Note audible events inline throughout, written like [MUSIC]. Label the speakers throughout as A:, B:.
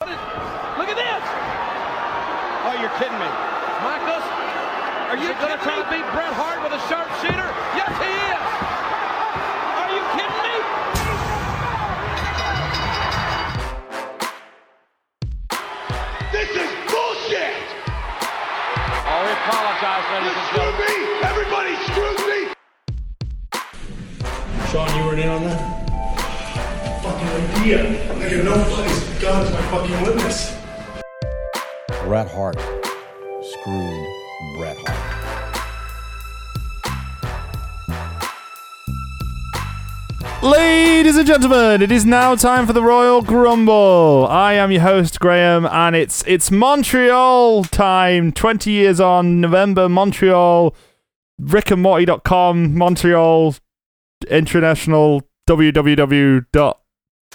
A: Oh, kidding me? Michaels, are you going to try to beat Bret Hart with a sharpshooter? Yes, he is. Are you kidding me?
B: This is bullshit!
A: Oh, he apologized,
B: You
A: ladies and
B: screwed
A: gentlemen.
B: me! Everybody screwed me!
C: Sean, you weren't in on that?
D: fucking idea. I got no place. God's my fucking witness.
E: Bret Hart screwed Bret Hart.
F: Ladies and gentlemen, it is now time for the Royal Grumble. I am your host Graham, and it's it's Montreal time. Twenty years on, November Montreal, rickandmorty.com, Montreal International, www.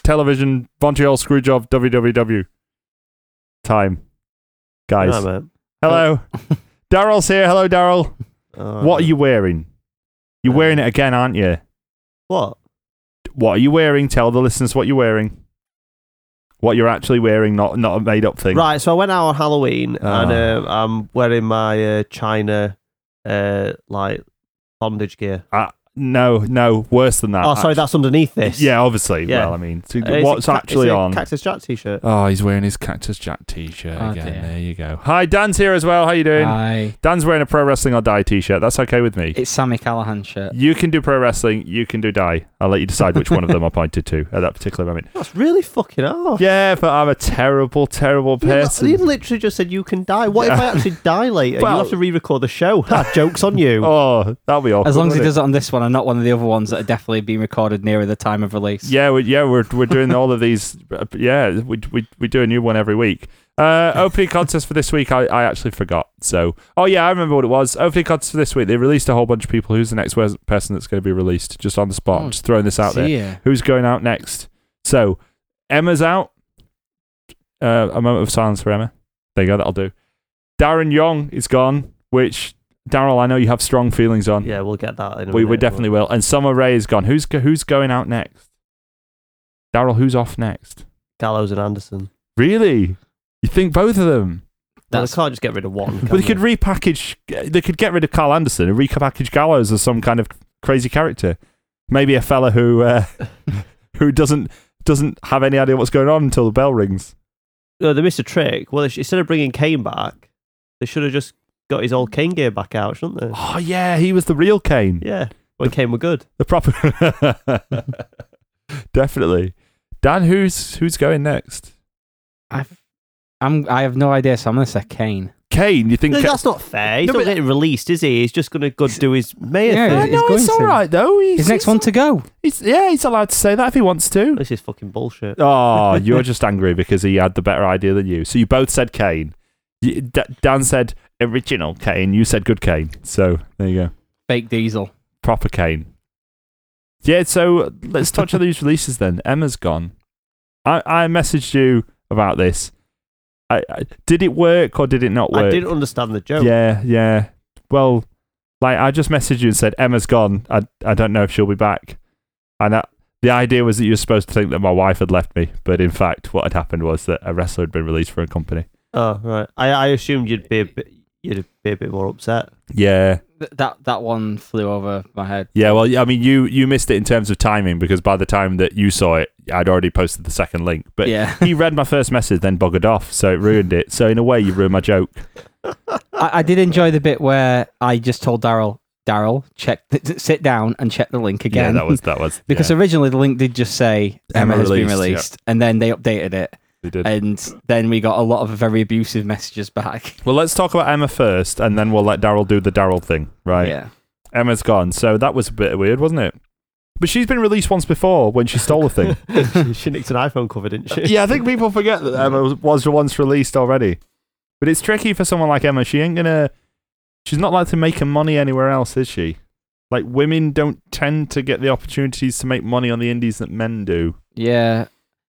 F: Television Montreal Screwjob www. Time, guys.
G: No, man.
F: Hello, Daryl's here. Hello, Daryl.
G: Uh,
F: What are you wearing? You're wearing it again, aren't you?
G: What?
F: what are you wearing? Tell the listeners what you're wearing. What you're actually wearing, not not a made up thing.
G: Right. So I went out on Halloween
F: Ah.
G: and um, I'm wearing my uh, China uh, like bondage gear.
F: Uh, no, no, worse than that.
G: oh, sorry, that's underneath this.
F: yeah, obviously.
G: Yeah.
F: Well, I mean, to-
G: Uh, it's a
F: what's
G: ca- it's
F: actually
G: a
F: on?
G: Cactus Jack t-shirt.
F: oh, he's wearing his Cactus Jack T-shirt
H: Oh,
F: again.
H: dear.
F: There you go. Hi, Dan's here as well. How you doing?
H: Aye.
F: Dan's wearing a Pro Wrestling or Die T-shirt. That's okay with me.
H: It's Sammy Callahan shirt.
F: you can do pro wrestling. You can do die. I'll let you decide which one of them
G: [LAUGHS]
F: I pointed to at that particular moment.
G: That's really fucking hard.
F: Yeah, but I'm a terrible, terrible
G: You li-
F: person.
G: You literally just said you can die. What if I actually die later?
F: Well-
G: You'll have to re-record the
F: [LAUGHS]
G: show. Ha, joke's on you.
F: oh, that'll be awkward.
H: As long as he
F: won't it?
H: does it on this one and not one of the other ones that are definitely being recorded nearer the time of release.
F: Yeah, we, yeah, we're we're doing all of these. uh, Yeah, we we we do a new one every week. Uh, opening contest for this week, I, I actually forgot. So, oh yeah, I remember what it was. Opening contest for this week, they released a whole bunch of people. Who's the next wes- person that's going to be released? Just on the spot,
H: Oh,
F: just throwing this out there.
H: See ya.
F: Who's going out next? So, Emma's out. Uh, a moment of silence for Emma. There you go. That'll do. Darren Young is gone, which Daryl, I know you have strong feelings on.
G: Yeah, we'll get that in a
F: We, we
G: minute,
F: definitely will. And Summer Rae is gone. Who's go- who's going out next? Daryl, who's off next?
G: but Gallows and Anderson.
F: Really? You think both of them?
G: Well, they
H: That's-
G: can't just get rid of one.
F: But
G: can
F: they could repackage. They could get rid of Carl Anderson and repackage Gallows as some kind of crazy character. Maybe a fella who uh, [LAUGHS] who doesn't doesn't have any idea what's going on until the bell rings.
G: No, Oh, they missed a trick. Well, they sh- instead of bringing Kane back, they should have just got his old Kane gear back out,
F: [SIGHS]
G: shouldn't they?
F: Oh yeah, he was the real Kane.
G: Yeah, when Kane were good.
F: The proper. [LAUGHS] Definitely. Dan, who's who's going next?
H: I've, I'm, I have no idea, so I'm going to say Kane.
F: Kane, you think?
G: No,
F: Ka-
G: that's not fair. He's
F: No,
G: not
F: but-
G: getting released, is he? He's just going to go do his mayor
H: Yeah, he's-
G: thing.
H: he's
F: no,
H: going
F: it's all
H: to.
F: right though. He's,
H: His next
F: he's-
H: one to go.
F: He's, yeah, he's allowed to say that if he wants to.
G: This is fucking bullshit.
F: [LAUGHS] Oh, you're just angry because he had the better idea than you. So you both said Kane. You, D- Dan said original Kane. You said good Kane. So there you go.
H: Fake Diesel.
F: Proper Kane. Yeah, so let's touch on these releases then. Emma's gone. I, I messaged you about this. I, I, did it work or did it not work?
G: I didn't understand the joke.
F: Yeah, yeah. Well, like I just messaged you and said Emma's gone. I I don't know if she'll be back. And I, the idea was that you were supposed to think that my wife had left me, but in fact, what had happened was that a wrestler had been released from a company.
G: Oh right. I, I assumed you'd be a bit, you'd be a bit more upset. [LAUGHS]
F: Yeah,
H: Th- that, that one flew over my head.
F: yeah. Well, yeah, I mean, you you missed it in terms of timing because by the time that you saw it, I'd already posted the second link. But
H: yeah.
F: [LAUGHS] he read my first message, then buggered off, so it ruined it. So in a way, you ruined my
H: [LAUGHS]
F: joke.
H: [LAUGHS] I, I did enjoy the bit where I just told Daryl, Daryl, check, th- sit down and check the link
F: Yeah,
H: again.
F: that was that was
H: [LAUGHS] because
F: yeah,
H: originally the link did just say
F: Emma
H: Emma, has
F: released,
H: been
F: yeah.
H: released, and then they updated it,
F: they did.
H: and then we got a lot of very abusive messages back.
F: Well, let's talk about Emma first, and then we'll let Daryl do the Daryl thing, right?
H: Yeah,
F: Emma's gone. So that was a bit weird, wasn't it? But she's been released once before when she stole a thing.
G: she, she nicked an iPhone cover, didn't she?
F: [LAUGHS] yeah, I think people forget that Emma was, was once released already. But it's tricky for someone like Emma. She ain't gonna. She's not likely to make her money anywhere else, is she? Like women don't tend to get the opportunities to make money on the indies that men do.
H: yeah.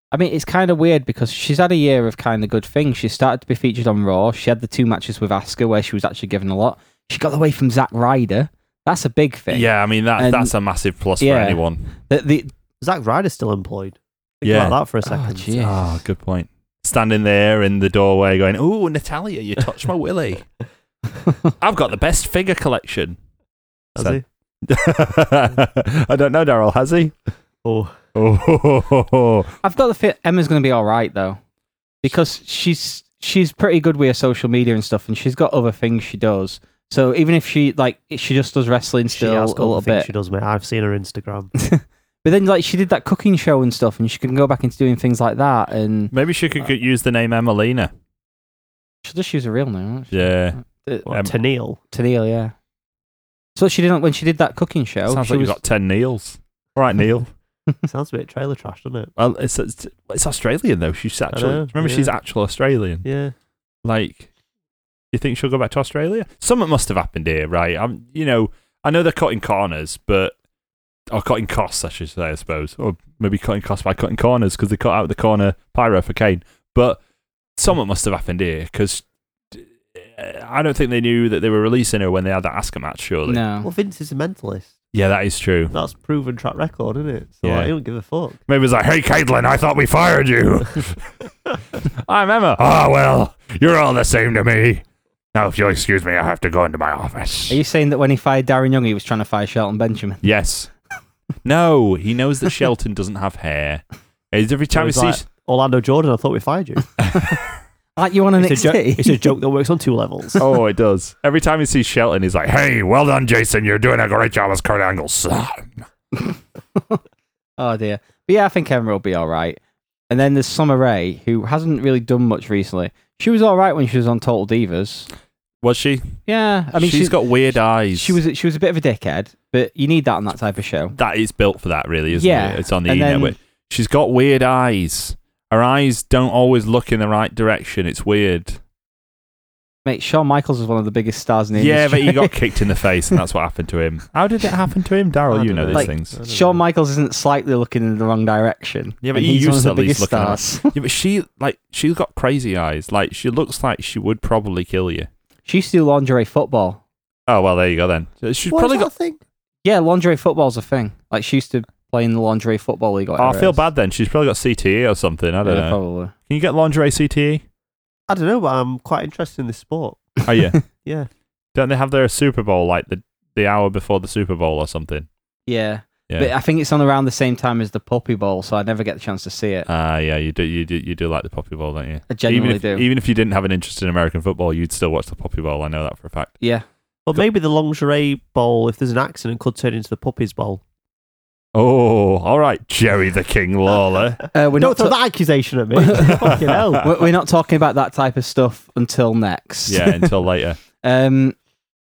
H: I mean, it's kind of weird because she's had a year of kind of good things. She started to be featured on Raw. She had the two matches with Asuka where she was actually given a lot. She got away from Zack Ryder. That's a big thing.
F: Yeah, I mean that
H: And-
F: that's a massive plus
H: yeah.
F: for anyone.
H: The, the,
G: Zack Ryder's still employed. Think
F: Yeah.
G: about that for a
H: oh,
G: second.
H: jeez.
F: Ah, good point. standing there in the doorway going, "Ooh, Natalia, you touched
H: [LAUGHS]
F: my willy. I've got the best figure collection."
G: Has
F: So-
G: he?
F: [LAUGHS] I don't know, Daryl. Has he?
G: Oh,
F: Oh, [LAUGHS]
H: I've got the fit. Emma's going to be all right though, because she's she's pretty good with her social media and stuff, and she's got other things she does. So even if she like she just does wrestling
G: she
H: still
G: has
H: a
G: got
H: little
G: the thing
H: bit,
G: she does, mate. I've seen her Instagram.
H: but then like she did that cooking show and stuff, and she can go back into doing things like that. And
F: maybe she could get- use the name Emelina.
H: she'll just use a real name. won't she?
F: Yeah,
H: Uh,
G: What,
F: Um,
G: Tennille?
H: Tennille, yeah. So she didn't when she did that cooking show.
F: sounds
H: she
F: like
H: was,
F: you've got ten Neils. All right, Neil.
G: Sounds a bit trailer trash, doesn't it?
F: well, it's, it's it's Australian though. She's actually
G: know,
F: remember she's
G: yeah.
F: actual Australian.
G: Yeah.
F: Like, do you think she'll go back to Australia? Something must have happened here, right? I'm, you know, I know they're cutting corners, but or cutting costs, I should say, I suppose, or maybe cutting costs by cutting corners because they cut out the corner pyro for Kane. But something must have happened here because I don't think they knew that they were releasing her when they had that Asuka match. Surely,
H: no.
G: Well, Vince is a mentalist.
F: yeah, that is true.
G: That's proven track record, isn't it? So
F: Yeah.
G: like, he don't give a fuck.
F: Maybe it's like, hey, Caitlin, I thought we fired you. [LAUGHS] I'm Emma. Ah, well, you're all the same to me. Now, if you'll excuse me, I have to go into my office.
H: Are you saying that when he fired Darren Young, he was trying to fire Shelton Benjamin? [LAUGHS]
F: Yes. [LAUGHS] No, he knows that Shelton doesn't have hair. Is Every
G: It
F: time he
G: was
F: sees,
G: like, Orlando Jordan, I thought we fired you.
H: Like you on an
G: it's, a jo-
H: NXT?
G: it's a joke that works on two [LAUGHS] levels.
F: oh, it does. [LAUGHS] Every time he sees Shelton, he's like, "Hey, well done, Jason. You're doing a great job as Kurt [LAUGHS] Angle's son."
H: Oh dear. But yeah, I think Emma will be all right. And then there's Summer Rae, who hasn't really done much recently. She was all right when she was on Total Divas.
F: Was she?
H: Yeah, I mean
F: she's
H: she's
F: got weird eyes.
H: she was she was a bit of a dickhead, but you need that on that type of show.
F: that is built for that, really, isn't
H: Yeah,
F: it? It's on the
H: and then-
F: network. She's got weird eyes. Her eyes don't always look in the right direction. It's weird.
H: Mate, Shawn Michaels was one of the biggest stars in the
F: Yeah, but
H: industry.
F: he
H: [LAUGHS]
F: got kicked in the face, and that's what happened to him. How did it happen to him, Daryl?
G: I
F: You
G: don't
F: know
G: know.
F: these
H: Like-
F: things.
H: Shawn Michaels isn't slightly looking in the wrong direction.
F: Yeah, but
H: and
F: he
H: he's one
F: used
H: of
F: to
H: the
F: at least
H: biggest
F: looking at
H: stars.
F: Yeah, but she like she's got crazy eyes. Like she looks like she would probably kill you.
H: [LAUGHS] She used to do lingerie football.
F: Oh well, there you go then. So She's
G: What
F: probably
G: is
F: got.
G: that thing?
H: Yeah, lingerie football's a thing. Like she used to play in the lingerie football league.
F: Oh, I feel bad then. She's probably got CTE or something. I don't
H: yeah,
F: know.
H: Probably.
F: Can you get lingerie E? CTE?
G: I don't know, but I'm quite interested in this sport.
F: Oh yeah.
G: Yeah.
F: don't they have their Super Bowl like the the hour before the Super Bowl or something?
H: [LAUGHS] Yeah.
F: Yeah.
H: But I think it's on around the same time as the Puppy Bowl, so I never get the chance to see it.
F: Ah, yeah, you do, you do, you do like the Poppy Bowl, don't you?
H: I genuinely
F: even if,
H: do.
F: Even if you didn't have an interest in American football, you'd still watch the Poppy Bowl. I know that for a fact.
H: yeah.
G: But maybe the lingerie bowl, if there's an accident, could turn into the puppies bowl.
F: Oh, all right, Jerry the King Lawler.
H: [LAUGHS] Uh, we're,
G: Don't
H: not
G: throw
H: ta-
G: that accusation [LAUGHS] at me. Fucking hell.
H: we're, we're not talking about that type of stuff until next.
F: yeah, until later.
H: [LAUGHS] Um,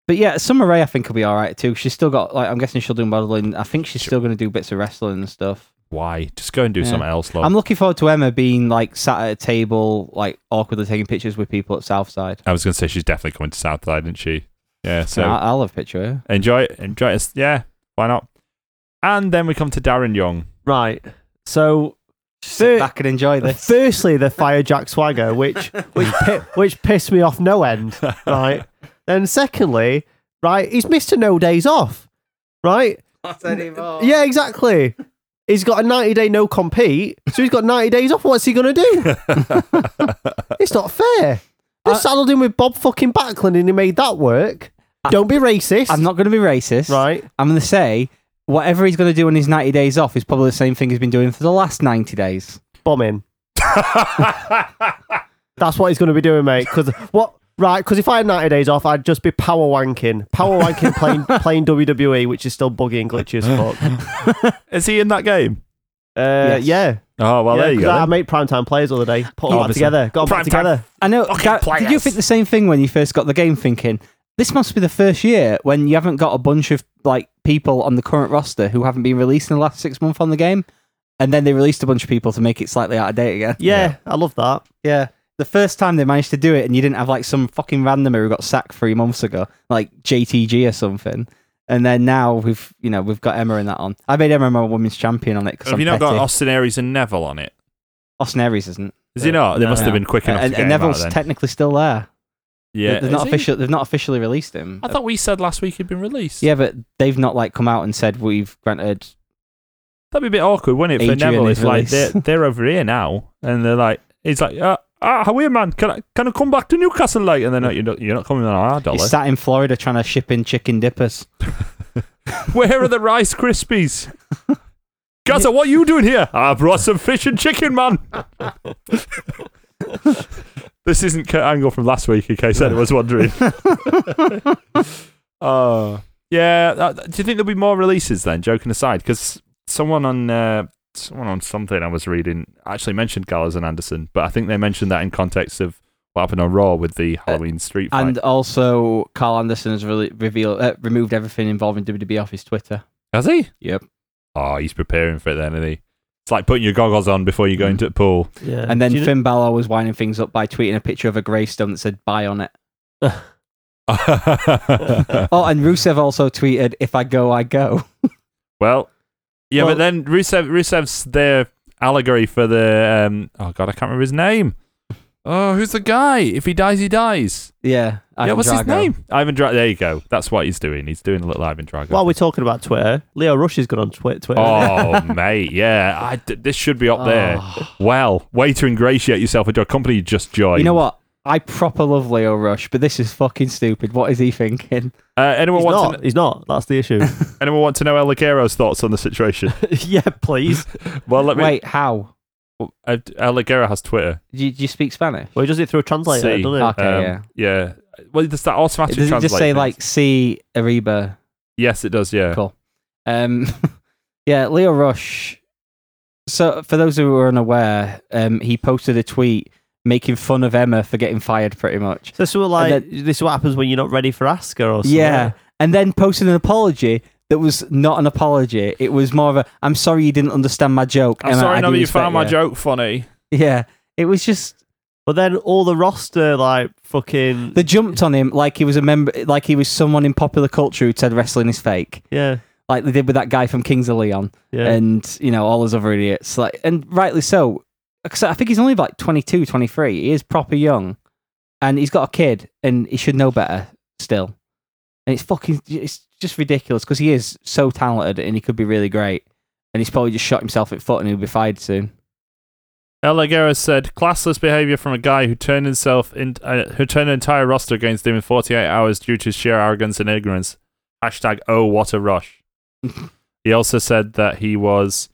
H: but yeah, Summer Rae I think will be all right too. She's still got like I'm guessing she'll do modeling. I think she's still going to do bits of wrestling and stuff.
F: Why? Just go and do
H: Yeah.
F: something else, love.
H: I'm looking forward to Emma being like sat at a table, like awkwardly taking pictures with people at Southside.
F: I was going to say she's definitely coming to Southside, isn't she? Yeah, so
H: So I- I'll have a picture. of her.
F: enjoy it. Enjoy it. Yeah, why not? And then we come to Darren Young.
G: Right. So,
H: Sit
G: fir-
H: back and enjoy this.
G: firstly, the fire Jack Swagger, which which
H: [LAUGHS]
G: pi- which pissed me off no end. Right. Then, secondly, right, he's Mister No Days Off. Right. Yeah, exactly. He's got a 90 day no compete, so he's got 90 days off. What's he
H: [LAUGHS]
G: going to do? it's not fair. They
H: Uh,
G: saddled him with Bob fucking Backlund and he made that work. Don't be racist.
H: I'm not going to be racist.
G: Right.
H: I'm going to say whatever he's going to do on his 90 days off is probably the same thing he's been doing for the last 90 days.
G: Bombing. That's what he's going to be doing, mate. Because what? Right, because if I had 90 days off, I'd just be power wanking. Power wanking playing,
F: [LAUGHS]
G: playing WWE, which is still buggy and glitchy as fuck.
F: Is he in that game?
G: Uh,
H: Yes.
G: Yeah.
F: Oh, well,
G: yeah,
F: there you
G: 'cause I, I
F: go.
G: made primetime players the other day. Put them back
F: Obviously.
G: together. Got them
F: Primetime.
G: back together.
H: I know.
F: Fucking
H: Gar- did you
F: players.
H: think the same thing when you first got the game thinking this must be the first year when you haven't got a bunch of like people on the current roster who haven't been released in the last 6 months on the game and then they released a bunch of people to make it slightly out of date again.
G: Yeah, I love that.
H: Yeah. The first time they managed to do it, and you didn't have like some fucking randomer who got sacked three months ago, like JTG or something. And then now we've, you know, we've got Emma in that on. I made Emma my women's champion on it because
F: Have you not got Austin Aries and Neville on it?
H: Austin Aries isn't.
F: Is he not? They must
H: No.
F: have been quick enough
H: and,
F: to get
H: and
F: him out
H: Neville's
F: then.
H: technically still there.
F: yeah,
H: they've not officially they've not officially released him.
F: I thought we said last week he'd been released.
H: yeah, but they've not like come out and said we've granted.
F: that'd be a bit awkward, wouldn't it, for
H: Adrian
F: Neville?
H: is
F: It's like
H: released.
F: they're, they're over here now, and they're like, he's like, uh, ah, how weird, man. Can I can I come back to Newcastle like? And they're not. You're not, you're not coming on our dollar.
H: He's sat in Florida trying to ship in chicken dippers.
F: [LAUGHS] Where are the Rice Krispies? Gaza, what are you doing here? I brought some fish and chicken, man. this isn't Kurt Angle from last week, in case anyone's wondering. Oh, yeah. uh, do you think there'll be more releases then? Joking aside, because someone on uh, someone on something I was reading actually mentioned Gallows and Anderson, but I think they mentioned that in context of what happened on Raw with the Halloween Street fight.
H: And also, Carl Anderson has really revealed, uh, removed everything involving WWE off his Twitter.
F: Has he?
H: Yep.
F: Oh, he's preparing for it then, isn't he? It's like putting your goggles on before you go into the pool. [LAUGHS]
G: Yeah.
H: And then
G: Do you know-
H: Finn Balor was winding things up by tweeting a picture of a gravestone that said "Buy" on it. Oh, and Rusev also tweeted, "If I go, I go." [LAUGHS]
F: well, yeah,
G: Well-
F: but then Rusev, Rusev's their allegory for the um, oh god, I can't remember his name. Oh, who's the guy? If he dies, he dies.
H: Yeah.
F: yeah,
H: Ivan
F: what's his
H: Drago.
F: name? Ivan Drago. There you go. That's what he's doing. He's doing a little Ivan Drago.
G: While we're talking about Twitter, Leo Rush has gone on Twi- Twitter.
F: Oh [LAUGHS] mate, yeah, I d this should be up there. Well, way to ingratiate yourself with your company you just joined.
H: Ah. You know what? I proper love Leo Rush, but this is fucking stupid. What is he thinking?
F: Uh, anyone
G: He's
F: want
G: not.
F: to, kn-
G: He's not. That's
F: [LAUGHS]
G: the issue.
F: anyone want to know El Liguero's thoughts on the situation?
G: yeah, please.
F: well, let me.
H: Wait, how?
F: Uh, El Liguero has Twitter.
H: Do you, do you speak Spanish?
G: Well, he does it through a translator,
F: See.
G: doesn't he?
H: Okay.
F: Um,
H: yeah.
F: yeah. Well, does that automatically
H: Does it
F: translate
H: just say
F: things?
H: like "see Ariba"?
F: Yes, it does. Yeah.
H: Cool. Um, [LAUGHS] yeah, Leo Rush. So, for those who are unaware, um, he posted a tweet making fun of Emma for getting fired, pretty much.
G: So this is what, like
H: And
G: this is what happens when you're not ready for Asker or something.
H: Yeah, and then posted an apology that was not an apology. It was more of a "I'm sorry you didn't understand my joke."
F: I'm
H: Emma, I
F: sorry, none
H: do
F: of you
H: respect
F: found my joke funny.
H: Yeah, it was just
G: But then all the roster like fucking
H: they jumped on him like he was a member, like he was someone in popular culture who said wrestling is fake,
G: yeah
H: like they did with that guy from Kings of Leon.
G: yeah.
H: and you know all those other idiots like and rightly so 'Cause i think he's only like 22 23 he is proper young and he's got a kid and he should know better still and it's fucking it's just ridiculous because he is so talented and he could be really great and he's probably just shot himself at foot and he'll be fired soon
F: El Liguero said, "Classless behavior from a guy who turned himself in, uh, who turned an entire roster against him in 48 hours due to sheer arrogance and ignorance." Hashtag Oh what
H: [LAUGHS]
F: a rush. he also said that he was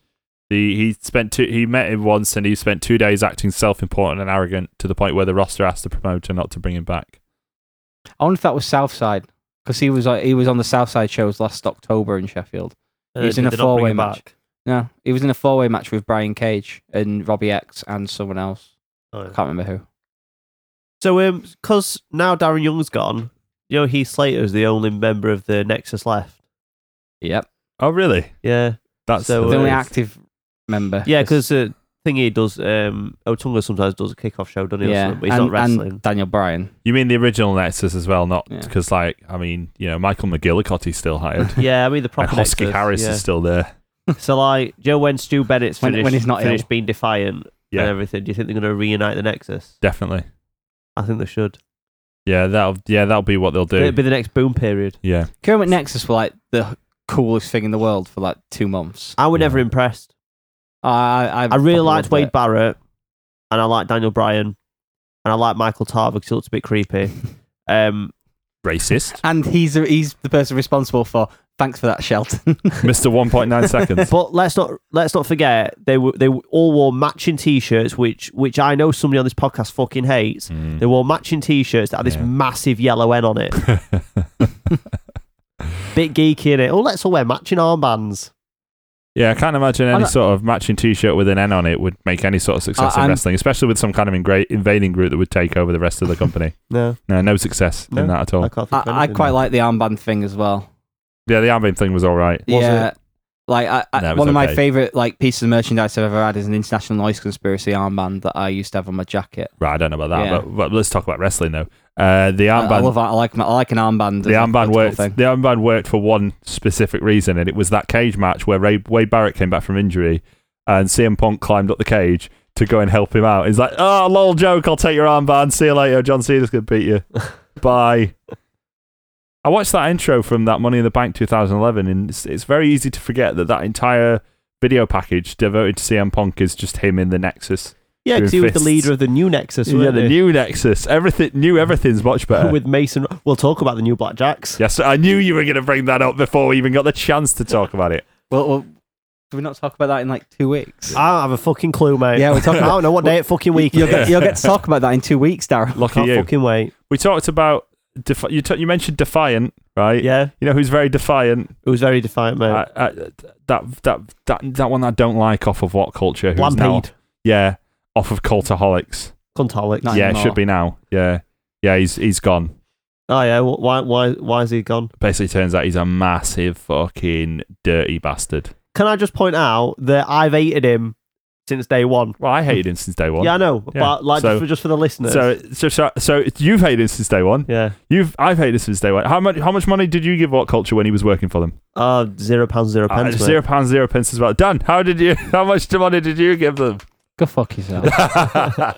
F: the he spent two he met him once and he spent two days acting self-important and arrogant to the point where the roster asked the promoter not to bring him back.
H: i wonder if that was southside because he was like, he was on the southside shows last october in sheffield
G: And
H: he's
G: uh, they-
H: in a
G: they don't bring
H: four-way
G: him
H: match.
G: back.
H: no he was in a four-way match with brian cage and robbie x and someone else
G: Oh, yeah.
H: i can't remember who
G: So um, because now Darren Young's gone, you know Heath Slater is the only member of the Nexus left.
H: yep
F: Oh really?
G: Yeah,
F: That's
G: So, uh,
H: the only
G: Well,
H: active member.
G: yeah, because uh, thing he does, um, Otunga sometimes does a kickoff show, doesn't he? or
H: yeah,
G: something, but he's
H: and,
G: not wrestling. [LAUGHS]
H: and Daniel [LAUGHS] Bryan.
F: You mean the original Nexus as well, not
H: Yeah.
F: because, like, I mean, you know, Michael McGillicotty's still
H: [LAUGHS]
F: hired.
G: yeah, I mean the
F: and
G: proper
F: Hosky
G: Nexus,
F: Harris
G: yeah.
F: is still there.
G: So like, Joe, when Stu Bennett's
H: When-
G: finished,
H: when he's not
G: finished
H: ill.
G: being defiant
F: Yeah.
G: and everything, do you think they're going to reunite the Nexus?
F: Definitely.
G: I think they should.
F: Yeah, that'll yeah that'll be what they'll do.
G: It'd be the next boom period.
F: yeah,
H: Kermit Nexus were like the coolest thing in the world for like two months.
G: I were
F: Yeah.
G: never impressed.
H: I I,
G: I really
H: fucking
G: liked
H: loved
G: Wade
H: it.
G: Barrett, and I liked Daniel Bryan, and I liked Michael Tarver because he looks a bit creepy.
F: [LAUGHS]
G: Um,
H: [LAUGHS]
F: racist,
H: and he's the- he's the person responsible for. Thanks for that, Shelton.
F: Mister One Point
H: [LAUGHS]
F: Nine Seconds.
G: but let's not let's not forget they were they all wore matching T-shirts, which which I know somebody on this podcast fucking hates.
F: Hmm.
G: They wore matching T-shirts that had this
F: Yeah.
G: massive yellow N
F: [LAUGHS]
G: on it. bit geeky in it. Oh, let's all wear matching armbands.
F: yeah, I can't imagine
H: I'm
F: any
H: not-
F: sort of matching T-shirt with an N on it would make any sort of success
H: I-
F: in
H: I'm-
F: wrestling, especially with some kind of ingra- invading group that would take over the rest of the
H: [LAUGHS]
F: company.
G: No,
F: no, no success
G: No,
F: in that at all.
G: I can't think
H: [LAUGHS]
G: of
H: I, I
G: anything.
H: quite like the armband thing as well.
F: Yeah, the armband thing was all right.
H: yeah. Like I, I,
F: No, it was
H: one of my
F: okay.
H: favorite like pieces of merchandise I've ever had is an International Noise Conspiracy armband that I used to have on my jacket.
F: Right, I don't know about that,
H: Yeah.
F: but, but let's talk about wrestling though. Uh, the
H: I, I
F: armband
H: love I like my- I like an armband.
F: the
H: as a
F: armband
H: collectible
F: worked.
H: thing.
F: The armband worked for one specific reason, and it was that cage match where Ray, Wade Barrett came back from injury, and CM Punk climbed up the cage to go and help him out. He's like, "Oh, lol, joke. I'll take your armband. See you later. John Cena's gonna beat you. Bye." I watched that intro from that Money in the Bank 2011, and it's, it's very easy to forget that that entire video package devoted to CM Punk is just him in the Nexus
G: Yeah, because he was the leader of the new Nexus.
F: yeah,
G: wasn't
F: the
G: he?
F: new Nexus. Everything, new everything's much better.
G: [LAUGHS] with Mason. We'll talk about the new Blackjacks.
F: yes, I knew you were going to bring that up before we even got the chance to talk about it.
H: Well, well, can we not talk about that in like two weeks?
G: I don't have a fucking clue, mate.
H: Yeah, we're talking
G: I don't know what day it fucking week
H: You'll
G: it
H: get,
G: is.
H: you'll get to talk about that in two weeks, Darren.
F: Lucky
G: Can't
F: you.
G: fucking wait.
F: We talked about defi- you. T- you mentioned defiant, right?
G: Yeah, Uh,
F: You know who's very defiant?
G: it was very defiant, mate.
F: I, I, that that that that one I don't like off of what culture? Who's now?
G: Lampede,
F: Yeah, off of cultaholics.
H: Nice.
G: Contolic.
H: Not
F: yeah, it
H: anymore.
F: should be now. Yeah, yeah, he's he's gone.
G: Oh yeah, wh- why why why is he gone?
F: Basically, turns out he's a massive fucking dirty bastard.
G: Can I just point out that I've hated him since day one?
F: Well, I hated him since day one.
G: Yeah, I know,
F: Yeah.
G: but like
F: So-
G: just, for, just for the listeners.
F: So, so, so, so you've hated him since day one.
G: yeah,
F: You've, I've hated him since day one. How much, how much money did you give What Culture when he was working for them?
G: uh, zero pounds, zero pence.
F: Uh,
G: mate.
F: zero pounds, zero pence as well. Dan, how did you? [LAUGHS] How much money did you give them?
H: Go fuck yourself.
F: [LAUGHS]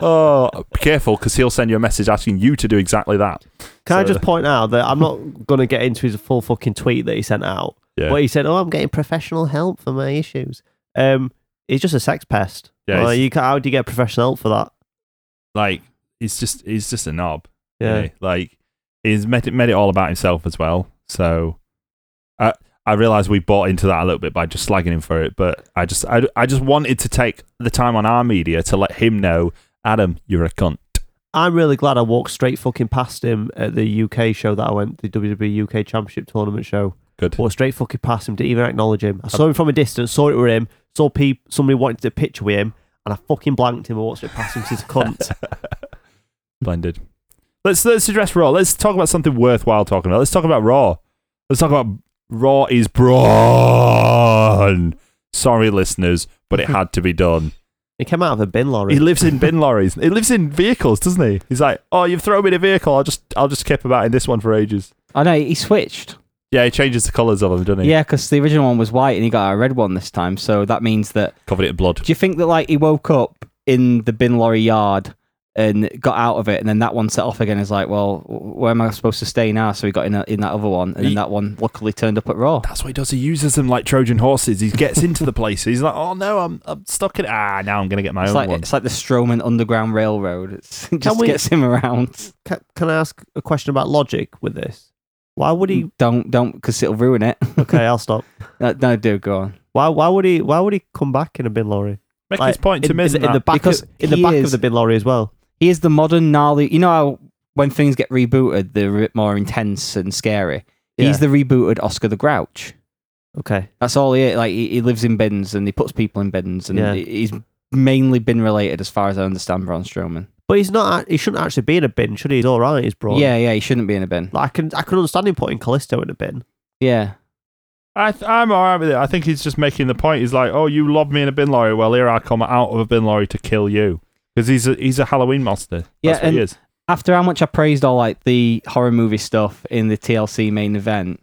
F: oh, be careful, because he'll send you a message asking you to do exactly that.
G: Can I
F: So-
G: just point out that I'm not going to get into his full fucking tweet that he sent out,
F: Yeah.
G: but he said, "Oh, I'm getting professional help for my issues." Um, he's just a sex pest.
F: Yeah,
G: Like,
F: he's-
G: you ca how do you get professional help for that?
F: Like, he's just, he's just a knob.
G: Yeah,
F: really. Like he's made it, made it all about himself as well. So I I realized we bought into that a little bit by just slagging him for it, but I just I, I just wanted to take the time on our media to let him know, Adam, you're a cunt.
G: I'm really glad I walked straight fucking past him at the UK show that I went, the WWE UK Championship Tournament show.
F: Good.
G: Walked straight fucking past him, didn't even acknowledge him. I saw him from a distance, saw it were him, saw peop somebody wanted to picture with him, and I fucking blanked him and walked straight past him 'cause he's a
H: [LAUGHS]
G: cunt.
F: Blended. Let's let's address Raw. Let's talk about something worthwhile talking about. Let's talk about Raw. Let's talk about Raw is brawn. Sorry, listeners, but [LAUGHS] it had to be done.
G: he came out of a bin lorry.
F: He lives in [LAUGHS] bin lorries. He lives in vehicles, doesn't he? He's like, oh, you've thrown me in a vehicle. I'll just, I'll just skip about in this one for ages.
H: I know he switched.
F: Yeah, he changes the colours of them, doesn't he?
H: Yeah, because the original one was white and he got a red one this time. So that means that.
F: covered it in blood.
H: Do you think that like he woke up in the bin lorry yard and got out of it, and then that one set off again? Is like, well, wh- where am I supposed to stay now? So he got in a, in that other one, and
F: He-
H: then that one luckily turned up at Raw.
F: That's what he does. He uses them like Trojan horses. He gets into [LAUGHS] the place. He's like, oh no, I'm, I'm stuck in. Ah, now I'm gonna get my
H: It's
F: own
H: like
F: one.
H: it's like the Strowman Underground Railroad. It's, it [LAUGHS] just
G: we-
H: gets him around.
G: Ca can I ask a question about logic with this? Why would he?
H: Don't don't because it'll ruin it.
G: Okay, I'll stop.
H: [LAUGHS] no, no, do go on.
G: Why? Why would he? Why would he come back in a bin lorry?
F: Make
G: Like,
F: his point to
G: in,
F: me.
G: in, the- in the back,
H: Because
G: of, in the
H: he
G: back
H: is-
G: of the bin lorry as well.
H: He is the modern gnarly. You know how when things get rebooted, they're a bit more intense and scary. He's the
G: Yeah.
H: rebooted Oscar the Grouch.
G: Okay.
H: That's all he is. Like he, he lives in bins and he puts people in bins, and
G: Yeah.
H: he- he's mainly bin related, as far as I understand, Braun Strowman.
G: But he's not. act- He shouldn't actually be in a bin, should he? He's all right. He's brought.
H: Yeah, yeah, he shouldn't be in a bin.
G: Like, I can. I can understand him putting Callisto in a bin.
H: Yeah,
F: I th- I'm all right with it. I think he's just making the point. He's like, oh, you lobbed me in a bin lorry. Well, here I come out of a bin lorry to kill you because he's a, he's a Halloween monster.
H: Yeah,
F: That's what he
H: and-
F: is.
H: after how much I praised all like the horror movie stuff in the TLC main event,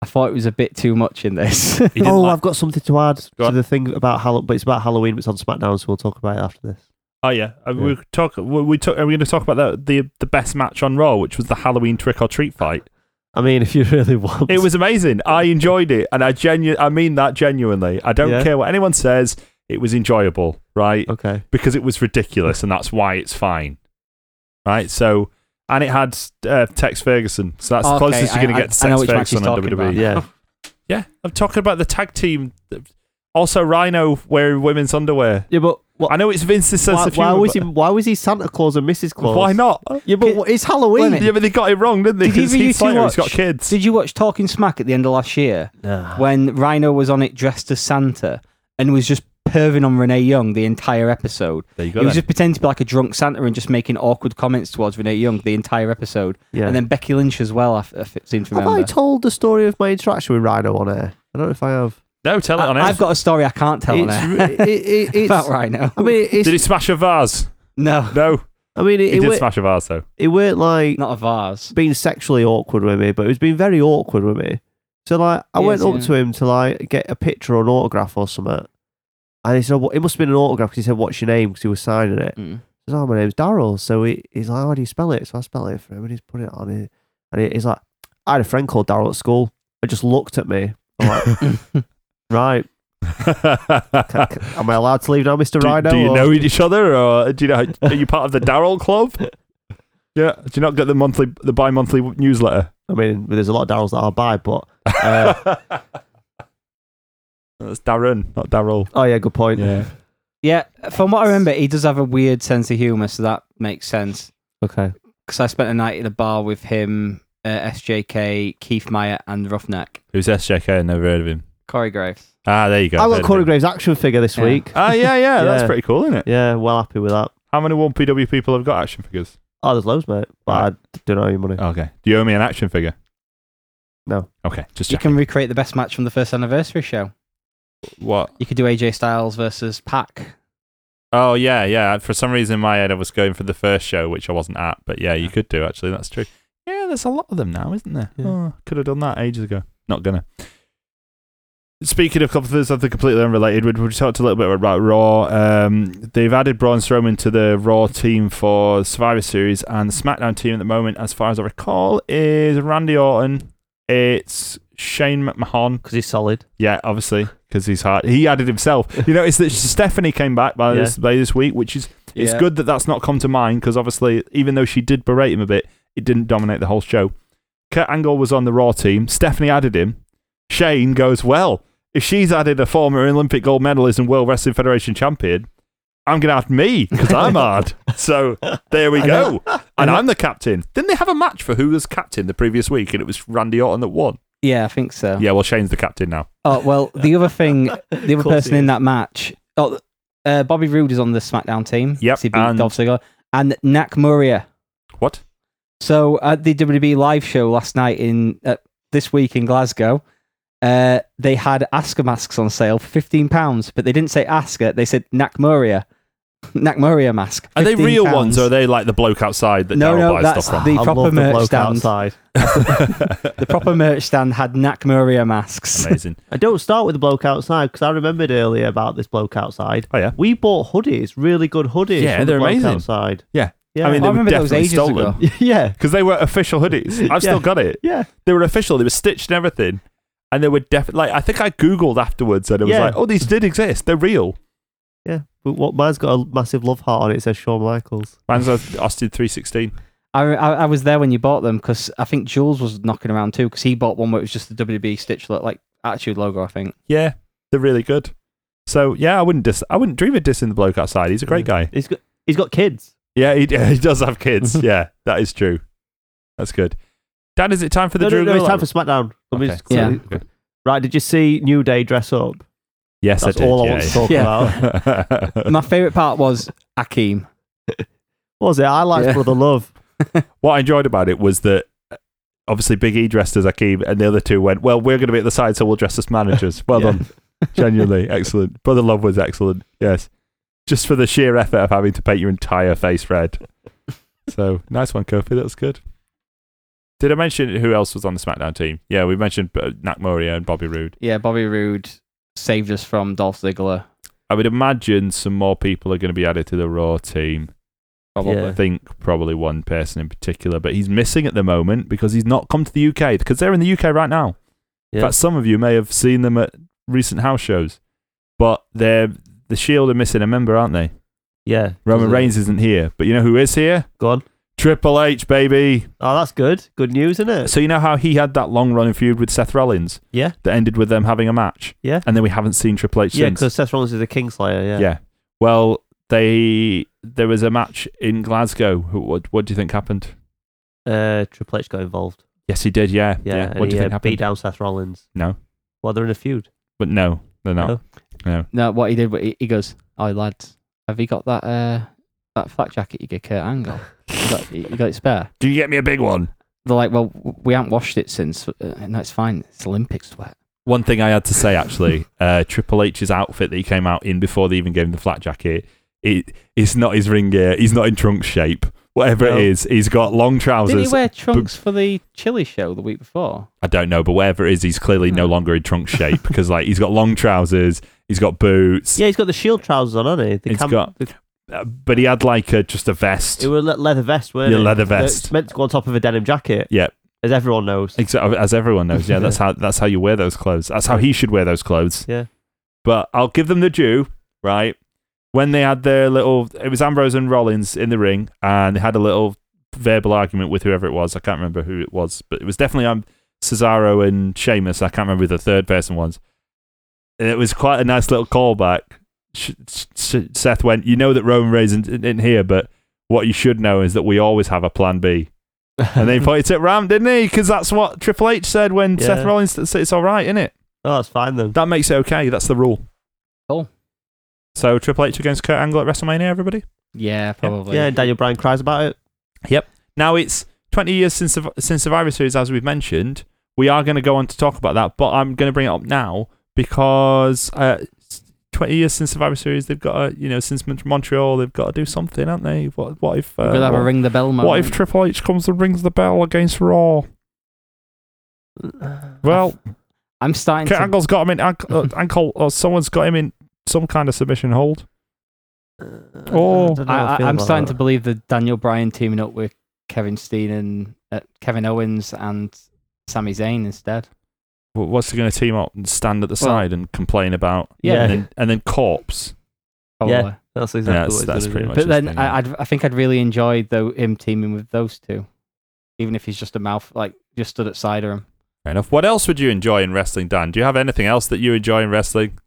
H: I thought it was a bit too much in this. [LAUGHS]
F: He didn't
G: Oh,
F: like-
G: I've got something to add
F: Go
G: to
F: on.
G: the thing about Halloween. But it's about Halloween. But it's on SmackDown, so we'll talk about it after this.
F: Oh yeah, Uh, we talk. We, we talk. Are we going to talk about the, the the best match on Raw, which was the Halloween trick or treat fight?
G: I mean, if you [LAUGHS] really want,
F: It was amazing. I enjoyed it, and I genu- I mean that genuinely. I don't
G: Yeah.
F: care what anyone says. It was enjoyable, right?
G: okay.
F: Because it was ridiculous, and that's why it's fine, right? So, and it had uh, Tex Ferguson, so that's the
H: Okay,
F: closest
H: I-
F: you're going
H: I-
F: to get to
H: I know
F: Tex
H: which match he's
F: Ferguson on
H: talking
F: WWE.
H: about.
G: Yeah.
F: Yeah, I'm talking about the tag team. Also, Rhino wearing women's underwear.
G: [LAUGHS] Yeah, but [LAUGHS] wha-
F: I know it's Vince's sense
G: why,
F: of
G: why
F: humor.
G: was he?
F: but-
G: Why was he Santa Claus and Mrs.
F: [LAUGHS]
G: Claus?
H: [LAUGHS]
F: why not?
G: Yeah, but wha- it's Halloween.
H: Wait a
F: Yeah, but they got it wrong, didn't they?
H: Did
F: Because
H: either you
F: Heath
H: two
F: Slater has
H: watch?
F: got kids.
H: Did you watch Talking Smack at the end of last year
G: Nah.
H: when Rhino was on it dressed as Santa and was just perving on Renee Young the entire episode?
F: There you go
H: He was
F: then.
H: just pretending to be like a drunk Santa and just making awkward comments towards Renee Young the entire episode.
G: Yeah.
H: And then Becky Lynch as well, I, f- I f- seem to
G: Have
H: remember.
G: I told the story of my interaction with Rhino on air? I don't know if I have.
F: no, tell it on
H: I,
F: air.
H: have got a story I can't tell on
G: It's
H: air.
G: re- it- it- [LAUGHS]
H: [LAUGHS]
G: it's-
H: about Rhino. [LAUGHS]
G: I mean, it's,
F: Did he smash a vase?
H: no,
F: No,
G: I mean,
F: he
G: it, it,
F: did
G: were,
F: smash a vase though. [LAUGHS]
G: it weren't like
H: not a vase.
G: being sexually awkward with me, but it was being very awkward with me. So like, I
H: Yes,
G: went up
H: yeah.
G: to him to like get a picture or an autograph or something, and he said, "What?" It must have been an autograph because he said, "What's your name?" Because he was signing it.
H: Mm. [LAUGHS]
G: I said, "Oh, my name's Daryl." So he, he's like, "How do you spell it?" So I spell it for him, and he's put it on it, and he, he's like, "I had a friend called Daryl at school." I just looked at me, I'm like, [LAUGHS] right. Am I allowed to leave now, Mr.
F: Do,
G: Rhino?
F: do you
G: or-
F: know each other, or do you know? Are you part of the Daryl Club? Yeah. Do you not get the monthly, the bi-monthly newsletter?
G: [LAUGHS] I mean, there's a lot of Darrells that I'll buy, but.
F: [LAUGHS]
G: Uh,
F: That's Darren, not Daryl.
G: oh, yeah, good point.
F: Yeah.
H: Yeah, from what I remember, he does have a weird sense of humor, so that makes sense.
G: Okay.
H: Because I spent a night in a bar with him, uh, SJK, Keith Meyer, and Roughneck.
F: Who's SJK? I never heard of him.
H: Corey Graves.
F: Ah, there you go.
G: I
F: Heard
G: got
F: of
G: Corey
F: him.
G: Graves' action figure this
H: Yeah.
G: week.
F: Ah, yeah,
G: [LAUGHS]
F: yeah, That's
G: Yeah.
F: pretty cool, isn't it?
G: Yeah, well happy with that.
F: How many one PW people have got action figures?
G: Oh, there's loads, mate. But I don't know your money.
F: Okay. Do you owe me an action figure?
G: No.
F: Okay. Just
H: You
F: checking.
H: can recreate the best match from the first anniversary show.
F: what?
H: You could do AJ Styles versus Pac.
F: Oh yeah, yeah. For some reason in my head I was going for the first show, which I wasn't at, but yeah, you could do actually, that's true. Yeah, there's a lot of them now, isn't there?
G: Yeah.
F: Oh, could have done that ages ago. Not gonna. Speaking of couple of something completely unrelated, we, we talked a little bit about Raw. Um, they've added Braun Strowman to the Raw team for Survivor Series, and the SmackDown team at the moment, as far as I recall, is Randy Orton, it's Shane McMahon,
G: Because he's solid.
F: yeah, obviously, because he's hard. He added himself. You notice that Stephanie came back by, this, by this week, which is it's
H: Yeah.
F: good that that's not come to mind because obviously, even though she did berate him a bit, it didn't dominate the whole show. Kurt Angle was on the Raw team. Stephanie added him. Shane goes, well, if she's added a former Olympic gold medalist and World Wrestling Federation champion, I'm going to add me because I'm hard. So there we go. And I'm the captain. Didn't they have a match for who was captain the previous week and it was Randy Orton that won?
H: Yeah, I think so.
F: Yeah, well, Shane's the captain now.
H: Oh well, the other thing, the other
G: course
H: person
G: he
H: in
G: is.
H: that match, oh, uh, Bobby Roode is on the SmackDown team.
F: Yep,
H: he beat
F: and-
H: Dolph Ziggler and Nakamura.
F: What?
H: So at the WWE live show last night in uh, this week in Glasgow, uh, they had Asker masks on sale for fifteen pounds, but they didn't say Asker; they said Nakamura. [LAUGHS] Nakamura mask.
F: Are they
H: 15
F: real ones
H: pounds.
F: or are they like the bloke outside that
H: No,
F: Daryl
H: no,
F: buys
H: that's
F: stuff from?
H: The
G: I
H: proper
G: love the
H: merch
G: bloke
H: stand.
G: outside.
H: the proper merch stand had Nakamura masks?
F: Amazing.
G: I don't start with the bloke outside because I remembered earlier about this bloke outside.
F: Oh, yeah.
G: We bought hoodies, really good hoodies.
F: Yeah,
G: from
F: they're
G: the bloke
F: amazing.
G: Outside.
F: Yeah.
G: Yeah.
F: I mean, they
H: I
F: were
H: remember that was
F: definitely
H: ages ago.
F: stolen.
G: yeah.
F: Because they were official hoodies. I've still
G: Yeah.
F: got it.
G: Yeah.
F: They were official. They were stitched and everything. And they were definitely, like, I think I Googled afterwards and it was
G: Yeah.
F: like, oh, these did exist. They're real.
G: Yeah. But what mine's got a massive love heart on it. It says Shawn Michaels.
F: Mine's a Austin 316.
H: [LAUGHS] I, I, I was there when you bought them because I think Jules was knocking around too because he bought one where it was just the WB Stitch lo- like Attitude logo. I
F: [LAUGHS]
H: think.
F: Yeah. They're really good. So, yeah, I wouldn't dis- I wouldn't dream of dissing the bloke outside. He's a great guy.
G: He's got he's got kids.
F: Yeah, he, [LAUGHS] he does have kids. yeah, that is true. That's good. Dan, is it time for the
G: no,
F: Drew
G: no, no, it's
F: Gulak?
G: time for SmackDown. Let me
F: Okay.
G: just clear-
F: Yeah.
G: Right. Did you see New Day dress up?
F: Yes,
G: That's
F: I did.
G: all I
F: yeah,
G: want to talk
H: Yeah.
G: about.
F: yeah.
H: My favorite part was Akeem.
G: What was it? I like
H: Yeah.
G: Brother Love.
F: [LAUGHS] what I enjoyed about it was that uh, obviously Big E dressed as Akeem, and the other two went, "Well, we're going to be at the side, so we'll dress as managers."
H: [LAUGHS]
F: Well
G: Yeah.
F: done, genuinely excellent. Brother Love was excellent. Yes, just for the sheer effort of having to paint your entire face red. So nice one, Kofi. That was good. Did I mention who else was on the SmackDown team? Yeah, we mentioned uh, Nakamura and Bobby Roode.
H: Yeah, Bobby Roode saved us from Dolph Ziggler.
F: I would imagine some more people are going to be added to the Raw team.
H: Probably.
F: I think probably one person in particular, but he's missing at the moment because he's not come to the UK because they're in the UK right now. In
G: Yeah.
F: fact, some of you may have seen them at recent house shows, but they're the Shield are missing a member, aren't they?
G: Yeah.
F: Roman
G: Doesn't-
F: Reigns isn't here, but you know who is here?
G: Go on.
F: Triple H, baby.
G: Oh, that's good. Good news, isn't it?
F: So you know how he had that long running feud with Seth Rollins
G: Yeah.
F: that ended with them having a match,
G: Yeah.
F: and then we haven't seen Triple H
G: Yeah,
F: since.
G: because Seth Rollins is a Kingslayer. Yeah.
F: Yeah. Well, they there was a match in Glasgow. Who- What, what do you think happened?
G: Uh, Triple H got involved.
F: Yes, he did. Yeah.
G: Yeah. and
F: What do
G: he,
F: you think
G: uh,
F: happened?
G: Beat down Seth Rollins.
F: No.
G: Well, they're in a feud.
F: But no, they're not.
G: No.
H: No, what he did, wa- he, he goes, "Oh lads, have you got that uh, that flak jacket you gave Kurt Angle? you, got, you got it spare?" [LAUGHS]
F: Do you get me a big one?
H: They're like, "Well, w- we haven't washed it since. Uh, no, it's fine. It's Olympic sweat."
F: One thing I had to say actually, [LAUGHS] uh, Triple H's outfit that he came out in before they even gave him the flat jacket, it it's not his ring gear. He's not in trunk shape. Whatever
G: No.
F: it is, he's got long trousers.
H: Did he wear trunks for the Chili show the week before?
F: I don't know, but whatever it is, he's clearly no longer in trunk shape because like he's got long trousers, he's got boots,
G: Yeah, he's got the shield trousers on, hasn't he? The
F: He's got-
G: the-
F: uh, but he had like a, just a vest.
G: it was le- leather vest, weren't
F: Yeah,
G: it?
F: leather
G: That-
F: vest.
G: It's meant to go on top of a denim jacket,
F: yeah,
G: as everyone knows. [LAUGHS]
F: uh, [LAUGHS] exa- as everyone knows. Yeah, that's how that's how you wear those clothes. That's how he should wear those clothes.
G: Yeah.
F: But I'll give them the due, right? When they had their little, it was Ambrose and Rollins in the ring, and they had a little verbal argument with whoever it was. I can't remember who it was, but it was definitely um, Cesaro and Sheamus. I can't remember who the third person was. And it was quite a nice little callback. Sh- sh- sh- Seth went, "You know that Roman Reigns isn't isn't here, but what you should know is that we always have a plan B." and they pointed at Ram, didn't he? Because that's what Triple H said when
G: Yeah.
F: Seth Rollins said it's all right, isn't it?
G: Oh, that's fine then.
F: That makes it okay. That's the rule.
H: Cool.
F: So Triple H against Kurt Angle at WrestleMania, everybody.
H: Yeah, probably.
G: Yeah, Daniel Bryan cries about it.
F: Now it's 20 years since Surv- since Survivor Series, as we've mentioned. We are going to go on to talk about that, but I'm going to bring it up now because uh, s- 20 years since Survivor Series, they've got to, you know, since Mon- Montreal, they've got to do something, haven't they? What, what if uh,
H: We'll have a
F: what,
H: ring the bell moment.
F: what if Triple H comes and rings the bell against Raw?
H: Uh,
F: Well,
H: I'm starting
F: Kurt
H: to.
F: Angle's got him in anc- uh, ankle, or someone's got him in some kind of submission hold. Oh.
G: Uh, don't know how
H: I,
G: feel
H: I, I'm
G: about
H: starting
G: that.
H: to believe that Daniel Bryan teaming up with Kevin Steen and uh, Kevin Owens and Sami Zayn instead.
F: Wh- What's he going to team up and stand at the side and complain about?
G: Yeah.
F: and then, and then corpse.
H: Probably.
G: Yeah, that's exactly
F: that's-
G: what it's
F: that's uh,
G: gonna
F: pretty
G: do.
F: much-
H: but then
F: Interesting, yeah.
H: I, I'd, I think I'd really enjoy though him teaming with those two, even if he's just a mouth like just stood at side of him.
F: Fair enough. What else would you enjoy in wrestling, Dan? Do you have anything else that you enjoy in wrestling?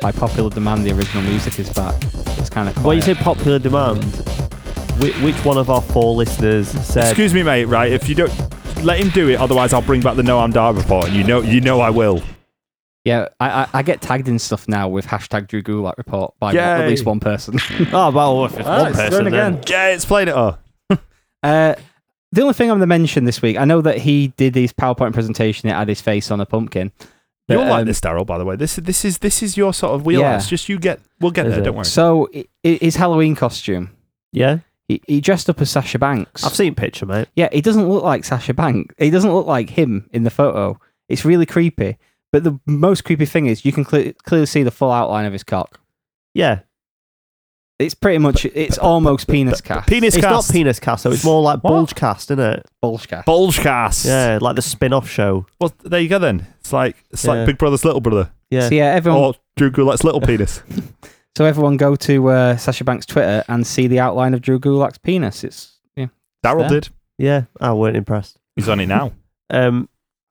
H: By popular demand, the original music is back. It's kind of
G: When you say popular demand, which, which one of our four listeners said?
F: Excuse me, mate. Right, if you don't let him do it, otherwise I'll bring back the No I'm Dar report, and you know, you know I will.
H: yeah, I, I I get tagged in stuff now with hashtag Drew Gulak report by at
F: Yay.
H: least one person. [LAUGHS]
G: oh, well, if it's
H: Ah,
G: one
H: it's
G: person
H: done
G: then.
H: again.
F: Yeah, it's played it. Oh,
H: Uh, the only thing I'm going to mention this week, I know that he did his PowerPoint presentation. It had his face on a pumpkin.
F: you'll
H: But,
F: like
H: um,
F: this, Daryl. By the way, this is this is this is your sort of wheelhouse.
H: Yeah.
F: Just you get, we'll get
G: Is
F: there.
G: it?
F: Don't worry.
H: So i- i- his Halloween costume,
G: Yeah,
H: he, he dressed up as Sasha Banks.
G: I've seen a picture, mate.
H: Yeah, he doesn't look like Sasha Banks. He doesn't look like him in the photo. It's really creepy. But the most creepy thing is you can cle clearly see the full outline of his cock.
G: Yeah,
H: It's pretty much, it's almost penis cast.
F: Penis
G: it's
F: cast,
G: not penis cast, so it's more like
F: What?
G: bulge cast, isn't it?
H: bulge cast.
F: bulge cast.
G: Yeah, like the spin-off show.
F: Well, there you go. Then it's like it's like
G: Yeah.
F: Big Brother's little brother,
G: Yeah,
H: So yeah, everyone.
F: or Drew Gulak's little penis.
H: So everyone, go to uh, Sasha Banks' Twitter and see the outline of Drew Gulak's penis. It's yeah.
F: Daryl
H: there.
F: did.
G: yeah. I weren't impressed.
F: He's on it now.
G: Um,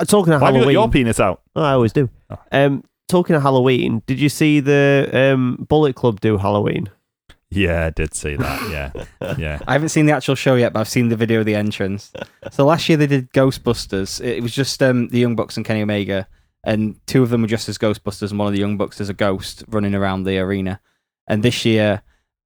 G: talking of
F: Why have you got
G: Halloween,
F: your penis out?
G: Oh, I always do.
F: Oh.
G: Um, talking of Halloween, did you see the um Bullet Club do Halloween?
F: Yeah, I did see that. Yeah, yeah.
H: I haven't seen the actual show yet, but I've seen the video of the entrance. so last year they did Ghostbusters. It it was just um, the Young Bucks and Kenny Omega, and two of them were just as Ghostbusters, and one of the Young Bucks as a ghost running around the arena. And this year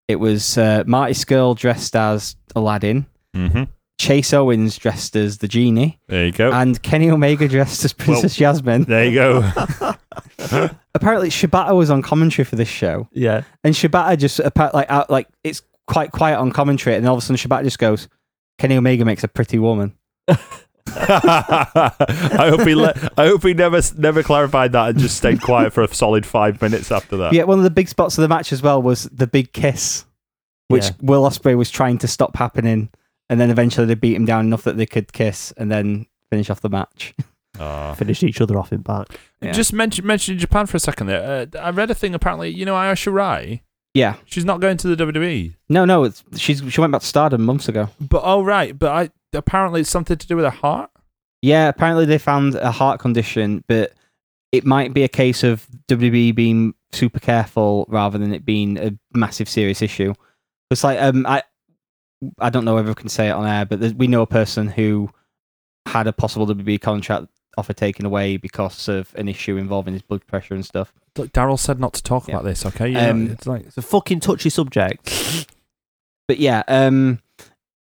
H: it was uh, Marty Skrull dressed as Aladdin,
F: Mm-hmm.
H: Chase Owens dressed as the genie,
F: There you go.
H: and Kenny Omega dressed as Princess Jasmine.
F: there you go. [LAUGHS]
H: Apparently Shibata was on commentary for this show.
G: Yeah,
H: And Shibata just appa- like out, like it's quite quiet on commentary, and all of a sudden Shibata just goes, "Kenny Omega makes a pretty woman."
F: I hope he le- I hope he never never clarified that and just stayed quiet for a solid five minutes after that.
H: yeah, one of the big spots of the match as well was the big kiss, which
G: Yeah.
H: Will Osprey was trying to stop happening, and then eventually they beat him down enough that they could kiss and then finish off the match.
F: Aw.
G: finished each other off in back.
H: Yeah.
F: Just mention mentioning Japan for a second there. Uh, I read a thing apparently. You know, Io Shirai.
H: yeah,
F: She's not going to the WWE.
H: no, no, it's, she's she went back to Stardom months ago.
F: But oh right, but I apparently it's something to do with her heart.
H: Yeah, apparently they found a heart condition, but it might be a case of WWE being super careful rather than it being a massive serious issue. It's like um, I, I don't know whether I can say it on air, but there's- we know a person who had a possible WWE contract offer taken away because of an issue involving his blood pressure and stuff.
F: Look, Daryl said not to talk
H: Yeah.
F: about this. Okay, yeah,
H: Um,
F: it's like
G: It's a fucking touchy subject.
H: But yeah, um,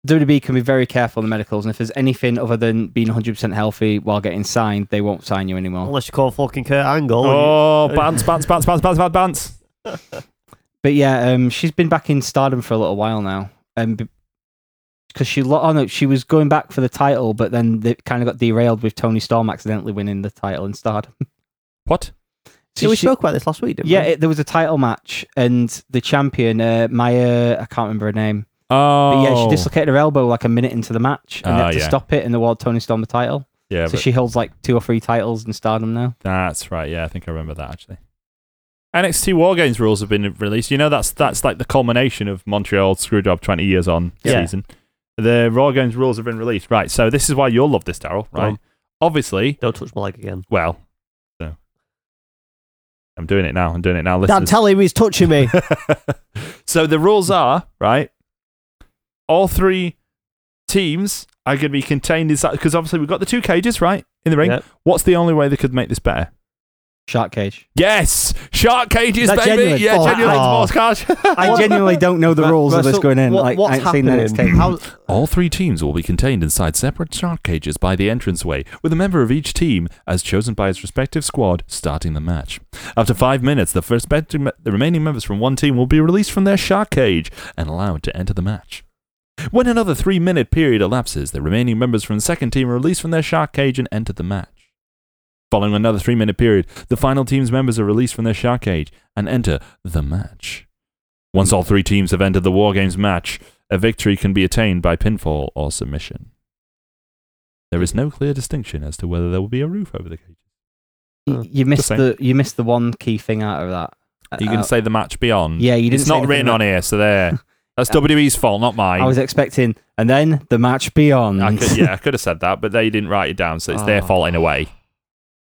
H: WWE can be very careful on the medicals, and if there's anything other than being 100% healthy while getting signed, they won't sign you anymore.
G: Unless you call fucking Kurt Angle.
F: oh, bounce, bounce, bounce, bounce, bounce, bounce, bounce.
H: But yeah, um, she's been back in Stardom for a little while now, and because she, lo- oh no, she was going back for the title, but then they kind of got derailed with Tony Storm accidentally winning the title in Stardom. [LAUGHS]
F: What?
G: yeah, we spoke about this last week, didn't
H: yeah,
G: we?
H: it, there was a title match, and the champion, uh, Maya, I can't remember her name.
F: Oh,
H: But yeah, she dislocated her elbow like a minute into the match and they
F: Ah,
H: had to
F: yeah.
H: stop it and award Tony Storm the title.
F: Yeah,
H: so
F: but
H: she holds like two or three titles in stardom now.
F: that's right. Yeah, I think I remember that actually. NXT War Games rules have been released. You know, that's that's like the culmination of Montreal Screwjob 20 years on
H: Yeah.
F: season. The Raw Games rules have been released. Right, so this is why you'll love this, Daryl,
G: Go
F: right?
G: on.
F: Obviously,
G: Don't touch my leg again.
F: well, so I'm doing it now. I'm doing it now.
G: Dad,
F: Listen,
G: tell him he's touching me.
F: so the rules are right. All three teams are going to be contained inside because obviously we've got the two cages right in the ring.
G: Yep.
F: What's the only way they could make this better?
H: [LAUGHS] Shark cage.
F: Yes, shark cages,
G: That
F: baby.
G: genuine?
F: Yeah,
G: Oh,
F: genuine
G: wow.
F: sports cage.
H: [LAUGHS] I genuinely don't know the rules of this
G: Russell,
H: going in.
G: what-
H: like,
G: what's
H: I ain't seen
G: happening?
H: that tape.
G: How-
F: All three teams will be contained inside separate shark cages by the entranceway, with a member of each team, as chosen by its respective squad, starting the match. After five minutes, the, first the remaining members from one team will be released from their shark cage and allowed to enter the match. When another three minute period elapses, the remaining members from the second team are released from their shark cage and enter the match. Following another three minute period, the final team's members are released from their shark cage and enter the match. Once all three teams have entered the War Games match, a victory can be attained by pinfall or submission. There is no clear distinction as to whether there will be a roof over the cage.
H: You,
F: Uh,
H: you missed
F: saying.
H: the you missed the one key thing out of that.
F: you can
H: Uh,
F: say the match beyond.
H: Yeah, you didn't
F: It's
H: say
F: not
H: anything
F: written
H: about-
F: on here,
H: [LAUGHS]
F: so there. That's
H: Yeah.
F: WWE's fault, not mine.
H: I was expecting, and then the match beyond.
F: I
H: [LAUGHS]
F: could, yeah, I could have said that, but they didn't write it down, so it's their
H: Oh.
F: fault in a way.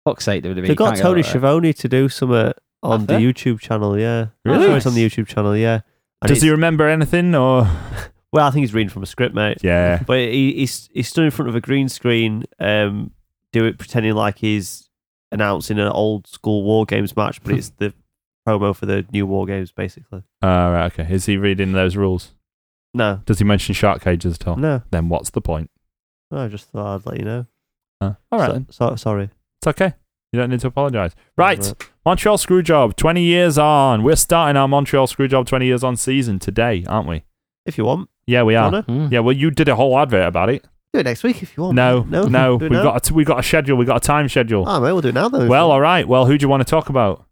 H: Fuck's sake, WWE.
G: They got
H: can't get
G: Tony
H: over it.
G: Schiavone to do some uh, on
H: Have
G: the
H: they?
G: YouTube channel. Yeah,
H: Really?
G: Sure it's on the YouTube channel. Yeah. And
F: Does he
G: it's-
F: remember anything, or
H: [LAUGHS]
G: well, I think he's reading from a script, mate.
F: yeah?
G: But he, he's he's stood in front of a green screen, um, do it pretending like he's announcing an old school war games match,
F: [LAUGHS]
G: but it's the promo for the new war games, basically.
F: Uh, right, okay. Is he reading those rules?
G: No,
F: Does he mention shark cages at all?
G: no,
F: Then what's the point?
G: no. I just thought I'd let you know.
F: Huh? All right,
G: So-
F: then.
G: so- sorry.
F: it's okay. You don't need to apologise. Right, Montreal Screwjob, 20 years on. We're starting our Montreal Screwjob 20 years on season today, aren't we?
G: If you want,
F: Yeah, we are.
G: Wanna?
H: Mm.
F: Yeah, well, you did a whole advert about it.
G: do it next week if you want.
F: No, no,
G: [LAUGHS] do
F: we've
G: it now.
F: got a t- we've got a schedule. We've got a time schedule.
G: Ah, mate, we'll do it now then.
F: well, all right. Well, who do you want to talk about?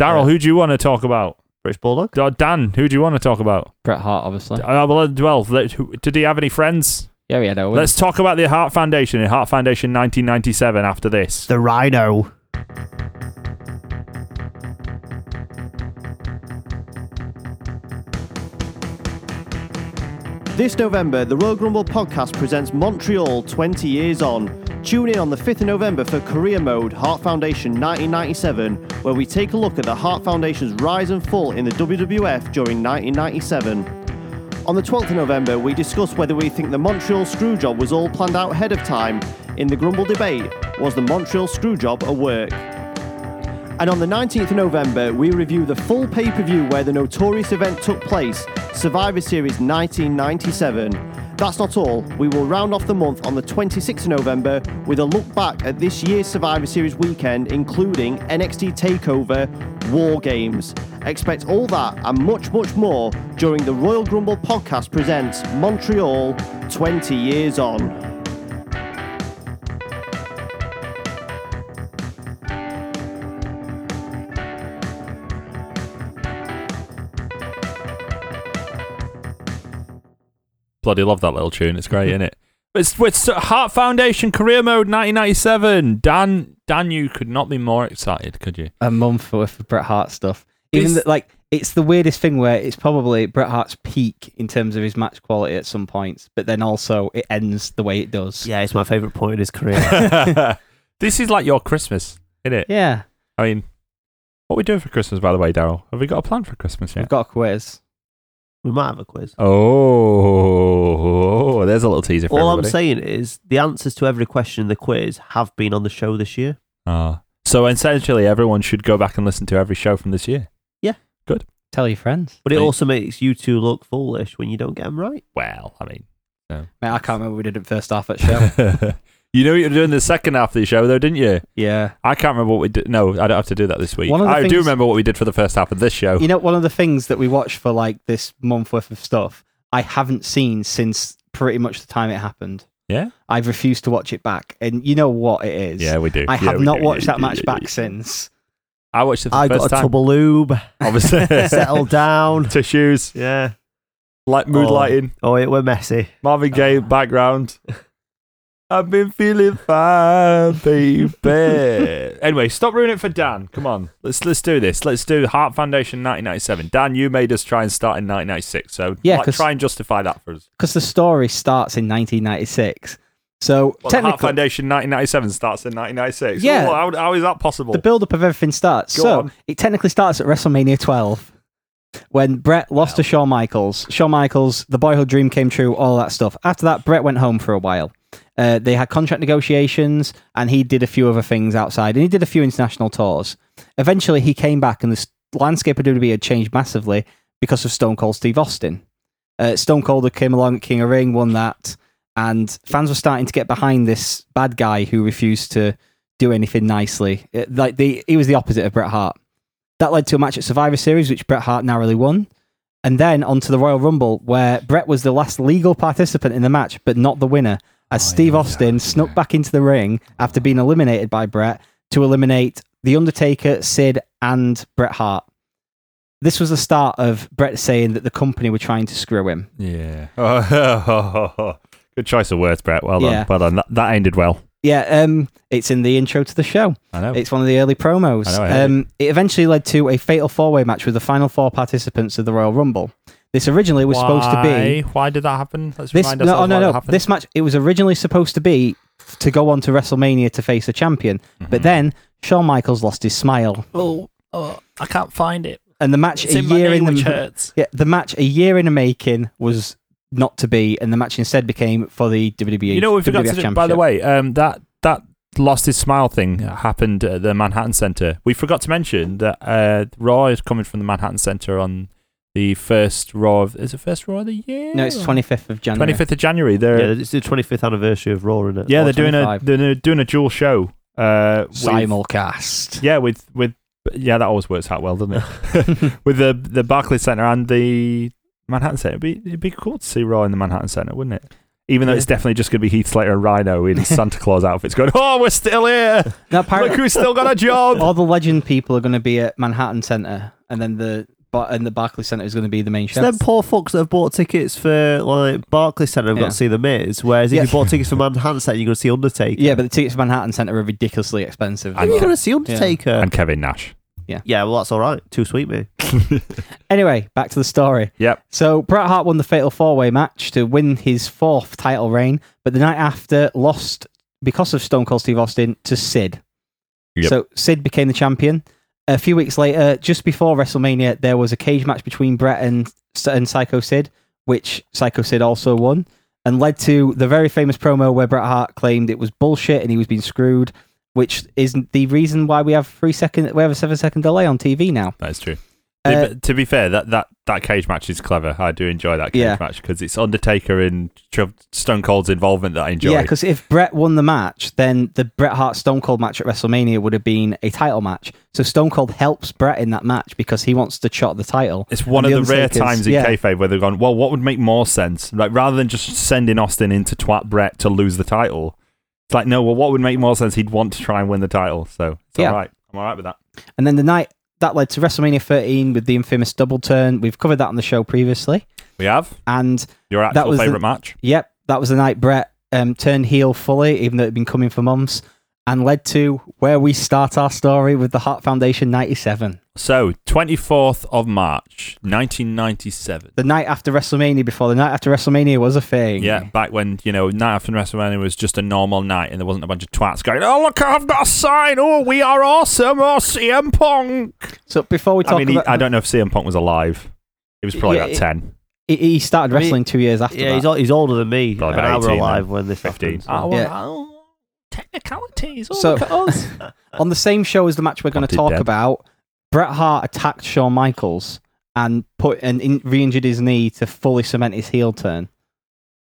F: Daryl,
G: Uh,
F: who do you want to talk about?
G: British Bulldog.
F: Da- Dan, who do you want to talk about?
H: Bret Hart, obviously.
F: Uh, well, well, let- who- did he have any friends?
H: Yeah, we had Owen.
F: Let's talk about the Heart Foundation in Heart Foundation 1997 after this.
G: The Rhino. This November, the Royal Grumble podcast presents Montreal 20 Years On. Tune in on the 5th of November for Career Mode Heart Foundation 1997, where we take a look at the Heart Foundation's rise and fall in the WWF during 1997. On the 12th of November, we discuss whether we think the Montreal Screwjob was all planned out ahead of time. In the Grumble debate, was the Montreal Screwjob a work? And on the 19th of November, we review the full pay per view where the notorious event took place Survivor Series 1997. That's not all, we will round off the month on the 26th of November with a look back at this year's Survivor Series weekend, including NXT TakeOver War Games. Expect all that and much, much more during the Royal Grumble podcast presents Montreal 20 Years On.
F: Bloody love that little tune. It's great, isn't it? [LAUGHS] It's with Heart Foundation Career Mode 1997. Dan, Dan, you could not be more excited, could you?
H: a month worth of Bret Hart stuff. Even
F: This-
H: th- like it's the weirdest thing where it's probably Bret Hart's peak in terms of his match quality at some points, but then also it ends the way it does.
G: Yeah, it's my favourite point in his career. [LAUGHS]
F: this is like your Christmas, isn't it?
H: Yeah.
F: I mean, what are we doing for Christmas, by the way, Daryl? Have we got a plan for Christmas
H: We've
F: yet?
H: got a quiz.
G: we might have a quiz.
F: Oh, there's a little teaser for
G: All I'm
F: everybody.
G: saying is the answers to every question in the quiz have been on the show this year.
F: Ah. so essentially, everyone should go back and listen to every show from this year.
H: Tell your friends.
G: But it
F: Right.
G: also makes you two look foolish when you don't get them right.
F: Well, I mean,
H: Mate, I can't remember what we did at first half at
F: [LAUGHS]
H: show.
F: you know what you were doing the second half of the show, though, didn't you?
H: yeah.
F: I can't remember what we did. No, I don't have to do that this week.
H: One of the
F: I do
H: things-
F: remember what we did for the first half of this show.
H: [LAUGHS] You know, one of the things that we watched for like this month worth of stuff, I haven't seen since pretty much the time it happened.
F: yeah,
H: I've refused to watch it back. And you know what it is.
F: yeah, we do.
H: I
F: Yeah,
H: have
F: we
H: not
F: do.
H: watched
F: Yeah,
H: that
F: yeah,
H: match
F: yeah,
H: back
F: yeah.
H: since.
F: I watched it for the
G: I
F: first
G: got a
F: time.
H: [LAUGHS]
G: tub of lube. [LAUGHS]
F: Obviously,
G: Settle down.
F: [LAUGHS] tissues.
G: Yeah.
F: Like mood lighting,
G: Oh, it were messy.
H: [LAUGHS]
F: Marvin Gaye background. I've been feeling fine,
H: [LAUGHS]
F: baby. anyway, stop ruining it for Dan. Come on, let's let's do this. Let's do Heart Foundation 1997. Dan, you made us try and start in 1996, so
H: Yeah,
F: like,
H: 'cause-
F: try and justify that for us.
H: because the story starts in 1996. So
F: Well, the Heart
H: technically,
F: Foundation 1997 starts in 1996.
H: Yeah.
F: Ooh, how, how is that possible?
H: the build-up of everything starts.
F: Go
H: so
F: on.
H: it technically starts at WrestleMania 12 when Brett lost to Shawn Michaels. Shawn Michaels, the boyhood dream came true, all that stuff. After that, Brett went home for a while. Uh, they had contract negotiations, and he did a few other things outside, and he did a few international tours. Eventually, he came back, and the s- landscape of WWE had changed massively because of Stone Cold Steve Austin. Uh, Stone Cold came along at King of Ring, won that, and fans were starting to get behind this bad guy who refused to do anything nicely. It- like the, he was the opposite of Bret Hart. That led to a match at Survivor Series, which Bret Hart narrowly won, and then onto the Royal Rumble, where Bret was the last legal participant in the match, but not the winner, as Steve Austin snuck back into the ring after being eliminated by Bret to eliminate The Undertaker, Sid, and Bret Hart. This was the start of Bret saying that the company were trying to screw him.
F: yeah. [LAUGHS] Good choice of words, Brett. Well
H: Yeah.
F: done. Well done. That, that ended well.
H: Yeah, um, it's in the intro to the show.
F: I know.
H: It's one of the early promos.
F: I know, I heard
H: um, it eventually led to a fatal four way match with the final four participants of the Royal Rumble. This originally was supposed to be.
F: Why did that happen? Let's
H: This,
F: remind
H: no, oh,
F: ourselves
H: no,
F: why that
H: no.
F: happened.
H: This match, it was originally supposed to be to go on to WrestleMania to face a champion.
F: Mm-hmm.
H: But then Shawn Michaels lost his smile.
C: Oh, oh, I can't find it.
H: And the match
C: It's
H: a
C: in my
H: year
C: knee,
H: in the
C: which hurts.
H: Yeah, the match a year in the making was not to be, and the match instead became for the E WWE.
F: You know, we forgot
H: WWF
F: to do, by the
H: Championship.
F: way, um, that that lost his smile thing happened at the Manhattan Center. We forgot to mention that uh, Raw is coming from the Manhattan Center on the first Raw. Of, is it first Raw of the year?
H: No, it's 25th of January.
F: twenty fifth of January. They're
G: Yeah,
F: yeah,
G: it's the 25th anniversary of Raw, is it?
F: they're doing a
H: 25.
F: they're doing a dual show. Uh, with-
H: Simulcast.
F: [LAUGHS] yeah, with with yeah, that always works out well, doesn't
H: [LAUGHS]
F: it? with the the Barclays Center and the Manhattan Center, it'd be, it'd be cool to see Raw in the Manhattan Center, wouldn't it? Even though
H: Yeah.
F: it's definitely just going to be Heath Slater and Rhino in Santa Claus outfits, going, "Oh, we're still here!
H: Now,
F: Look
H: apparently,
F: who's still got a
H: [LAUGHS]
F: job!"
H: all the legend people are going to be at Manhattan Center, and then the Bar- and the Barclays Center is going to be the main
G: So
H: show.
G: them poor fucks that have bought tickets for like Barclays Centre have
H: Yeah.
G: got to see the Miz, whereas if
H: Yeah.
G: you bought tickets for Manhattan Centre, you're going to see Undertaker.
H: yeah, but the tickets for Manhattan Center are ridiculously expensive.
F: And-
G: you're going to see Undertaker.
F: and Kevin Nash.
G: Yeah, well, that's all right. Too sweet, me.
H: Anyway, back to the story.
F: Yep.
H: So Bret Hart won the fatal four way match to win his fourth title reign, but the night after lost because of Stone Cold Steve Austin to Sid.
F: Yep.
H: So Sid became the champion. A few weeks later, just before WrestleMania, there was a cage match between Bret and, and Psycho Sid, which Psycho Sid also won, and led to the very famous promo where Bret Hart claimed it was bullshit and he was being screwed, which is the reason why we have three second we have a seven second delay on TV now.
F: That is true.
H: Uh,
F: But to be fair, that, that, that cage match is clever. I do enjoy that cage
H: Yeah.
F: match because it's Undertaker and Tr- Stone Cold's involvement that I enjoy.
H: Yeah, because if Brett won the match, then the Bret Hart Stone Cold match at WrestleMania would have been a title match. So Stone Cold helps Brett in that match because he wants to chop the title.
F: It's one
H: And
F: of the rare
H: Undertaker's-
F: times in
H: yeah,
F: kayfabe where they've gone, well, what would make more sense? Like, rather than just sending Austin into twat Brett to lose the title, it's like, no, well, what would make more sense? He'd want to try and win the title. So it's
H: Yeah.
F: all right. I'm all right with that.
H: And then the night that led to WrestleMania 13 with the infamous double turn. We've covered that on the show previously.
F: We have
H: And
F: your
H: That
F: actual
H: was the-
F: favourite match.
H: Yep, that was the night Brett um, turned heel fully, even though it'd been coming for months, and led to where we start our story with the Hart Foundation 97.
F: So, 24th of March, 1997.
H: The night after WrestleMania, before the night after WrestleMania was a thing.
F: Yeah, back when, you know, night after WrestleMania was just a normal night and there wasn't a bunch of twats going, oh, look, I've got a sign. Oh, we are awesome. Oh, CM Punk.
H: So before we talk
F: I mean, he,
H: about
F: I don't know if CM Punk was alive. He was probably
H: Yeah,
F: about
H: it-
F: 10.
H: He, he started
G: I mean,
H: wrestling two years after
G: Yeah, he's,
H: that.
G: o- he's older than me.
F: Probably
G: and I
F: about
G: were
F: 18
G: alive
F: then.
G: when this
F: 15.
G: happened. so-
C: Oh, well,
H: Yeah.
C: oh, technicalities. Oh,
H: So-
C: look at
G: [LAUGHS]
C: us.
H: [LAUGHS] On the same show as the match we're going to talk
F: Wanted dead.
H: about, Bret Hart attacked Shawn Michaels and put and in, re-injured his knee to fully cement his heel turn,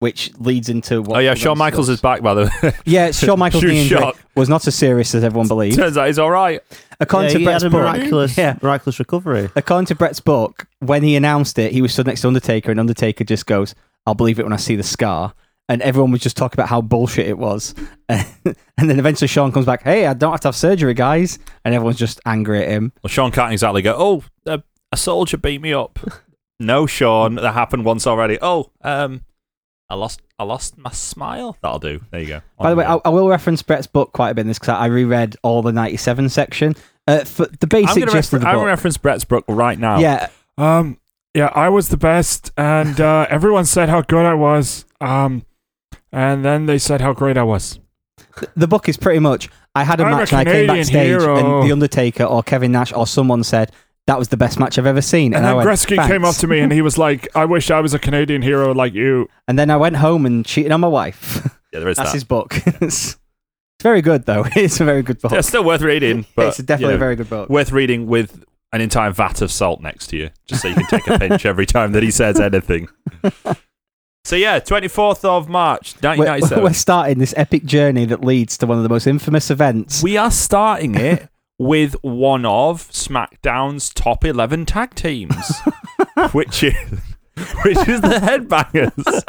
H: which leads into what.
F: Oh, yeah,
H: we're
F: Shawn
H: gonna
F: Michaels is
H: discuss.
F: back, by the way. [LAUGHS]
H: Yeah, Shawn Michaels'
F: Huge
H: knee injury
F: shock.
H: was not as serious as everyone
F: [LAUGHS]
H: believed.
F: Turns out he's all right.
H: According
G: yeah,
H: to
G: he
H: Bret's
G: had a
H: book,
G: miraculous,
H: Yeah.
G: miraculous recovery.
H: according to Bret's book, when he announced it, he was stood next to Undertaker, and Undertaker just goes, "I'll believe it when I see the scar." And everyone was just talking about how bullshit it was. [LAUGHS] and then eventually Sean comes back, "Hey, I don't have to have surgery, guys," and everyone's just angry at him.
F: Well, Sean can't exactly go, oh, a, a soldier beat me up. [LAUGHS] No, Sean, that happened once already. Oh, um, I lost, I lost my smile. That'll do. There you go.
H: By the way, I, I will reference Brett's book quite a bit in this because I I reread all the 97 section. Uh, for the
F: am
H: basic
F: going
H: gist of the
F: to
H: book.
F: reference Brett's book right now.
H: yeah,
I: Um, yeah, I was the best, and
H: [LAUGHS]
I: uh, everyone said how good I was. Um, and then they said how great I was.
H: the book is pretty much I had a
I: I'm a
H: match and I came
I: Canadian
H: backstage
I: hero.
H: and The Undertaker or Kevin Nash or someone said that was the best match I've ever seen.
I: And,
H: I
I: then
H: went,
I: Gretzky came up
H: "Thanks."
I: to me and he was like, I wish I was a Canadian hero like you.
H: And then I went home and cheated on my wife. [LAUGHS]
F: yeah, there is
H: That's
F: that. [LAUGHS]
H: his book. it's it's very good, though. [LAUGHS] It's a very good book.
F: Yeah, still worth reading.
H: [LAUGHS]
F: But,
H: it's definitely
F: you know,
H: a very good book.
F: worth reading with an entire vat of salt next to you, just so you can take a pinch every time that he says
H: [LAUGHS]
F: anything. so yeah, twenty fourth of March, nineteen
H: We're,
F: ninety seven.
H: we're starting this epic journey that leads to one of the most infamous events.
F: [LAUGHS] We are starting it with one of SmackDown's top 11 tag [LAUGHS] teams, which is which is the Headbangers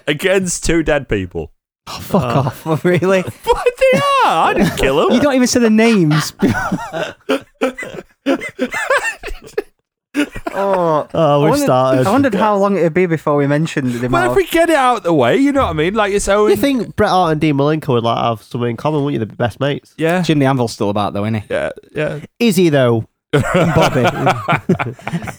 F: [LAUGHS] against two dead people.
H: Oh, fuck off, [LAUGHS] really?
F: But they are. I didn't kill
H: You
F: them.
H: don't even say the [LAUGHS] names. oh,
G: Oh,
H: I
G: we've
H: wondered-
G: started.
H: I wondered how long it'd be before we mentioned the amount
F: [LAUGHS] But if
H: of-
F: we get it out of the way, you know what I mean. Like it's
G: you
F: Owen.
G: think Bret Hart and Dean Malenko would like have something in common, wouldn't you? They'd be best mates.
H: [LAUGHS]
F: yeah,
H: Jim the Anvil's still about, though, isn't he?
F: yeah, yeah.
G: Is he though?
H: And [LAUGHS] Bobby.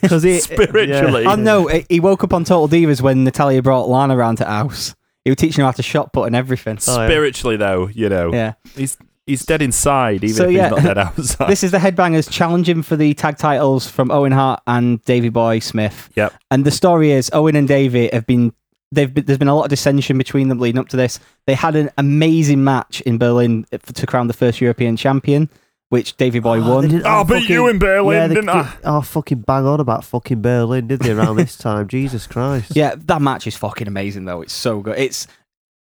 G: Because he
F: Spiritually,
H: oh, no, he- he woke up on Total Divas when Natalia brought Lana around to the house. He was teaching her how to shot put and everything.
G: Oh, yeah.
F: spiritually though, you know,
H: Yeah.
F: he's he's dead inside, even
H: So,
F: if
H: yeah.
F: he's not dead outside.
H: This is the Headbangers challenging for the tag titles from Owen Hart and Davey Boy Smith.
F: Yep.
H: And the story is Owen and Davey have been they've been, there's been a lot of dissension between them leading up to this. They had an amazing match in Berlin to crown the first European champion, which Davey Boy
F: Ah,
H: won.
I: I beat you in Berlin,
G: they
I: didn't I?
G: Oh, fucking bang on about fucking Berlin, did they, around [LAUGHS] this time? Jesus Christ.
H: Yeah, that match is fucking amazing though. It's so good. It's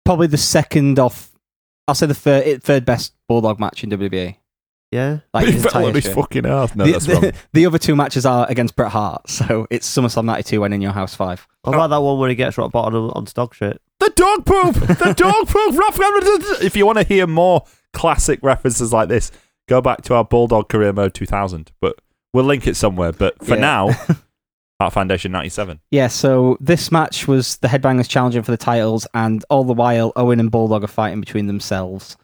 H: probably the second off. I'll say the third it- third best Bulldog match in WWE.
G: Yeah.
H: Like
F: [LAUGHS] he
H: his
F: fell
H: entire
F: on his
H: shit.
F: fucking ass. No,
H: the,
F: that's
H: the-
F: wrong.
H: [LAUGHS] the other two matches are against Bret Hart, so it's SummerSlam '92 when In Your House Five.
G: What about that one where he gets rock bottom on- on stock shit?
F: The dog poop! The dog poop! Rough- If you want to hear more classic references like this, go back to our Bulldog Career Mode 2000. But we'll link it somewhere. But for
H: Yeah.
F: [LAUGHS] now, Heart Foundation 97.
H: Yeah, so this match was the Headbangers challenging for the titles, and all the while Owen and Bulldog are fighting between themselves.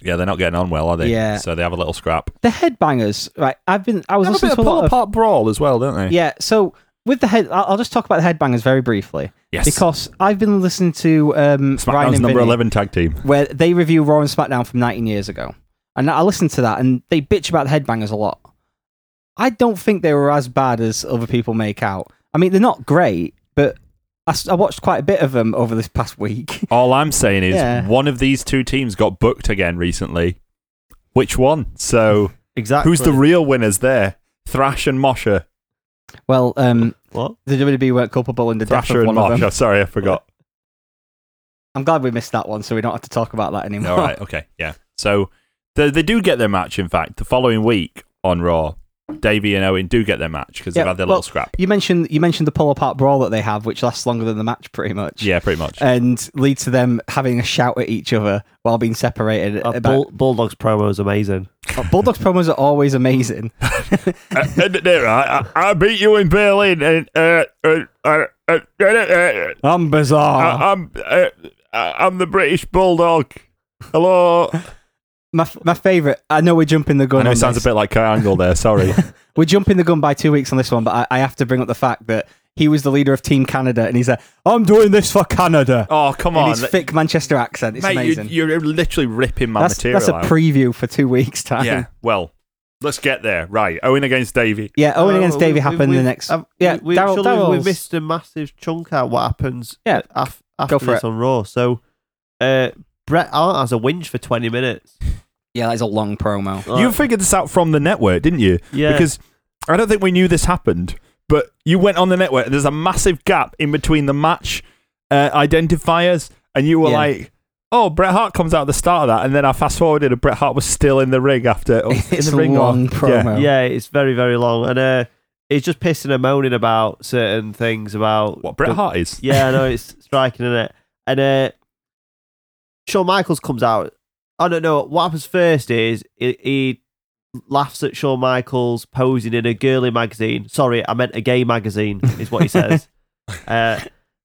F: Yeah, they're not getting on well, are they?
H: Yeah.
F: So they have a little scrap.
H: The Headbangers, right? I've been I
F: They
H: was
F: have a
H: listening
F: bit of
H: to a lot
F: pull
H: of
F: apart brawl as well, don't they?
H: yeah. So with the head, I'll I'll just talk about the Headbangers very briefly
F: Yes.
H: because I've been listening to um, Ryan
F: SmackDown's
H: and
F: number
H: Vinny.
F: 11 tag team.
H: where they review Raw and SmackDown from 19 years ago. And I listened to that and they bitch about the headbangers a lot. I don't think they were as bad as other people make out. I mean, they're not great, but I, s- I watched quite a bit of them over this past week.
F: All I'm saying is
H: Yeah.
F: one of these two teams got booked again recently. Which one? So
G: Exactly.
F: who's the real winners there? Thrash and Mosher.
H: Well, um,
G: What?
H: the WWE weren't culpable in the death
F: Thrasher
H: of
F: and
H: one of
F: Mosher.
H: them.
F: Sorry, I forgot.
H: I'm glad we missed that one, so we don't have to talk about that anymore. [LAUGHS]
F: All right. Okay. Yeah. So they, they do get their match. In fact, the following week on Raw, Davey and Owen do get their match because
H: Yeah,
F: they've had their
H: well,
F: little scrap.
H: You mentioned you mentioned the pull apart brawl that they have, which lasts longer than the match, pretty much.
F: Yeah, pretty much. Uh,
H: And leads to them having a shout at each other while being separated.
G: Uh,
H: about-
G: Bull- Bulldog's promo is amazing.
H: [LAUGHS] Bulldogs promos are always
F: [LAUGHS]
H: amazing.
F: Uh, uh, there, I, I I beat you in Berlin, and uh, uh, uh, uh, uh, uh,
H: I'm
F: I,
H: bizarre.
F: I'm uh, I- I'm the British Bulldog. Hello.
H: my f- my favorite. I know we're jumping the gun.
F: I know
H: on
F: it sounds a
H: this.
F: bit like Kurt Angle there. Sorry.
H: We're jumping the gun by two weeks on this one, but I, I have to bring up the fact that he was the leader of Team Canada, and he's like, "I'm doing this for Canada."
F: [LAUGHS] oh come
H: in
F: on,
H: his thick Manchester accent. It's
F: mate!
H: amazing.
F: You, you're literally ripping my
H: that's,
F: material.
H: that's a
F: out.
H: preview for two weeks time.
F: yeah. Well, let's get there. Right, Owen against Davey.
H: [LAUGHS] Yeah, Owen Oh, against
G: Uh,
H: Davey
G: we-
H: happened
G: we-
H: the next.
G: I've-
H: yeah,
G: we, we,
H: Daryl-
G: surely we
H: Daryl's-
G: missed a massive chunk out what happens
H: Yeah,
G: af- after
H: for
G: this on Raw. So, uh, Bret Hart has a whinge for 20 minutes.
H: Yeah, that is a long promo.
F: You figured this out from the network, didn't you?
G: Yeah.
F: Because I don't think we knew this happened, but you went on the network and there's a massive gap in between the match uh, identifiers, and you were
H: Yeah.
F: like, oh, Bret Hart comes out at the start of that. And then I fast forwarded and Bret Hart was still in the ring after. or in
H: [LAUGHS] It's
F: the
H: a
F: ring or-
H: long
F: Yeah.
H: promo.
G: Yeah, it's very, very long. And uh, it's just pissing and moaning about certain things about.
F: What, Bret
G: the-
F: Hart is?
G: Yeah, I know, it's striking, isn't it? And uh, Shawn Michaels comes out. I don't know. What happens first is he, he laughs at Shawn Michaels posing in a girly magazine. Sorry, I meant a gay magazine, is what
H: [LAUGHS]
G: he says. uh,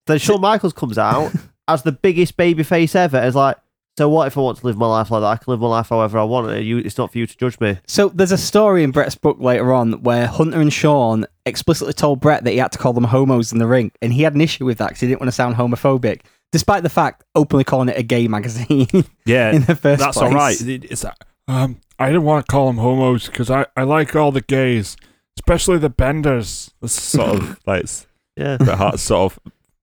G: then Shawn Michaels comes out as the biggest baby face ever. As like, so what if I want to live my life like that? I can live my life however I want. and You, it's not for you to judge me.
H: So there's a story in Brett's book later on where Hunter and Sean explicitly told Brett that he had to call them homos in the ring, and he had an issue with that because he didn't want to sound homophobic, despite the fact openly calling it a gay magazine. [LAUGHS]
F: Yeah,
H: in the first
F: that's
H: place.
F: all right. It- It's a-
I: [LAUGHS] Um, I didn't want to call them homos because I, I like all the gays, especially the benders.
F: that's
H: [LAUGHS]
F: sort of like it's
G: Yeah.
F: Bret Hart's sort of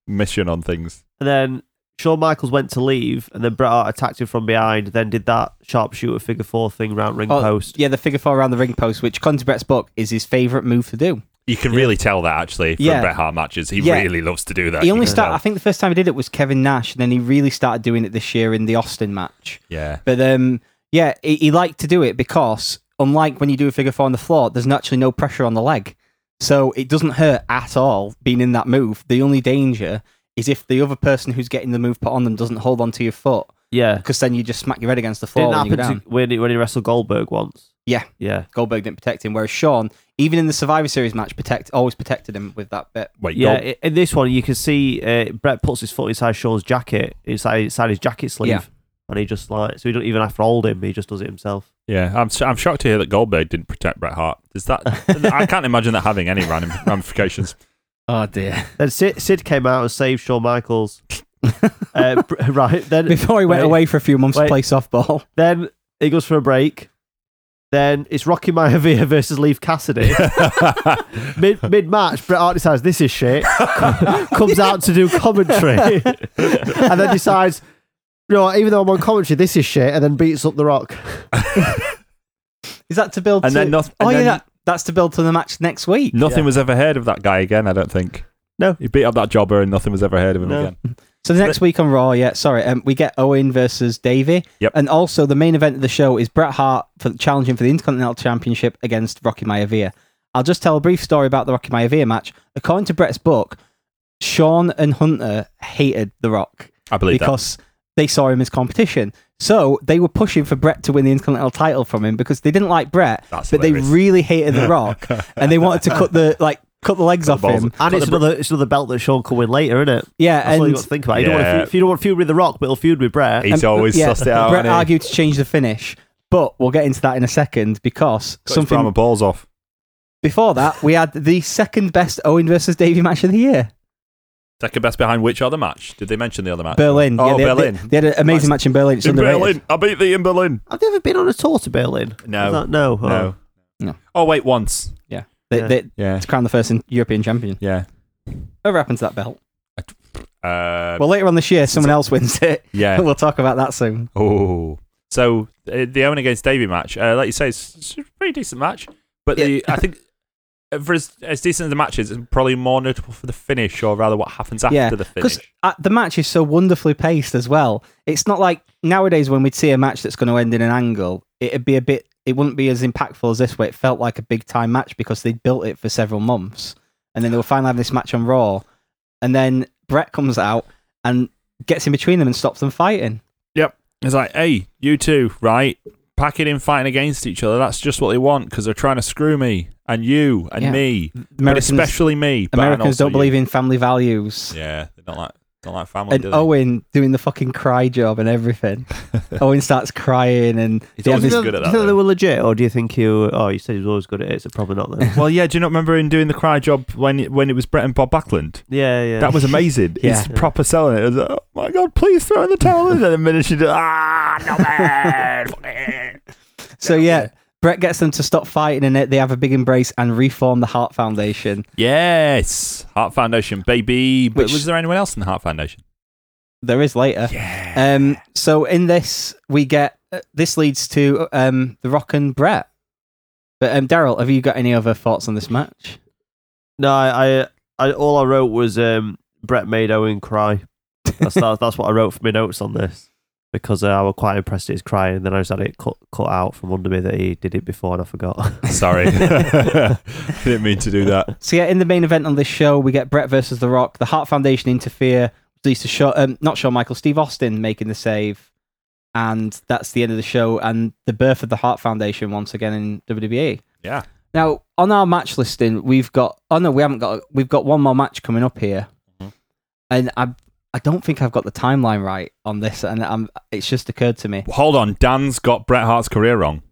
F: mission on things.
G: And then Shawn Michaels went to leave, and then Bret Hart attacked him from behind. Then did that sharpshooter figure four thing round ring
H: Oh,
G: post.
H: Yeah, the figure four around the ring post, which, according to Brett's book, is his favourite move to do.
F: You can really tell that actually from
H: Yeah.
F: Bret Hart matches. He
H: Yeah.
F: really loves to do that.
H: He
F: You
H: only
F: can
H: started, I
F: tell.
H: think the first time he did it was Kevin Nash, and then he really started doing it this year in the Austin match.
F: Yeah,
H: But um, yeah, he, he liked to do it because, unlike when you do a figure four on the floor, there's naturally no pressure on the leg. So it doesn't hurt at all being in that move. The only danger is if the other person who's getting the move put on them doesn't hold onto your foot,
G: Yeah,
H: because then you just smack your head against the floor
G: didn't
H: and you go down.
G: happen to when he, when he wrestled Goldberg once.
H: Yeah.
G: yeah.
H: Goldberg didn't protect him, whereas Sean, even in the Survivor Series match, protect always protected him with that bit.
F: wait,
G: Yeah,
F: Gold-
G: i- in this one you can see uh, Brett puts his foot inside Sean's jacket, inside, inside his jacket sleeve,
H: Yeah.
G: and he just like so he don't even have to hold him; he just does it himself.
F: yeah. I'm sh- I'm shocked to hear that Goldberg didn't protect Bret Hart. Is that I can't imagine that having any
H: [LAUGHS]
F: random ramifications.
H: Oh dear!
G: Then Sid, Sid came out and saved Shawn Michaels. uh, br- right then,
H: [LAUGHS] Before he went
G: Wait.
H: away for a few months
G: Wait.
H: to play softball,
G: then he goes for a break. Then it's Rocky Maivia [LAUGHS] versus
F: [LAUGHS]
G: Leaf Cassidy. Mid mid match, Bret Hart decides this is shit. [LAUGHS] com- comes out to do
F: [LAUGHS]
G: commentary, and then decides, you know, what, even though I'm on commentary, this is shit, and then beats up The Rock.
H: is that to build?
F: And
H: to-
F: then noth-
H: Oh
F: and
H: yeah,
F: then-
H: that, that's to build to the match next week.
F: Nothing was ever heard of that guy again. I don't think.
G: No.
F: he beat up that jobber, and nothing was ever heard of him
G: No.
F: again.
H: So the next week on Raw, yeah, sorry, um, we get Owen versus Davey.
F: Yep.
H: And also the main event of the show is Bret Hart for challenging for the Intercontinental Championship against Rocky Maivia. I'll just tell a brief story about the Rocky Maivia match. According to Bret's book, Sean and Hunter hated The Rock
F: I believe that.
H: because they saw him as competition. So they were pushing for Brett to win the Intercontinental title from him because they didn't like Brett,
F: That's
H: but
F: hilarious.
H: they really hated
F: [LAUGHS]
H: The Rock, and they wanted to cut the like cut the legs off
F: balls
H: him.
G: And it's another, it's another belt that Sean can win later, isn't it?
H: Yeah,
G: That's all you
H: and
G: got to think about. You, don't
F: Yeah.
G: want to feud, if you don't want to feud with The Rock, but it'll feud with Brett.
F: He's
H: Um,
F: always sussed it out.
H: Brett
F: hasn't he?
H: argued to change the finish, but we'll get into that in a second because
F: Got his Brahma
H: something
F: balls off.
H: before that we had the second best Owen versus Davey match of the year,
F: Second best behind which other match? Did they mention the other match?
H: Berlin.
F: Oh,
H: Yeah, they,
F: Berlin.
H: They, they had an amazing match in Berlin. It's
F: in
H: underrated.
F: Berlin. I beat thee in Berlin.
G: I've never been on a tour to Berlin.
F: No.
G: Is that- no, Oh.
F: No.
H: No.
F: Oh wait, once.
H: Yeah, they,
G: Yeah.
H: they
F: Yeah.
H: to crown the first in- European champion.
F: Yeah.
H: Whatever happened to that belt?
F: Uh,
H: Well, later on this year, someone else wins it.
G: [LAUGHS]
H: [LAUGHS]
F: yeah.
H: we'll talk about that soon.
F: Oh. So uh, the Owen against Davey match, uh, like you say, it's, it's a pretty decent match. But the I think uh, for as, as decent as the match is, it's probably more notable
G: [LAUGHS]
F: for the finish, or rather, what happens after
H: yeah,
F: the finish.
H: uh, the match is so wonderfully paced as well. It's not like nowadays when we'd see a match that's going to end in an angle, it'd be a bit. It wouldn't be as impactful as this way. It felt like a big time match because they'd built it for several months, and then they were finally having this match on Raw, and then Brett comes out and gets in between them and stops them fighting.
F: Yep. It's like, hey, you two, right? Packing in fighting against each other. That's just what they want because they're trying to screw me and you and
H: Yeah.
F: me, but
H: Americans,
F: especially me. but- and
H: Americans
F: also
H: don't
F: you.
H: believe in family values.
F: Yeah, they don't like don't like family.
H: And
F: do they?
H: Owen doing the fucking cry job and
F: [LAUGHS]
H: everything. Owen starts crying and
F: He's
H: they have
F: always
H: this-
G: Do you
F: good at that,
G: think- Do you think they
F: though.
G: were legit, or do you think you? Oh, you said he was always good at it, so probably not then.
F: well, yeah. Do you not remember him doing the cry job when it, when it was Brett and Bob Backlund?
G: yeah, yeah.
F: That was amazing.
H: [LAUGHS] Yeah.
F: It's proper selling it. It was like, oh my god, please throw in the towel. And then the minute she did, ah, no man. fuck it."
H: So yeah, Brett gets them to stop fighting, and they have a big embrace and reform the Heart Foundation.
F: yes, Heart Foundation, baby. But
H: Which-
F: was there anyone else in the Heart Foundation?
H: There is later. Yeah. Um. So in this, we get uh, this leads to um the Rock and Brett. But um, Daryl, have you got any other thoughts on this match?
G: no. I, I, I, all I wrote was um, Brett made Owen cry. That's that, that's what I wrote for my notes on this because uh, I was quite impressed at his crying. And then I just had it cut cut out from under me that he did it before, and I [LAUGHS]
F: [LAUGHS]
G: forgot.
F: Sorry, didn't mean to do that.
H: So yeah, in the main event on this show, we get Brett versus The Rock. The Heart Foundation interfere. Leads to Shawn, um, not Shawn Michael, Steve Austin making the save. and that's the end of the show and the birth of the Hart Foundation once again in E. WWE.
F: Yeah.
H: Now on our match listing, we've got oh no, we haven't got we've got one more match coming up here, and I I don't think I've got the timeline right on this, and I'm it's just occurred to me.
F: Hold on, Dan's got Bret Hart's career [LAUGHS] wrong.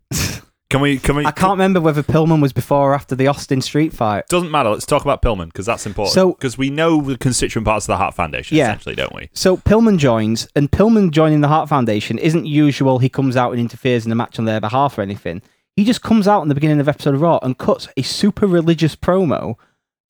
F: Can we? Can we?
H: I can't remember whether Pillman was before or after the Austin Street fight.
F: Doesn't matter. Let's talk about Pillman because that's important.
H: So-
F: because we know the constituent parts of the Hart Foundation,
H: Yeah.
F: essentially, don't we?
H: So Pillman joins, and Pillman joining the Hart Foundation isn't usual. He comes out and interferes in the match on their behalf or anything. He just comes out in the beginning of episode of Raw and cuts a super religious promo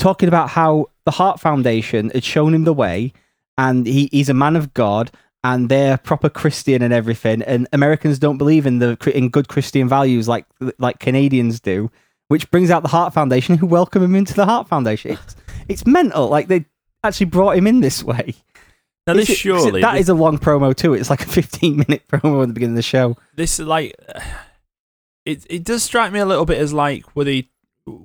H: talking about how the Hart Foundation had shown him the way and he, he's a man of God and they're proper Christian and everything. And Americans don't believe in the cri- in good Christian values like like Canadians do, which brings out the Hart Foundation who welcome him into the Hart Foundation. It's, it's mental. Like they actually brought him in this way.
F: Now,
H: Is
F: this
H: it- 'cause
F: surely
H: that is a long promo too. It's like a [LAUGHS] 15 minute promo at the beginning of the show.
F: this like [SIGHS] it it does strike me a little bit as like were they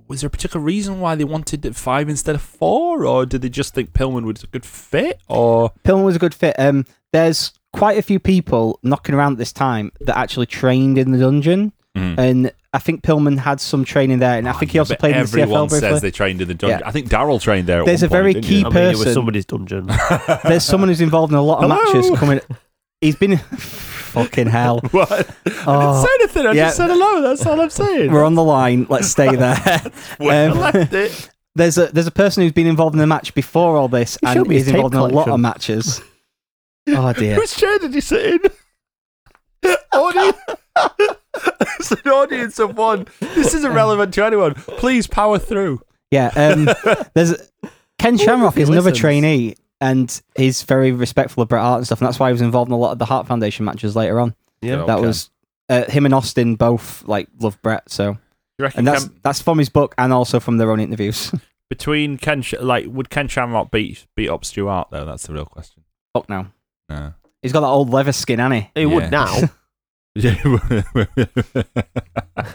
F: was there a particular reason why they wanted it five instead of four or did they just think Pillman was a good fit or
H: Pillman was a good fit. Um, there's quite a few people knocking around at this time that actually trained in the dungeon, and I think Pillman had some training there, and I think he also
F: Mm-hmm. Ah, But
H: played in the
F: everyone
H: CFL briefly.
F: says they trained in the dungeon
H: Yeah.
F: I think Daryl trained there at
H: There's
F: one
H: a very
F: point, didn't
H: key
F: you?
G: I mean, it was
H: person.
F: [LAUGHS]
G: somebody's dungeon.
H: [LAUGHS] There's someone who's involved in a lot of matches coming. He's
F: [LAUGHS]
H: been fucking hell.
F: what I didn't
H: Oh,
F: say anything I
H: yeah.
F: just said hello that's all I'm saying
H: We're on the line. Let's stay
F: [LAUGHS]
H: there.
F: Well,
H: Um,
F: I [LAUGHS] left it
H: there's a there's a person who's been involved in the match before all this
G: You showed
H: and
G: me his
H: is involved in
G: tape
H: a lot of
G: collection.
H: matches.
G: [LAUGHS]
H: Oh dear.
F: which chair did you sit in
G: [LAUGHS]
F: audience it's an audience of one this isn't relevant to anyone please power [LAUGHS] through
H: Yeah,
G: [LAUGHS]
H: um, there's Ken Shamrock is another
G: listens.
H: trainee, and he's very respectful of Bret Hart and stuff, and that's why he was involved in a lot of the Hart Foundation matches later on.
G: Yeah.
H: that was uh, him and Austin both like love Bret, so
F: you reckon
H: and that's
F: Ken-
H: that's from his book and also from their own interviews. [LAUGHS]
F: between Ken, Sh- like, would Ken Shamrock beat beat up Stuart though? That's the real question.
H: Fuck now,
F: No.
H: he's got that old leather skin, hasn't he?
G: It would now.
F: [LAUGHS] Yeah.
H: I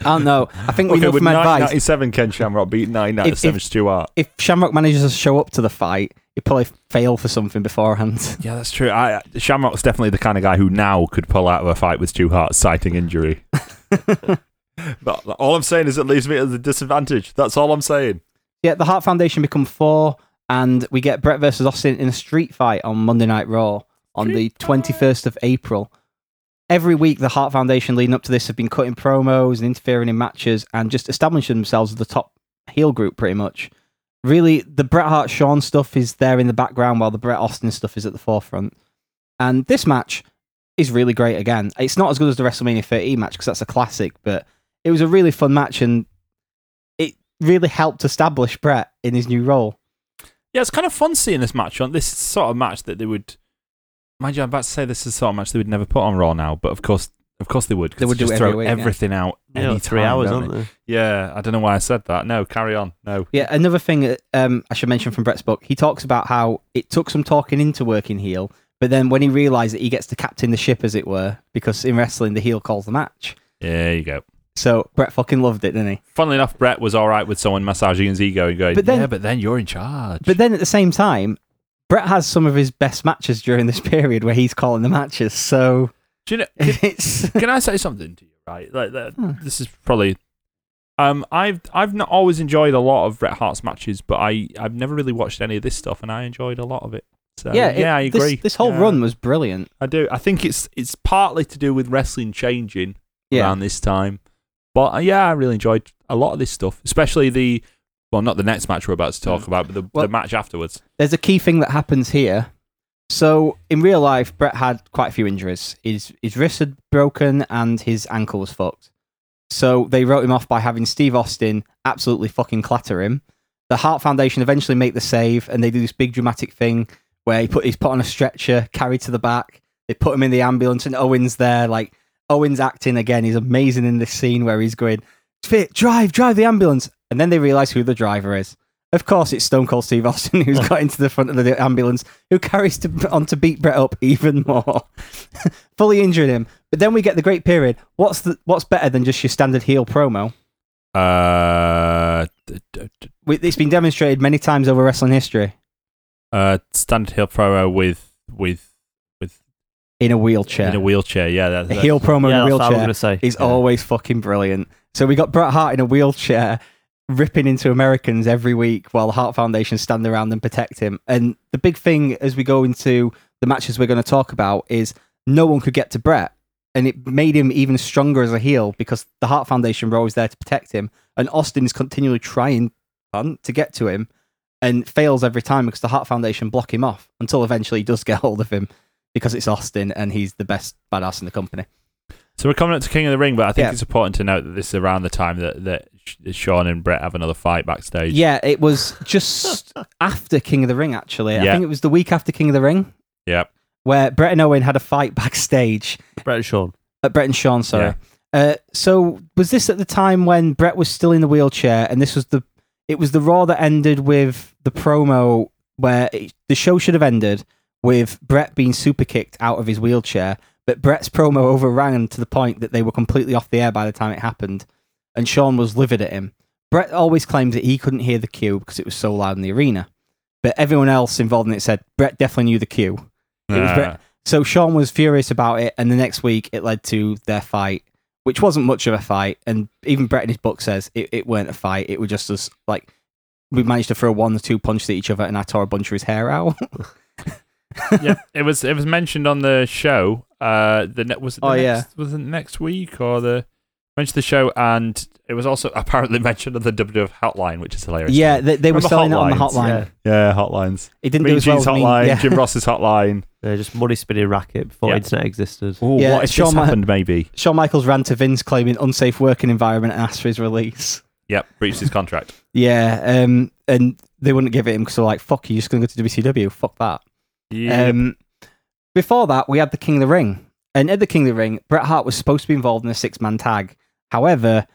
H: don't know. I think we
F: okay,
H: know
F: with
H: from advice.
F: 1997, Ken Shamrock beat 997
H: If- if-
F: Stuart.
H: If Shamrock manages to show up to the fight, he'd probably fail for something beforehand.
F: Yeah, that's true. I, Shamrock's definitely the kind of guy who now could pull out of a fight with Stu Hart, citing injury. [LAUGHS] but all I'm saying is it leaves me at a disadvantage. That's all I'm saying.
H: Yeah, the Hart Foundation become four, and we get Brett versus Austin in a street fight on Monday Night Raw on the 21st of April. Every week, the Hart Foundation leading up to this have been cutting promos and interfering in matches and just establishing themselves as the top heel group, pretty much. Really, the Bret Hart Shawn stuff is there in the background while the Bret Austin stuff is at the forefront. And this match is really great again. It's not as good as the WrestleMania 13 match because that's a classic, but it was a really fun match and it really helped establish Brett in his new role.
F: Yeah, it's kind of fun seeing this match on this sort of match that they would. Mind you, I'm about to say this is the sort of match they would never put on Raw now, but of course, of course they would. 'cause
H: They would
F: just
H: do it
F: throw
H: every week, yeah.
F: everything out.
G: Yeah,
F: any
G: three
F: time,
G: hours,
F: don't
G: aren't
F: they?
G: they?
F: Yeah, I don't know why I said that. No, carry on. No.
H: Yeah, another thing that, um, I should mention from Brett's book, he talks about how it took some talking into working heel, but then when he realised that he gets to captain the ship, as it were, because in wrestling the heel calls the match.
F: There you go.
H: So Brett fucking loved it, didn't he?
F: Funnily enough, Brett was all right with someone massaging his ego and going,
H: But then-
F: yeah, but then you're in charge.
H: But then at the same time, Brett has some of his best matches during this [LAUGHS] period where he's calling the matches. [LAUGHS] So
F: Do you know, can,
H: it's
F: can I say something to you, right? Like, that,
H: Hmm.
F: This is probably. Um, I've I've not always enjoyed a lot of Bret Hart's matches, but I, I've never really watched any of this stuff, and I enjoyed a lot of it. So, yeah,
H: it-
F: I
H: this-
F: agree.
H: This, whole
F: Yeah.
H: run was brilliant.
F: I do. I think it's it's partly to do with wrestling changing
H: Yeah.
F: around this time. But uh, yeah, I really enjoyed a lot of this stuff, especially the well, not the next match we're about to talk about, but the,
H: Well-
F: the match afterwards.
H: there's a key thing that happens here. So in real life, Brett had quite a few injuries. His his wrist had broken and his ankle was fucked. So they wrote him off by having Steve Austin absolutely fucking clatter him. The Hart Foundation eventually make the save and they do this big dramatic thing where he put he's put on a stretcher, carried to the back. They put him in the ambulance and Owen's there. Like Owen's acting again. He's amazing in this scene where he's going, "Fit, drive, drive the ambulance." And then they realize who the driver is. Of course, it's Stone Cold Steve Austin [LAUGHS] who's got into the front of the ambulance, who carries to, on to beat Brett up even more, [LAUGHS] fully injuring him. But then we get the great period. What's the, what's better than just your standard heel promo?
F: Uh, d- d- d-
H: We- It's been demonstrated many times over wrestling history.
F: uh, standard heel promo with with with
H: in a wheelchair.
F: in a wheelchair. Yeah, that,
H: The
F: that-
H: heel promo in
G: Yeah,
H: a
G: that's what I was
H: wheelchair
G: gonna say.
H: is
G: Yeah.
H: always fucking brilliant. So we got Bret Hart in a wheelchair ripping into Americans every week while the Hart Foundation stand around and protect him. And the big thing as we go into the matches we're going to talk about is no one could get to Bret. And it made him even stronger as a heel because the Hart Foundation were always there to protect him. And Austin is continually trying um, to get to him and fails every time because the Hart Foundation block him off until eventually he does get hold of him because it's Austin and he's the best badass in the company.
F: So we're coming up to King of the Ring, but I think
H: Yeah.
F: it's important to note that this is around the time that that Sh- Sean and Brett have another fight backstage.
H: Yeah, it was just after King of the Ring, actually. I
F: Yeah.
H: think it was the week after King of the Ring
F: Yep.
H: where Brett and Owen had a fight [LAUGHS] backstage.
G: Brett and Sean.
H: Uh, Brett and Sean, sorry. Uh, so was this at the time when Brett was still in the wheelchair and this was the it was the Raw that ended with the promo where it, the show should have ended with Brett being super kicked out of his wheelchair, but Brett's promo overran to the point that they were completely off the air by the time it happened, and Sean was livid at him. Brett always claims that he couldn't hear the cue because it was so loud in the arena, but everyone else involved in it said Brett definitely knew the cue. It was
F: Ah.
H: Brett. So Sean was furious about it, and the next week it led to their fight, which wasn't much of a fight. And even Brett in his book says it, it weren't a fight; it was just us like we managed to throw one or two punches at each other, and I tore a bunch of his hair out.
F: [LAUGHS] yeah, it was it was mentioned on the show. Uh, the ne- was it the
H: Oh,
F: next,
H: yeah.
F: was it next week or the mentioned the show, and it was also [LAUGHS] apparently mentioned on the WWF hotline, which is hilarious.
H: yeah, they, they were
F: Remember
H: selling it on
F: hotlines?
H: the hotline.
G: Yeah.
F: yeah, hotlines.
H: It didn't do
F: Mean
H: as well.
F: Gene's
H: as Mean-
F: hotline,
H: yeah.
F: Jim Ross's hotline.
G: Yeah, Uh, just money spinning racket before
F: Yeah.
G: internet existed.
F: Ooh,
H: Yeah,
F: what if
H: Shawn
F: this
H: Ma-
F: happened? Maybe.
H: [LAUGHS] Shawn Michaels ran to Vince claiming unsafe working environment and asked for his release.
F: Yep, breached his contract.
H: Yeah, um, and they wouldn't give it him because they're like, "Fuck, you're just going to go to WCW. Fuck that."
F: Yeah.
H: Um, before that, we had the King of the Ring, and at the King of the Ring, Bret Hart was supposed to be involved in a six-man tag. However,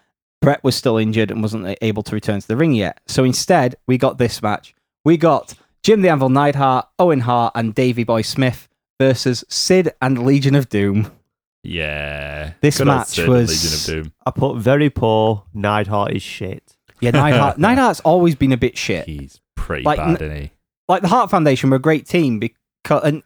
H: Bret was still injured and wasn't able to return to the ring yet. So instead, we got this match. We got Jim the Anvil Neidhart, Owen Hart, and Davey Boy Smith versus Sid and Legion of Doom.
F: yeah.
H: this
F: old
H: match
F: Sid and
H: was-
F: Legion of Doom.
G: [LAUGHS] I put very poor Neidhart is shit.
H: Yeah, Neidhart, Neidhart's always been a bit shit.
F: He's pretty
H: Like,
F: bad,
H: n-
F: isn't he?
H: like the Hart Foundation were a great team because and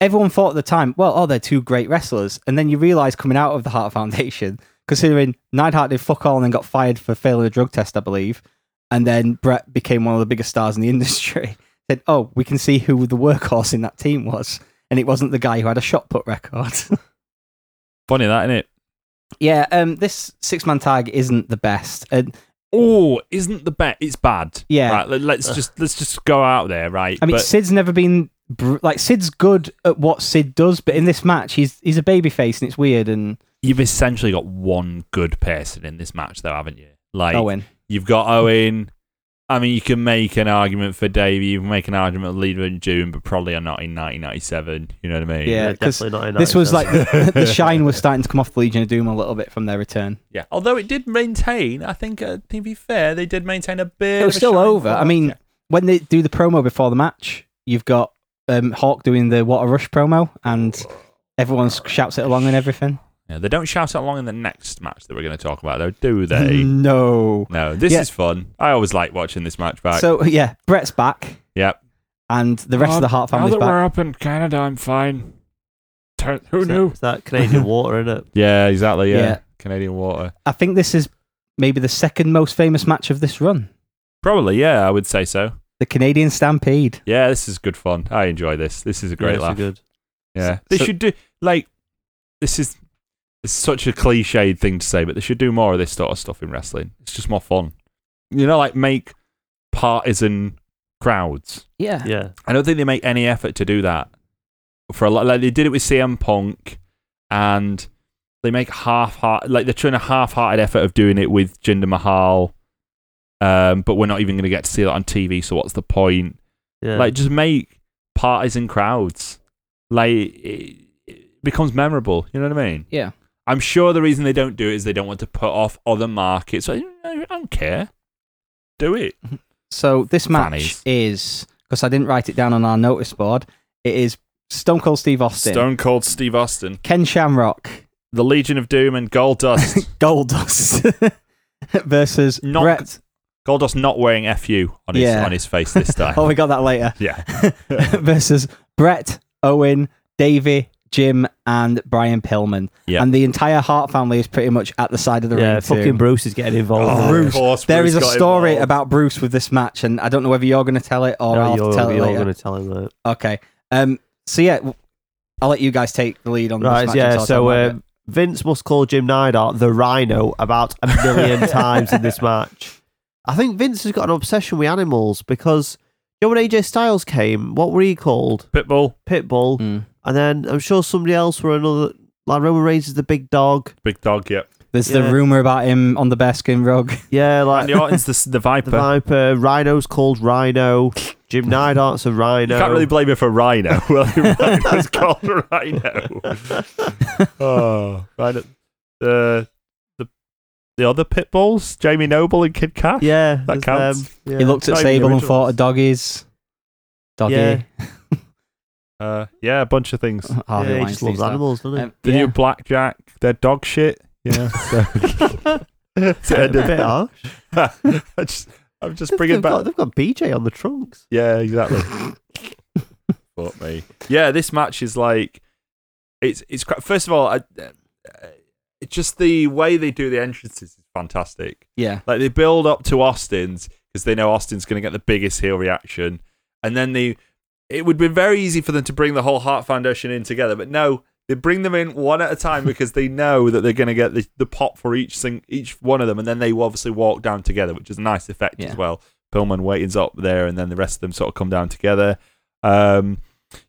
H: everyone thought at the time, well, oh, they're two great wrestlers, and then you realise coming out of the Hart Foundation, [LAUGHS] considering Neidhart did fuck all and then got fired for failing a drug test, I believe, and then Brett became one of the biggest stars in the [LAUGHS] industry. Said, oh, we can see who the workhorse in that team was, and it wasn't the guy who had a shot put record. [LAUGHS]
F: Funny that, isn't it?
H: yeah, um, this six man tag isn't the best, and
F: Oh, isn't the bet? It's bad.
H: Yeah.
F: Right. let- Let's just let's just go out there, right?
H: I mean,
F: But-
H: Sid's never been br- like Sid's good at what Sid does, but in this match, he's he's a babyface and it's weird and
F: you've essentially got one good person in this match, though, haven't you? Like
H: Owen.
F: you've got Owen. I mean, you can make an argument for Davey, you can make an argument for Leader in June, but probably not in 1997. You know what I mean?
H: Yeah,
G: Yeah,
H: 'cause
G: definitely not in
H: this was like
G: 97.
H: the, the shine was starting to come off the Legion of Doom a little bit from their return.
F: Yeah. Although it did maintain, I think, uh, to be fair, they did maintain a bit.
H: It was
F: of a
H: still
F: shine
H: over. I
F: forward.
H: mean,
F: Yeah.
H: when they do the promo before the match, you've got um, Hawk doing the What a Rush promo, and everyone shouts it along and everything.
F: Yeah, they don't shout out long in the next match that we're going to talk about, though, do
H: [LAUGHS]
F: they?
H: No.
F: no, this
H: Yeah.
F: is fun. I always like watching this match back.
H: So yeah, Brett's back,
F: yep.
H: and the rest of the Hart
I: Now
H: family's
I: that
H: back.
I: we're up in Canada, I'm fine. Tur- who
G: It's that-
I: knew?
G: It's that Canadian water, in it?
F: Yeah, exactly. Yeah.
H: Yeah.
F: Canadian water.
H: [LAUGHS] I think this is maybe the second most famous match of this run,
F: Probably, yeah, I would say so.
H: the Canadian Stampede.
F: Yeah, this is good fun. I enjoy this. This is a great laugh.
G: Good.
F: Yeah, they
H: So-
F: should do like this is it's such a cliched thing to say, but they should do more of this sort of stuff in wrestling. It's just more fun, you know, like make partisan crowds.
H: Yeah.
G: Yeah.
F: I don't think they make any effort to do that for a lot. Like they did it with CM Punk, and they make half heart like they're trying a half-hearted effort of doing it with Jinder Mahal. Um, but we're not even going to get to see that on TV, so what's the point?
G: Yeah.
F: Like, just make partisan crowds. Like, it, it becomes memorable. You know what I mean?
H: Yeah.
F: I'm sure the reason they don't do it is they don't want to put off other markets. Like, I don't care. Do it.
H: So this match
F: Fannies.
H: is because I didn't write it down on our notice board. It is Stone Cold Steve Austin,
F: Stone Cold Steve Austin,
H: Ken Shamrock,
F: the Legion of Doom, and [LAUGHS] Goldust.
H: Goldust [LAUGHS] versus
F: Not-
H: Brett.
F: Goldust not wearing "fu" on his
H: Yeah.
F: on his
H: [LAUGHS]
F: face this time.
I: [LAUGHS]
H: Oh, we got that later.
F: yeah.
H: versus Brett, Owen, Davey, Jim, and Brian Pillman.
I: Yeah.
H: And the entire Hart family is pretty much at the side of the
G: Yeah,
H: ring. too.
G: fucking Bruce is getting involved.
I: Oh,
H: Bruce.
I: Of course,
H: There
I: Bruce
H: is a
I: got
H: story
I: involved.
H: about Bruce with this match, and I don't know whether you're going to tell it or
G: No,
H: I'll
G: you're,
H: tell it
G: you're
H: later.
G: going to tell him that.
H: Okay. Um. So yeah, w- I'll let you guys take the lead on this
G: Right,
H: match.
G: yeah.
H: until I
G: So
H: talk about
G: um, Vince must call Jim Neidhart the Rhino about a [LAUGHS] million times in this match. I think Vince has got an obsession with animals because you know when AJ Styles came, what were he called?
I: Pitbull,
G: Pitbull,
H: it. Mm.
G: and then I'm sure somebody else were another. Like Roman Reigns is the big dog.
I: big dog. Yep.
H: There's
G: yeah.
H: the rumor about him on the bearskin
I: [LAUGHS]
H: rug.
G: Yeah, like
I: Andy Orton's the, the
G: the
I: Viper.
G: Viper. Rhino's called Rhino.
I: [LAUGHS]
G: Jim Neidhart's a
I: You
G: Rhino.
I: can't
G: [LAUGHS]
I: really blame him for Rhino. Well,
H: [LAUGHS]
I: he really was called [LAUGHS] Rhino. oh, Rhino.
F: Uh,
I: The the the other pit bulls, Jamie Noble and Kid Cash.
G: yeah,
I: That
G: there's
I: counts.
G: them, yeah.
H: He looked at
I: Not even
H: Sable and
I: original.
H: thought of doggies. Doggy. [LAUGHS]
G: Yeah.
I: Uh, yeah, a bunch of things.
H: Oh,
G: yeah, he
H: lines
G: just
H: these
G: loves
H: down.
G: animals, doesn't he?
H: Um,
I: The
H: yeah.
I: new Blackjack, they're dog shit. Yeah.
H: [LAUGHS]
I: So, [LAUGHS] so I
G: a
I: did-
G: bit harsh.
I: [LAUGHS] I just, I'm just bringing
G: they've
I: back.
G: Got, they've got BJ on the trunks.
I: Yeah, exactly. [LAUGHS] Fuck me. Yeah, this match is like it's it's quite, first of all, I, uh, it's just the way they do the entrances is fantastic.
H: Yeah.
I: Like they build up to Austin's because they know Austin's going to get the biggest heel reaction, and then they it would be very easy for them to bring the whole Heart Foundation in together, but no. They bring them in one at a
H: [LAUGHS]
I: time because they know that they're going to get the, the pop for each sing, each one of them, and then they obviously walk down together, which is a nice effect
H: Yeah.
I: as well. Pillman waiting's up there, and then the rest of them sort of come down together. Um,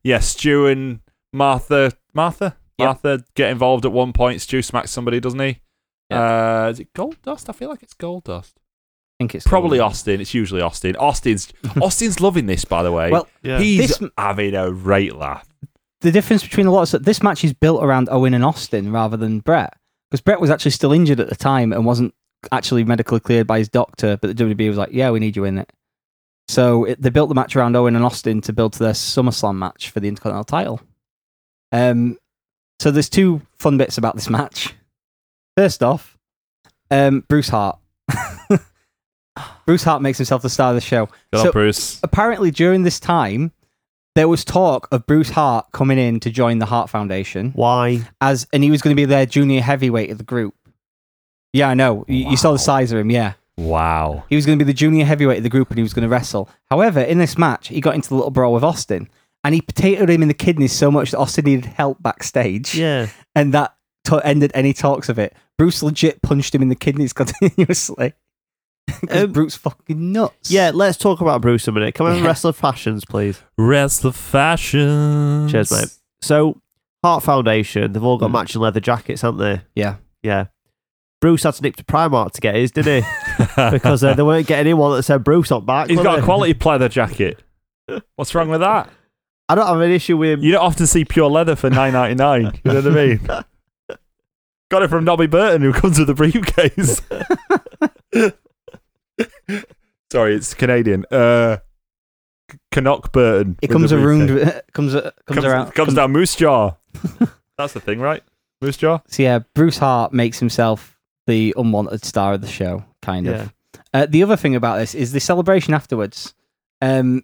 I: yeah, Stu and Martha, Martha,
H: Yep.
I: Martha get involved at one point. Stu smacks somebody, doesn't he?
H: Yeah.
I: Uh, is it Gold Dust? I feel like it's Gold Dust.
H: I think it's
I: Probably
H: called-
I: Austin. It's usually Austin. [LAUGHS] Austin's Austin's loving this, by the way.
H: Well,
I: he's
H: this-
I: having a great laugh.
H: the difference between the lot is that this match is built around Owen and Austin rather than Brett because Brett was actually still injured at the time and wasn't actually medically cleared by his doctor. But the WB was like, "Yeah, we need you in it." So it, they built the match around Owen and Austin to build to their SummerSlam match for the Intercontinental title. Um, so there's two fun bits about this match. First off, um, Bruce Hart. [LAUGHS] Bruce Hart makes himself the star of the show
I: Good
H: So-
I: on, Bruce.
H: apparently during this time there was talk of Bruce Hart coming in to join the Hart Foundation
G: Why?
H: as and he was going to be their junior heavyweight of the group. Yeah, I know. You, you saw the size of him, yeah.
I: Wow.
H: He was going to be the junior heavyweight of the group and he was going to wrestle. However, in this match, he got into the little brawl with Austin and he potatoed him in the kidneys so much that Austin needed help backstage.
G: Yeah.
H: And that to- ended any talks of it. Bruce legit punched him in the kidneys [LAUGHS] continuously. 'Cause
G: Um,
H: Bruce fucking nuts.
G: Yeah, let's talk about Bruce a minute. Come on,
H: Yeah.
G: wrestler fashions, please.
I: Rest of fashion.
G: Cheers, mate. So, Heart Foundation, they've all got
H: Mm.
G: matching leather jackets, haven't they?
H: Yeah.
G: Yeah. Bruce had to nip to Primark to get his,
H: [LAUGHS]
G: didn't he? Because uh, they weren't getting anyone that said Bruce on back.
I: he's
G: were
I: got a
G: they?
I: quality pleather [LAUGHS] jacket. What's wrong with that?
G: I don't have an issue with him.
I: You don't often see pure leather for nine ninety nine. You know what I mean? [LAUGHS] Got it from Nobby Burton, who comes with a [LAUGHS] briefcase. Sorry, it's Canadian. Uh, C- Canuck Burton.
H: [LAUGHS] It
I: with
H: comes
I: a
H: around,
I: briefcase.
H: comes, comes
I: Comes,
H: around,
I: comes down Moose Jaw. That's the thing, right? Moose Jaw.
H: [LAUGHS] So yeah, Bruce Hart makes himself the unwanted star of the show, kind
G: Yeah.
H: of. Uh, the other thing about this is the celebration afterwards. Um,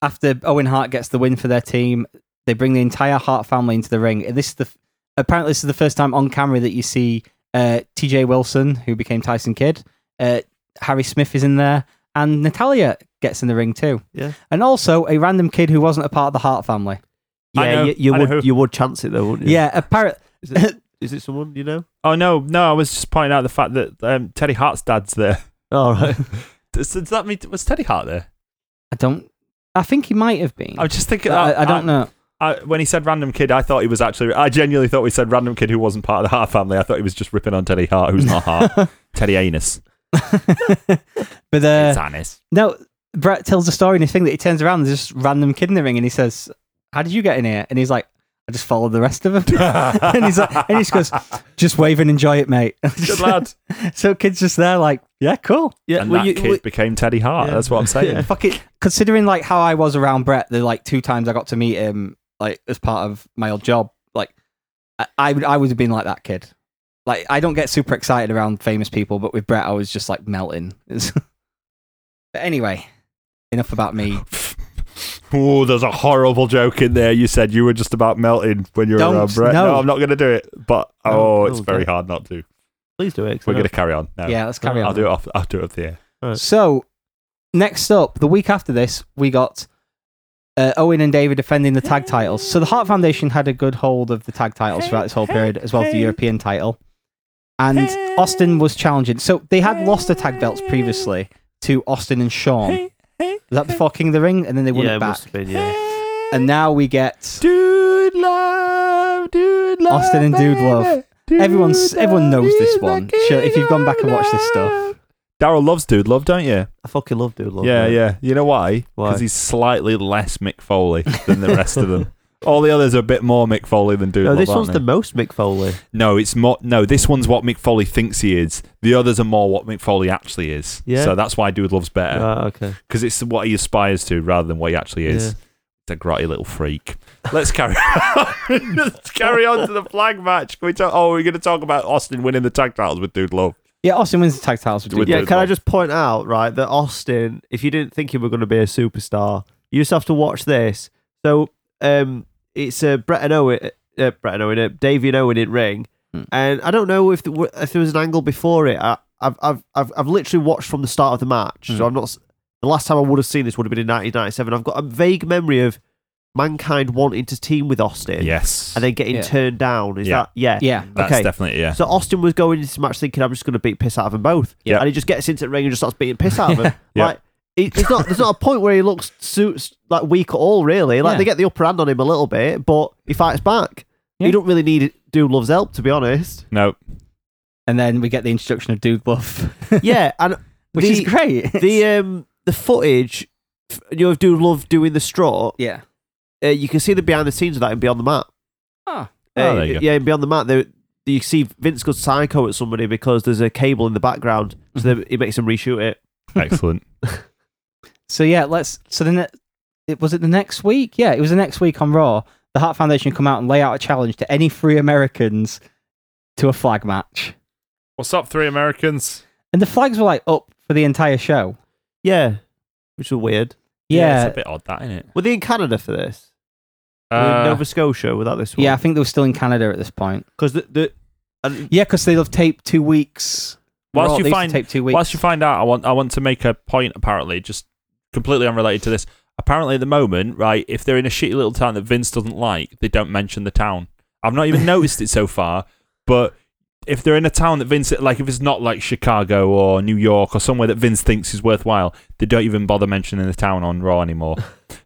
H: after Owen Hart gets the win for their team, they bring the entire Hart family into the ring. And This is the f- apparently this is the first time on camera that you see uh, T.J. Wilson, who became Tyson Kidd. Uh, Harry Smith is in there, and Natalia gets in the ring too.
G: Yeah.
H: and also a random kid who wasn't a part of the Hart family.
I: I
G: yeah,
I: know-
G: you, you
I: I know who-
G: would you would chance it though, wouldn't you?
H: Yeah, apparently.
G: Is it, is it someone you know?
I: Oh no, no! I was just pointing out the fact that um, Teddy Hart's dad's there.
G: All Oh, right.
I: [LAUGHS] Does, does that mean was Teddy Hart there?
H: I don't. I think he might have been.
I: I was just thinking. uh,
H: I, I don't know.
I: I, when he said random kid, I thought he was actually. I genuinely thought we said random kid who wasn't part of the Hart family. I thought he was just ripping on Teddy
H: [LAUGHS]
I: Hart, who's not Hart. Teddy Anus.
H: but uh,
I: it's Anus.
H: no, Brett tells the story and he thing that he turns around and there's just random kid in the ring and he says, "How did you get in here?" And he's like, "I just followed the rest of
I: [LAUGHS]
H: them." [LAUGHS] and he's like, and he just goes, "Just wave and enjoy it, mate."
I: Good lad.
H: [LAUGHS] so kid's just there, like, "Yeah, cool."
G: Yeah,
I: And
G: well,
I: that
G: you-
I: kid
G: well-
I: became Teddy Hart.
G: [LAUGHS] Yeah.
I: That's what I'm saying.
H: Fuck it. Considering like how I was around Brett, the like two times I got to meet him, like as part of my old job, like I I, would- I would have been like that kid. Like I don't get super excited around famous people, but with Brett, I was just [LAUGHS] like melting. It's- but anyway, enough about me
I: Ooh, there's a horrible joke in there. You said you were just about melting when you were
H: Don't,
I: around Brett. No,
H: no.
I: I'm not going to do it. But
G: No,
I: oh,
G: no,
I: it's very
G: don't.
I: hard not to.
G: Please do it. 'cause
I: We're
G: I
I: going to
G: don't-
I: carry on. [LAUGHS] No.
H: Yeah, let's carry
I: I'll
H: on.
I: do it off. I'll do it off the air.
H: So, next up, the week after this, we got uh, Owen and David defending the tag titles. So, the Hart Foundation had a good hold of the tag titles throughout this whole period, as well as the European title. And Austin was challenging. So, they had lost the tag belts previously to Austin and Sean. was that before King of the Ring? And then they won
G: Yeah,
H: it
G: it
H: back.
G: must have been, yeah.
H: And now we get
I: Dude love, dude love.
H: Austin and Dude Love. Everyone's, everyone knows this one. Sure, if you've gone back and watched this stuff,
I: Daryl loves Dude Love, don't you?
G: I [LAUGHS] fucking love Dude Love.
I: yeah, yeah. You know why?
G: Why?
I: Because he's slightly less Mick
G: [LAUGHS]
I: Foley than the rest of them. All the others are a bit more Mick Foley than Dude
G: No,
I: Love.
G: this
I: aren't
G: one's
I: they?
G: the most Mick Foley.
I: No, it's more. No, this one's what Mick Foley thinks he is. The others are more what Mick Foley actually is.
G: Yeah.
I: So that's why Dude Love's better
J: Uh,
G: Right, okay.
I: because it's what he aspires to rather than what he actually is.
G: Yeah.
I: It's a grotty little freak. Let's carry [LAUGHS] on. Let's carry on to the flag match. Can we talk? Oh, we're going to talk about Austin winning the tag titles with Dude Love.
H: yeah, Austin wins the tag titles. With Dude
I: With
H: Love.
G: Yeah,
I: Dude
G: can I
I: Love.
G: just point out, right, that Austin, if you didn't think he were going to be a superstar, you just have to watch this. So um, it's uh, Brett and Owen, uh, Brett and Owen, uh, Davey and Owen in ring.
H: Hmm.
G: And I don't know if the, w- if there was an angle before it. I, I've, I've, I've, I've literally watched from the start of the match.
H: Hmm.
G: So I'm not. s- The last time I would have seen this would have been in 1997. I've got a vague memory of Mankind wanting to team with Austin.
I: Yes.
G: And then getting
H: Yeah.
G: turned down. Is
I: Yeah.
G: that. Yeah.
H: Yeah.
I: That's
G: okay.
I: definitely yeah.
G: So Austin was going into this match thinking, I'm just going to beat piss out of them both.
I: Yeah.
G: And he just gets into the ring and just starts beating piss out of them.
I: [LAUGHS] Yeah.
G: Like, it, it's not, there's not a point where he looks suits like weak at all, really. Like,
H: Yeah.
G: they get the upper hand on him a little bit, but he fights back.
H: Yeah.
G: He don't really need Do Love's help, to be honest.
I: no.
H: And then we get the introduction of Dude Love,
G: yeah.
I: [LAUGHS]
G: And
H: [LAUGHS] which
G: the,
H: is great.
G: The, um, the footage, f- you know, of Do Love doing the straw,
H: [LAUGHS] yeah.
G: uh, you can see the behind the scenes of that in Beyond the Map.
H: Ah.
I: Oh,
G: Uh,
I: there you go.
G: yeah, in Beyond the Mat, they, you see Vince goes psycho at somebody because there's a cable in the background,
I: Mm-hmm.
G: so they, it makes him reshoot it.
I: Excellent.
H: So yeah, let's. So then, it- it was it the next week. Yeah, it was the next week on Raw. The Hart Foundation come out and lay out a challenge to any three Americans to a flag match,
I: What's up, three Americans?
H: and the flags were like up for the entire show.
G: Yeah, which was weird.
H: Yeah, yeah,
I: it's a bit odd, that isn't it?
G: Were they in Canada for this?
I: Uh,
G: Were they in Nova Scotia without this one.
H: I think they were still in Canada at this point.
G: because the, the and
H: Yeah, because they've taped two weeks.
I: Whilst
H: Raw,
I: you
H: they used to
I: find-
H: tape two weeks.
I: Whilst you find out, I want I want to make a point. Apparently, just completely unrelated to this. Apparently, at the moment, right, if they're in a shitty little town that Vince doesn't like, they don't mention the town. I've not even noticed it so far, but. If they're in a town that Vince like, if it's not like Chicago or New York or somewhere that Vince thinks is worthwhile, they don't even bother mentioning the town on Raw anymore.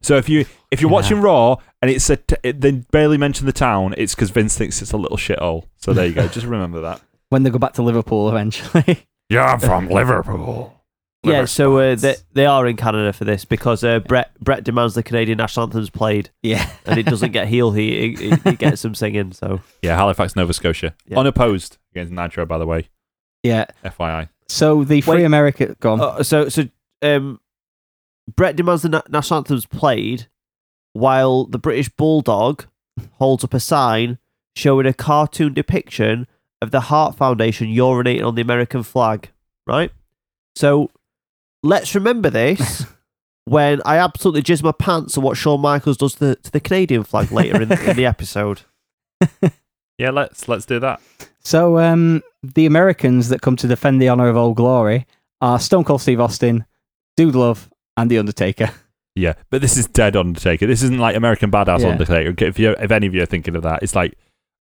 I: so if you [LAUGHS] if you're
H: Yeah.
I: watching Raw and it's a t- it, they barely mention the town, it's because Vince thinks it's a little shithole. So there you [LAUGHS] go. Just remember that.
H: when they go back to Liverpool eventually. [LAUGHS]
I: Yeah, I'm [LAUGHS] from Liverpool.
G: yeah, so uh, they they are in Canada for this because uh, Brett Brett demands the Canadian national anthem's played
H: yeah,
G: and it doesn't get heel heat. It, it, it gets them singing. So
I: Yeah, Halifax, Nova Scotia.
G: Yeah.
I: Unopposed against Nitro, by the way.
H: [LAUGHS] yeah.
I: FYI.
H: So the three
G: Wait.
H: America gone.
G: Uh, so so um, Brett demands the na- national anthem's played while the British bulldog holds up a sign showing a cartoon depiction of the Hart Foundation urinating on the American flag. Right. So let's remember
I: [LAUGHS]
G: this. When I absolutely jizz my pants at what Shawn Michaels does to the, to the Canadian flag later
I: [LAUGHS]
G: in the, in the episode.
I: Yeah, let's let's do that.
H: So um, the Americans that come to defend the honor of Old Glory are Stone Cold Steve Austin, Dude Love, and The
I: [LAUGHS]
H: Undertaker.
I: Yeah, but this is dead Undertaker. This isn't like American Badass
H: Yeah.
I: Undertaker. Okay, If you if any of you are thinking of that, it's like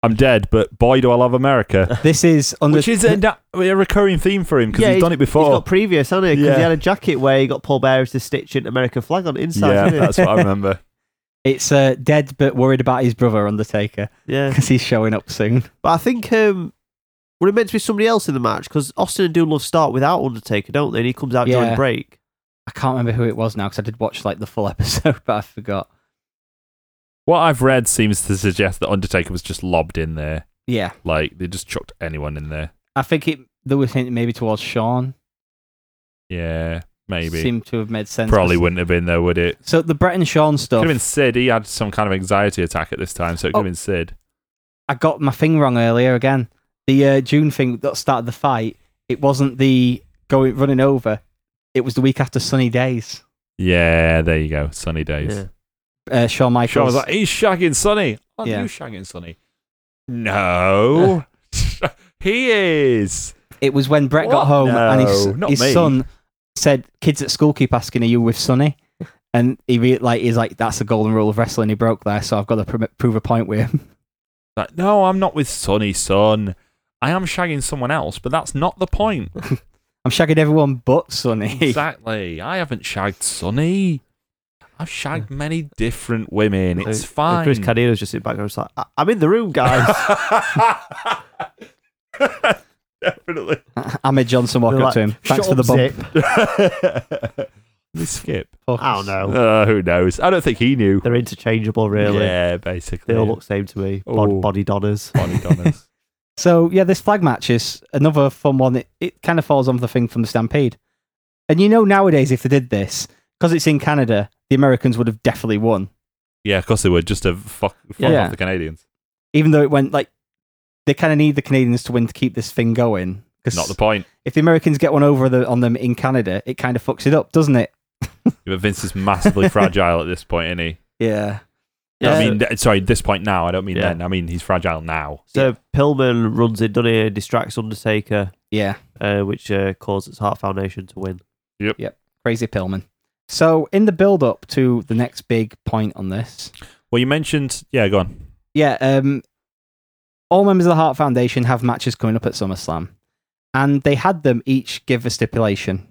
I: I'm dead, but boy do I love America,
H: This is under-
I: which is a, da- a recurring theme for him because
G: Yeah,
I: he's done it
G: He's
I: before.
G: got previous, hasn't he? Because
I: Yeah.
G: he had a jacket where he got Paul Bearers to stitch an American flag on the inside.
I: yeah,
G: didn't he?
I: that's what I remember.
H: it's uh, dead but worried about his brother
I: [LAUGHS]
H: Undertaker
G: [LAUGHS] yeah.
H: because he's showing up soon.
G: But I think um, were it meant to be somebody else in the match? Because Austin and Dunlove start without Undertaker, don't they? And he comes out during
H: Yeah.
G: the break.
H: I can't remember who it was now because I did watch like the full [LAUGHS] episode, but I forgot.
I: What I've read seems to suggest that Undertaker was just lobbed in there.
H: Yeah,
I: Like they just chucked anyone in there.
H: I think it. They were hinting maybe towards Sean.
I: Yeah, maybe.
H: seemed to have made sense.
I: Probably wouldn't have been there, would it?
H: So the Brett and Sean stuff.
G: Oh.
I: Could have been Sid. He had some kind of anxiety attack at this time, so it could
H: Oh.
I: have been Sid.
H: I got my thing wrong earlier again. The uh, June thing that started the fight. It wasn't the going running over. It was the week after Sunny Days.
I: Yeah, there you go. Sunny days.
G: Yeah.
H: uh, Shawn Michaels.
F: Sean was like, he's shagging Sonny. Aren't
H: Yeah.
F: you shagging Sonny? No. [LAUGHS] he is.
H: it was when Brett
F: What?
H: got home and
F: No, not
H: his,
F: me.
H: his son said, "Kids at school keep asking, are you with Sonny?" And he re- like he's like, "That's the golden rule of wrestling." He broke there, so I've got to pr- prove a point with him.
F: Like, no, I'm not with Sonny, son. I am shagging someone else, but that's not the point.
H: I'm shagging everyone but Sonny. [LAUGHS]
F: exactly. I haven't shagged Sonny. I've shagged many different women. It's
G: And- and
F: fine.
G: Chris Cadino's just sitting back there, just like, "I- I'm in the room, guys.
F: Definitely.
H: Ahmed Johnson
G: [LAUGHS]
H: walked
G: They're
H: up
G: like,
H: to him. Thanks
G: "Shut
H: for the
G: up,
H: bump.
G: Zip."
F: [LAUGHS] We skip.
G: I don't know.
F: Uh, who knows? I don't think he knew.
G: They're interchangeable, really.
F: Yeah, basically.
G: They all look same to me. Bod-
F: Ooh.
H: [LAUGHS]
G: body donners.
F: Bonnie Donners.
H: So yeah, this flag match is another fun one. It, it kind of falls on the thing from the Stampede, and you know nowadays if they did this because it's in Canada, the Americans would have definitely won,
F: yeah, of course they were. Just to fuck, fuck
H: Yeah.
F: off the Canadians.
H: even though it went like they kind of need the Canadians to win to keep this thing going. 'Cause
F: Not the point.
H: if the Americans get one over the, on them in Canada, it kind of fucks it up, doesn't it?
F: But Vince
I: [LAUGHS]
F: is massively fragile at this point, isn't he?
H: Yeah.
F: I
G: Yeah.
F: mean, th- sorry, this point now. I don't mean
G: Yeah.
F: then. I mean, he's fragile now.
G: So uh, Pillman runs in, doesn't he? Distracts Undertaker,
H: Yeah.
G: uh, which uh, causes Heart Foundation to win.
H: Crazy Pillman. So in the build up to the next big point on this,
F: Well, you mentioned. Yeah, go on.
H: yeah, um, all members of the Heart Foundation have matches coming up at SummerSlam, and they had them each give a stipulation.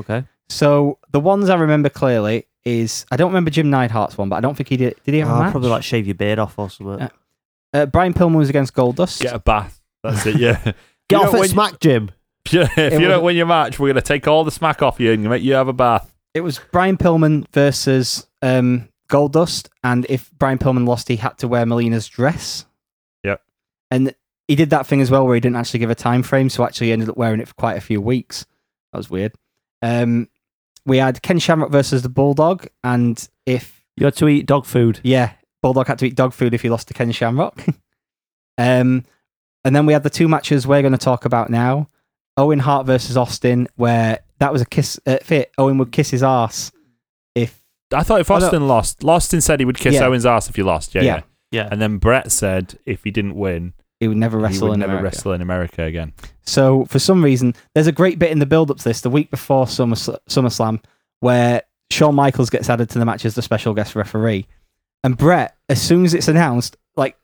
G: Okay.
H: So the ones I remember clearly is I don't remember Jim Neidhart's one, but I don't think he did. Did he
F: Uh,
H: have a
G: Ah,
H: match?
G: probably like shave your beard off or something.
H: Yeah. uh, Brian Pillman was against Goldust.
F: Get a bath. That's it. Yeah. [LAUGHS]
G: Get
F: You know,
G: off at
F: when-
G: Smack Jim.
F: Yeah, if
H: It
F: you don't
H: wasn't-
F: win your match, we're gonna take all the smack off you and make you have a bath.
H: It was Brian Pillman versus um, Goldust, and if Brian Pillman lost, he had to wear Melina's dress.
F: Yep.
H: And he did that thing as well, where he didn't actually give a time frame, so actually he ended up wearing it for quite a few weeks. That was weird. Um, we had Ken Shamrock versus the Bulldog, and if
G: You had to eat dog food.
H: yeah, Bulldog had to eat dog food if he lost to Ken Shamrock. [LAUGHS] um, and then we had the two matches we're going to talk about now: Owen Hart versus Austin, where that was a kiss uh, fit. Owen would kiss his ass if
F: I thought if
H: I don't-
F: Austin lost, Austin said he would kiss
H: Yeah.
F: Owen's ass if you lost. Yeah, yeah,
H: Yeah.
G: Yeah.
F: And then Brett said if he didn't win,
H: he would never wrestle
F: he would
H: in
F: never
H: America.
F: wrestle in America again.
H: So for some reason, there's a great bit in the build-up to this, the week before Summer SummerSlam, where Shawn Michaels gets added to the match as the special guest referee, and Brett, as soon as it's announced, like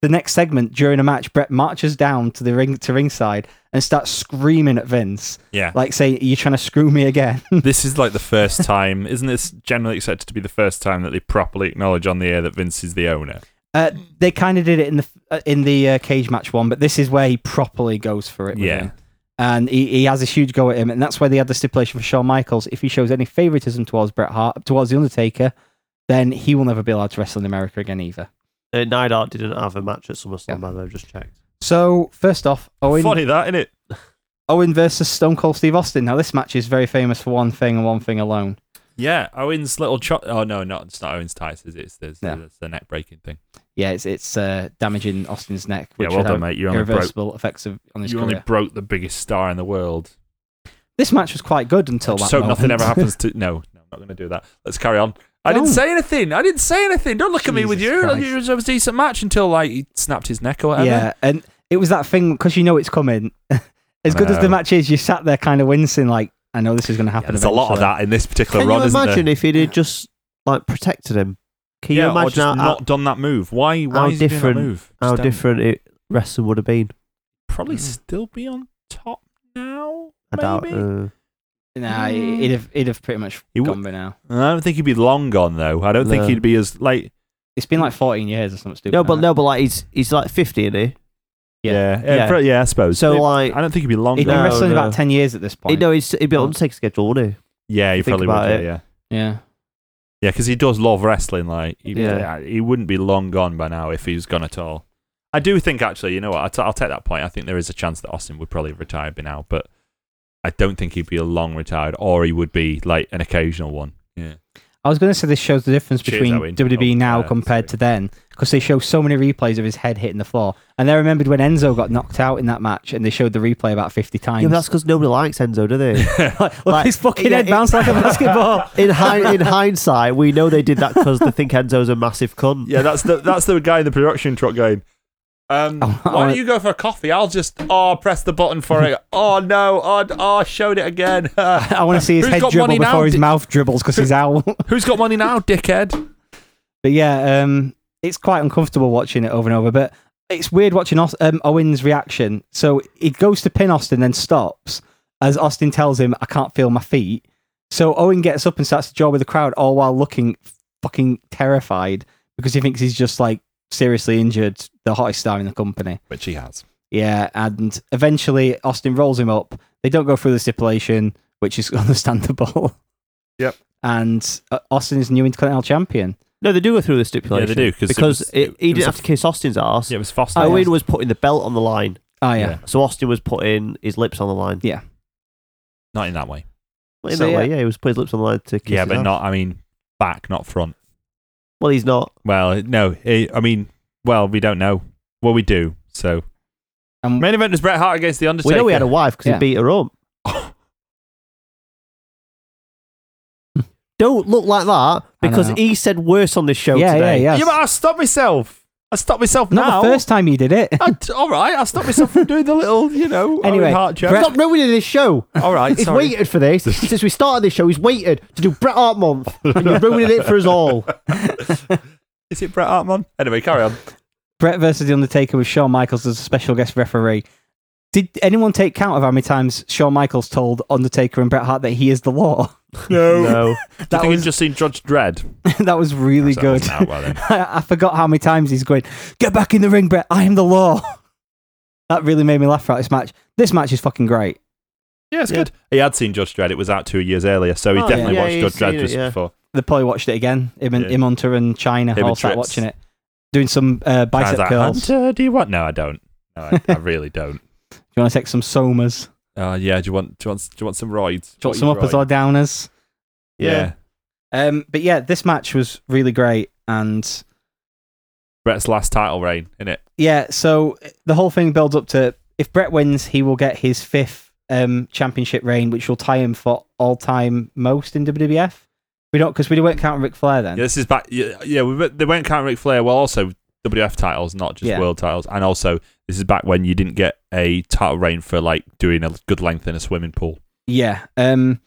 H: the next segment during a match, Brett marches down to the ring to ringside and starts screaming at Vince,
F: Yeah,
H: like saying, "Are you trying to screw me again?" [LAUGHS]
F: this is like the first time, isn't this generally accepted to be the first time that they properly acknowledge on the air that Vince is the owner?
H: uh, they kind of did it in the uh, in the uh, cage match one, but this is where he properly goes for it. With
F: Yeah.
H: him. and he, he has a huge go at him, and that's why they had the stipulation for Shawn Michaels: if he shows any favoritism towards Bret Hart, towards the Undertaker, then he will never be allowed to wrestle in America again either.
G: Uh, Neidhart didn't have a match at SummerSlam, I've just checked.
H: So first off, Owen
F: Funny that, isn't it?
H: Owen versus Stone Cold Steve Austin. Now this match is very famous for one thing and one thing alone.
F: Yeah, Owen's little chop. Oh no, not it's not Owen's tights. Is it? It's, it's,
H: No.
F: it's the neck breaking thing.
H: Yeah, it's it's uh, damaging Austin's neck,
F: Yeah,
H: which
F: well
H: would
F: done,
H: have
F: mate. You only broke.
H: irreversible effects of, on his
F: You
H: career.
F: only broke the biggest star in the world.
G: [LAUGHS]
H: this match was quite good until that
F: so nothing
H: moment.
F: ever happens to. No, no, I'm not going to do that. Let's carry on. I didn't
H: Don't.
F: say anything. I didn't say anything. Don't look at me with
H: Jesus
F: you. Like,
H: Christ.
F: It was a decent match until like he snapped his neck or whatever.
H: Yeah, and it was that thing because you know it's coming. [LAUGHS] as good as
F: know.
H: the match is, you sat there kind of wincing, like I know this is going to happen.
F: there's a lot of
H: eventually.
F: that in this particular
G: Can
F: run,
G: you
F: isn't
G: imagine
F: there?
G: if he'd had just like protected him? Can
F: yeah,
G: you
F: or
G: imagine
F: just
G: how,
F: not done that move. Why? Why
G: how
F: is he doing that
G: different-
F: move?
G: how
F: Just, um,
G: different it, wrestling would have been?
F: Probably
G: Mm.
F: still be on top now.
G: I doubt.
F: maybe.
G: Uh,
H: Nah, it'd have it'd have pretty much
F: He w-
H: gone by now.
F: I don't think he'd be long gone though. I don't think
G: No.
F: he'd be as like.
H: It's been like 14 years or something stupid.
G: no, but
H: like
G: no, but like he's he's like fifty, isn't he?
F: Yeah, Uh, yeah,
G: Yeah.
F: pro- yeah, I suppose.
G: So
F: It-
G: like,
F: I don't think he'd be
H: that.
F: long
H: He'd been
F: gone.
G: No,
H: wrestling
G: no.
H: about 10 years at this
G: he,
H: point.
G: no, he's, he'd be on Undertaker's schedule, wouldn't he?
F: Yeah, he
G: Think
F: probably
G: about
F: would. Yeah,
G: it.
F: yeah,
H: Yeah,
F: yeah, because he does love wrestling. Like, he,
G: Yeah.
F: yeah, he wouldn't be long gone by now if he was gone at all. I do think, actually, you know what? i t- I'll take that point. I think there is a chance that Austin would probably have retired by now, but I don't think he'd be a long retired, or he would be like an occasional one. Yeah,
H: I was going to say this shows the difference
F: Cheers,
H: between
F: Owen.
H: WWE
F: Oh,
H: now
F: uh,
H: compared to
F: sorry.
H: then because they show so many replays of his head hitting the floor. And they remembered when Enzo got knocked out in that match, and they showed the replay about fifty times.
G: Yeah, but that's because nobody likes Enzo,
F: [LAUGHS]
G: do they?
H: like, look,
G: like-
H: his fucking
G: yeah,
H: head
G: it-
H: bounced like a basketball.
G: [LAUGHS] in, hi- in hindsight, we know they did that because they think Enzo's a massive cunt.
F: Yeah, that's the that's the guy in the production truck going.
G: [LAUGHS]
F: Um,
H: Oh,
F: why don't you go for a coffee? I'll just oh press the button for
G: [LAUGHS]
F: it. Oh no! Oh, d- oh showed it again.
H: [LAUGHS]
F: [LAUGHS]
H: I want to see his
F: Who's
H: head
F: got
H: dribble
F: money now?
H: before his
F: Di-
H: mouth dribbles because he's out.
F: Who's got money now, dickhead?
H: But yeah, um, it's quite uncomfortable watching it over and over. But it's weird watching Aus- um, Owen's reaction. So he goes to pin Austin, then stops as Austin tells him, "I can't feel my feet." So Owen gets up and starts to jaw with the crowd, all while looking fucking terrified because he thinks he's just like seriously injured, the hottest star in the company.
F: Which he has.
H: Yeah, and eventually Austin rolls him up. They don't go through the stipulation, which is [LAUGHS] understandable.
F: Yep.
H: And uh, Austin is new Intercontinental Champion.
G: No, they do go through the stipulation.
F: do, 'cause it
G: because
F: was-
G: it- he
F: it was
G: didn't
F: a-
G: have to kiss Austin's ass.
F: Yeah, it was Foster.
G: Owen was putting the belt on the line,
H: Oh yeah.
F: Yeah.
G: so Austin was putting his lips on the line.
H: Yeah.
F: Not in that way.
G: In
H: So,
G: that way,
H: yeah.
G: yeah, he was putting his lips on the line to kiss.
F: yeah,
G: his
F: but
G: ass.
F: not. I mean, back, not front.
G: Well, he's not.
F: Well, no. eh, I mean, well, we don't know. Well, we do. So
H: Um,
F: main event is Bret Hart against the Undertaker.
G: We know he had a wife because
H: Yeah.
G: he beat her up. Don't look like that because
H: know.
G: he said worse on this show
H: yeah,
G: today.
H: yeah, yeah.
F: Yeah, but I stopped myself. I stopped myself
H: Not
F: now.
H: the first time you did it.
F: I d- all right, I stopped myself from doing the little, you know,
H: [LAUGHS] Anyway,
F: Owen Hart joke.
H: Bret-
G: Stop ruining this show.
F: all right,
G: He's
F: sorry.
G: waited for [LAUGHS] this since we started this show. He's waited to do Bret Hart [LAUGHS] month, and you're ruining it for
F: [LAUGHS]
G: us all.
F: Is it Bret Hart, man? Anyway, carry on.
H: Brett versus The Undertaker with Shawn Michaels as a special guest referee. Did anyone take count of how many times Shawn Michaels told Undertaker and Bret Hart that he is the law? [LAUGHS]
F: No. I
H: That
F: think
H: was,
F: you've just seen Judge Dredd.
H: that was really
F: That
H: good.
F: wasn't out well then.
H: [LAUGHS] I, I forgot how many times he's going, Get back in the ring, Brett. I am the law. [LAUGHS] That really made me laugh throughout this match. This match is fucking great.
F: Yeah, it's good. He had seen Judge Dredd. It was out two years earlier, so he
G: Oh,
F: definitely
G: yeah.
F: watched
G: Yeah,
F: Judge
G: he's
F: Dredd
G: seen
F: just
G: it, yeah.
F: before.
H: They probably watched it again. Him and
F: Yeah.
H: him, Hunter, and China
F: and
H: all started
F: Trips.
H: watching it, doing some uh,
F: I was
H: bicep
F: like,
H: curls. Do
F: Hunter, do you want? No, I don't. No, I, I really don't.
H: you want to take some somas?
F: Uh, yeah, do you want? Do you want? Do you want some rides?
H: Do you want
F: What
H: some
F: you
H: uppers
F: ride?
H: or downers?
F: Yeah.
H: Um, but yeah, this match was really great, and
F: Brett's last title reign, innit?
H: yeah, so the whole thing builds up to if Brett wins, he will get his fifth um, championship reign, which will tie him for all time most in WWF. We don't because we weren't counting Ric Flair then.
F: Yeah, this is back. Yeah, yeah we, went- they went count Ric Flair. Well, also WF titles, not just
H: Yeah.
F: world titles, and also this is back when you didn't get a title reign for like doing a good length in a swimming pool.
H: Yeah. Um,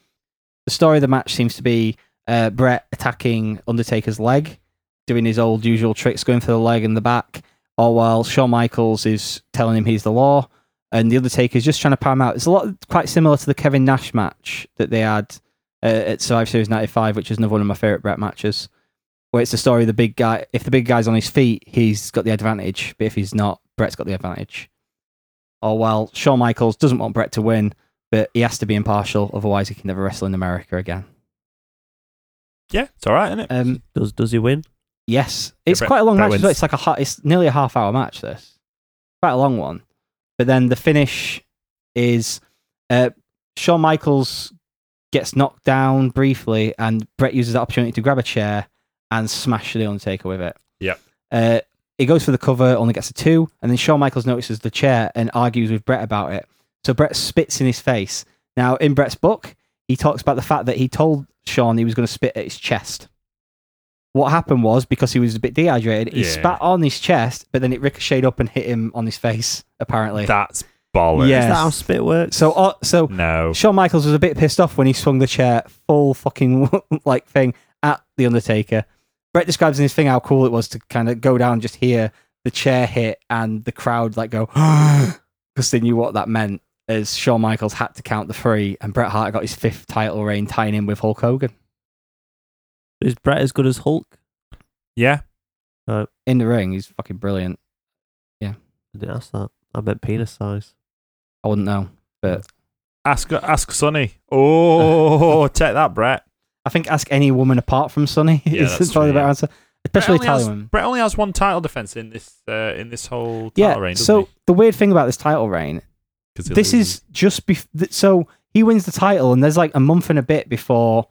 H: the story of the match seems to be uh, Brett attacking Undertaker's leg, doing his old usual tricks, going for the leg and the back, all while Shawn Michaels is telling him he's the law, and the Undertaker's just trying to palm out. It's a lot quite similar to the Kevin Nash match that they had uh, at Survivor Series '95, which is another one of my favorite Brett matches. Where it's the story of the big guy. If the big guy's on his feet, he's got the advantage. But if he's not, Brett's got the advantage. All while Shawn Michaels doesn't want Brett to win, but he has to be impartial, otherwise he can never wrestle in America again.
F: Yeah, it's all right, isn't it?
H: Um,
G: Does does he win?
H: yes, it's
F: Brett-
H: quite a long
F: Brett
H: match. as well.
F: wins.
H: It's like a ha- it's nearly a half hour match. This quite a long one, but then the finish is uh, Shawn Michaels gets knocked down briefly, and Brett uses that opportunity to grab a chair and smash the Undertaker with it.
F: Yep.
H: Uh, he goes for the cover, only gets a two, and then Shawn Michaels notices the chair and argues with Brett about it. So Brett spits in his face. Now, in Brett's book, he talks about the fact that he told Sean he was going to spit at his chest. What happened was because he was a bit dehydrated, he
F: Yeah.
H: spat on his chest, but then it ricocheted up and hit him on his face. Apparently,
F: That's bollocks.
H: Yeah.
G: Is that
H: Yes.
G: how spit works?
H: so uh, so
I: Oh.
F: No.
H: Shawn Michaels was a bit pissed off when he swung the chair full fucking [LAUGHS] like thing at the Undertaker. Brett describes in his thing how cool it was to kind of go down and just hear the chair hit and the crowd like go [GASPS] because they knew what that meant. As Shawn Michaels had to count the three, and Bret Hart got his fifth title reign, tying in with Hulk Hogan
G: Is Brett as good as Hulk?
F: Yeah.
H: in the ring. He's fucking brilliant.
G: I didn't ask that. I meant penis size.
H: I wouldn't know.
F: Ask ask Sonny.
H: [LAUGHS]
F: Oh, take that, Brett.
H: I think ask any woman apart from Sonny
F: Yeah,
H: is
F: that's
H: probably the
F: true,
H: better
F: yeah.
H: answer, especially
F: Brett only,
H: Italian
F: has,
H: women.
F: Brett only has one title defense in this uh, in this whole title
H: Yeah.
F: reign.
H: so the weird thing about this title reign
F: doesn't he? 'Cause he
H: this
F: loses.
H: is just bef- th- so he wins the title and there's like a month and a bit before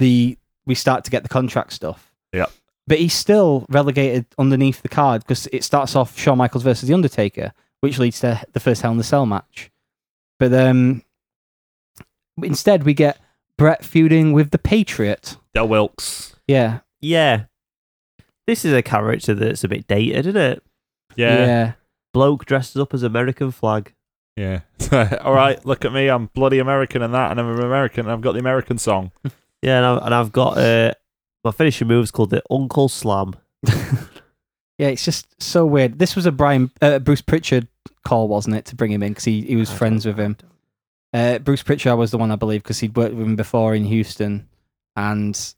H: the we start to get the contract stuff
F: Yep.
H: but he's still relegated underneath the card because it starts off Shawn Michaels versus The Undertaker, which leads to the first Hell in the Cell match. But um, instead, we get Brett feuding with the Patriot.
K: Del Wilkes.
H: Yeah.
J: Yeah. This is a character that's a bit dated, isn't it?
F: Yeah.
J: Bloke dresses up as American flag.
F: Yeah. [LAUGHS] All right, look at me. I'm bloody American and that, and I'm an American, and I've got the American song.
J: Yeah, and, I, and I've got uh, my finishing move's called the Uncle Slam.
H: Yeah, [LAUGHS] it's just so weird. This was a Brian uh, Bruce Pritchard call, wasn't it, to bring him in because he, he was friends with him. Uh, Bruce Pritchard was the one I believe because he'd worked with him before in Houston, and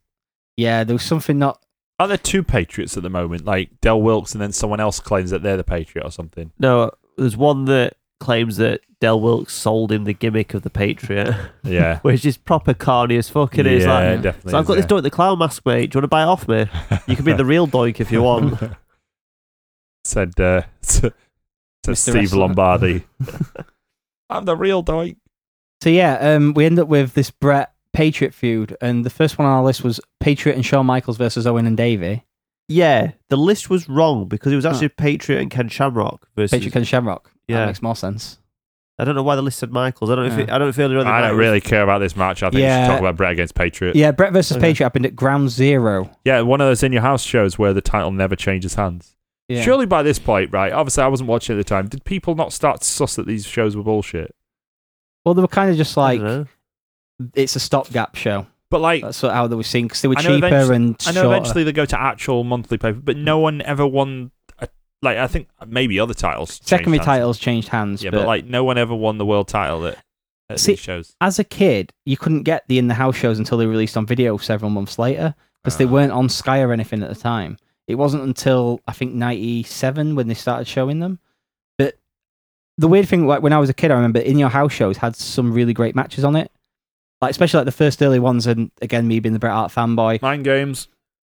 H: yeah, there was something not.
F: Are there two Patriots at the moment? Like Del Wilkes, and then someone else claims that they're the Patriot or something.
J: No, there's one that claims that Del Wilkes sold him the gimmick of the Patriot, [LAUGHS]
H: [LAUGHS]
F: Yeah.
J: which is proper carny as fuck. It is
F: yeah,
J: like,
F: definitely.
J: so I've got this Doink the Clown mask, mate. Do you want to buy it off me? You can be the real Doink if you want.
F: [LAUGHS] said uh, [LAUGHS] said Steve
H: Wrestler.
F: Lombardi. I'm the real doink.
H: So yeah, um, we end up with this Brett Patriot feud, and the first one on our list was Patriot and Shawn Michaels versus Owen and Davey.
J: [LAUGHS] yeah, the list was wrong because it was actually Patriot and Ken Shamrock versus.
H: Patriot and Shamrock.
J: Yeah.
H: that makes more sense.
J: I don't know why the list said Michaels. I don't know if
H: Yeah.
J: it, I don't feel earlier on they
F: I
J: might
F: don't
J: have-
F: really care about this match. I think we
H: Yeah.
F: should talk about Brett against Patriot.
H: Yeah, Brett versus
J: Okay.
H: Patriot happened at Ground Zero.
F: Yeah, one of those in your house shows where the title never changes hands.
H: Yeah.
F: Surely by this point, right? Obviously, I wasn't watching at the time. Did people not start to suss that these shows were bullshit?
H: Well, they were kind of just
J: I
H: like
J: don't know.
H: it's a stopgap show.
F: But like,
H: That's sort of how they were seen because they were
F: I know
H: cheaper
F: eventu-
H: and
F: I know
H: shorter.
F: eventually they go to actual monthly paper, but no one ever won. A, like, I think maybe other titles. changed
H: Secondary
F: hands.
H: titles changed hands.
F: Yeah, but, like, no one ever won the world title at, at
H: See-
F: these shows.
H: as a kid, you couldn't get the in the house shows until they were released on video several months later because they
F: Ah.
H: weren't on Sky or anything at the time. It wasn't until I think '97 when they started showing them. But the weird thing, like when I was a kid, I remember in your house shows had some really great matches on it, like especially like the first early ones. And again, me being the Bret Hart fanboy,
F: Mind games.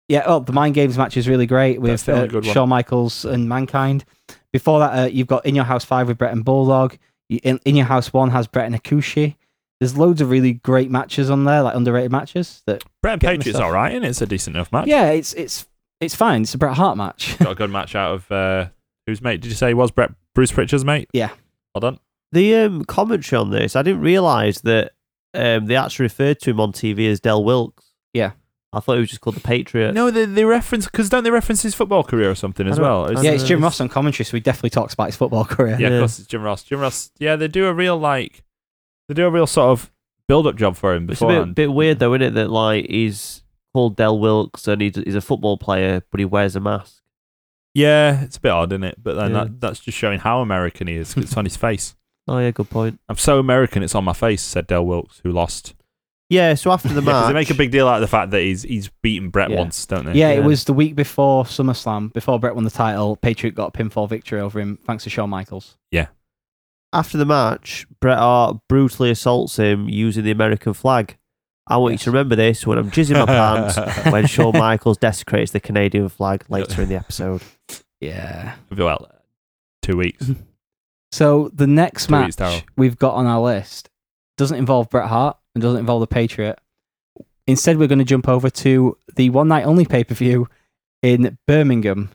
H: yeah. Oh, the Mind Games match is really great
F: That's
H: with
F: the only
H: uh,
F: good one.
H: Shawn Michaels and Mankind. Before that, uh, you've got In Your House Five with Brett and Bulldog. You- In, In Your House One has Brett and Akushi. There's loads of really great matches on there, like underrated matches. That
F: Brett and
H: Get them
F: Patriot's
H: stuff.
F: all right, and it's a decent enough match.
H: yeah, it's it's it's fine. It's a Bret Hart
J: [LAUGHS]
H: match.
F: got a good match out of uh, whose mate? Did you say he was Brett Bruce Pritchard's mate?
H: Yeah.
F: Well done.
J: The um, commentary on this, I didn't realise that um, they actually referred to him on TV as Del Wilkes.
H: Yeah.
J: I thought he was just called the Patriot.
F: No, they, they reference because don't they reference his football career or something
J: I
F: as
J: don't-
F: well?
J: I
F: It's-
J: don't
H: yeah, it's
J: know,
H: Jim Ross on commentary, so he definitely talks about his football career.
F: yeah,
J: Yeah.
F: of course it's Jim Ross. Jim Ross. Yeah, they do a real like they do a real sort of build up job for him
J: It's a bit,
F: beforehand.
J: bit weird though, isn't it? That like he's called Del Wilkes and he's, he's a football player, but he wears a mask.
F: yeah, it's a bit odd, isn't it? But then
J: Yeah.
F: that, that's just showing how American he is. 'cause It's on his face.
J: Oh yeah, good point.
F: I'm so American, it's on my face," said Del Wilkes, who lost.
J: [LAUGHS] Yeah. So after the
F: Yeah, 'cause
J: match,
F: they make a big deal out of the fact that he's he's beaten Brett
H: Yeah.
F: once, don't they?
H: Yeah,
J: Yeah.
H: it was the week before SummerSlam, before Brett won the title. Patriot got a pinfall victory over him thanks to Shawn Michaels.
J: after the match, Bret Hart brutally assaults him using the American flag. I want you to remember this when I'm jizzing my [LAUGHS] pants [LAUGHS] when Shawn Michaels desecrates the Canadian flag later in the episode.
H: [LAUGHS] Yeah.
F: Well, [LAUGHS] two weeks.
H: So the next
F: Two weeks
H: match
F: down.
H: we've got on our list doesn't involve Bret Hart and doesn't involve the Patriot. Instead, we're going to jump over to the one night only pay per view in Birmingham,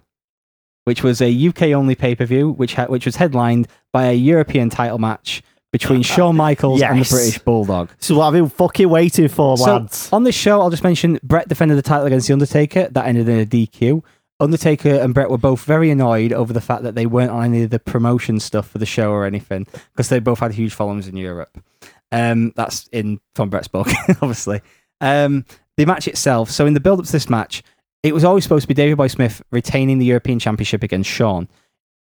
H: which was a UK only pay per view, which ha- which was headlined by a European title match between Shawn Michaels and the
G: Yes.
H: British Bulldog.
G: This is what I've been fucking waiting for,
H: So
G: lads.
H: on this show, I'll just mention Brett defended the title against The Undertaker. That ended in a DQ. Undertaker and Brett were both very annoyed over the fact that they weren't on any of the promotion stuff for the show or anything because they both had huge followings in Europe. Um, that's in Tom Brett's book, [LAUGHS] obviously. Um, the match itself. So in the build up to this match, it was always supposed to be David Boy Smith retaining the European Championship against Sean.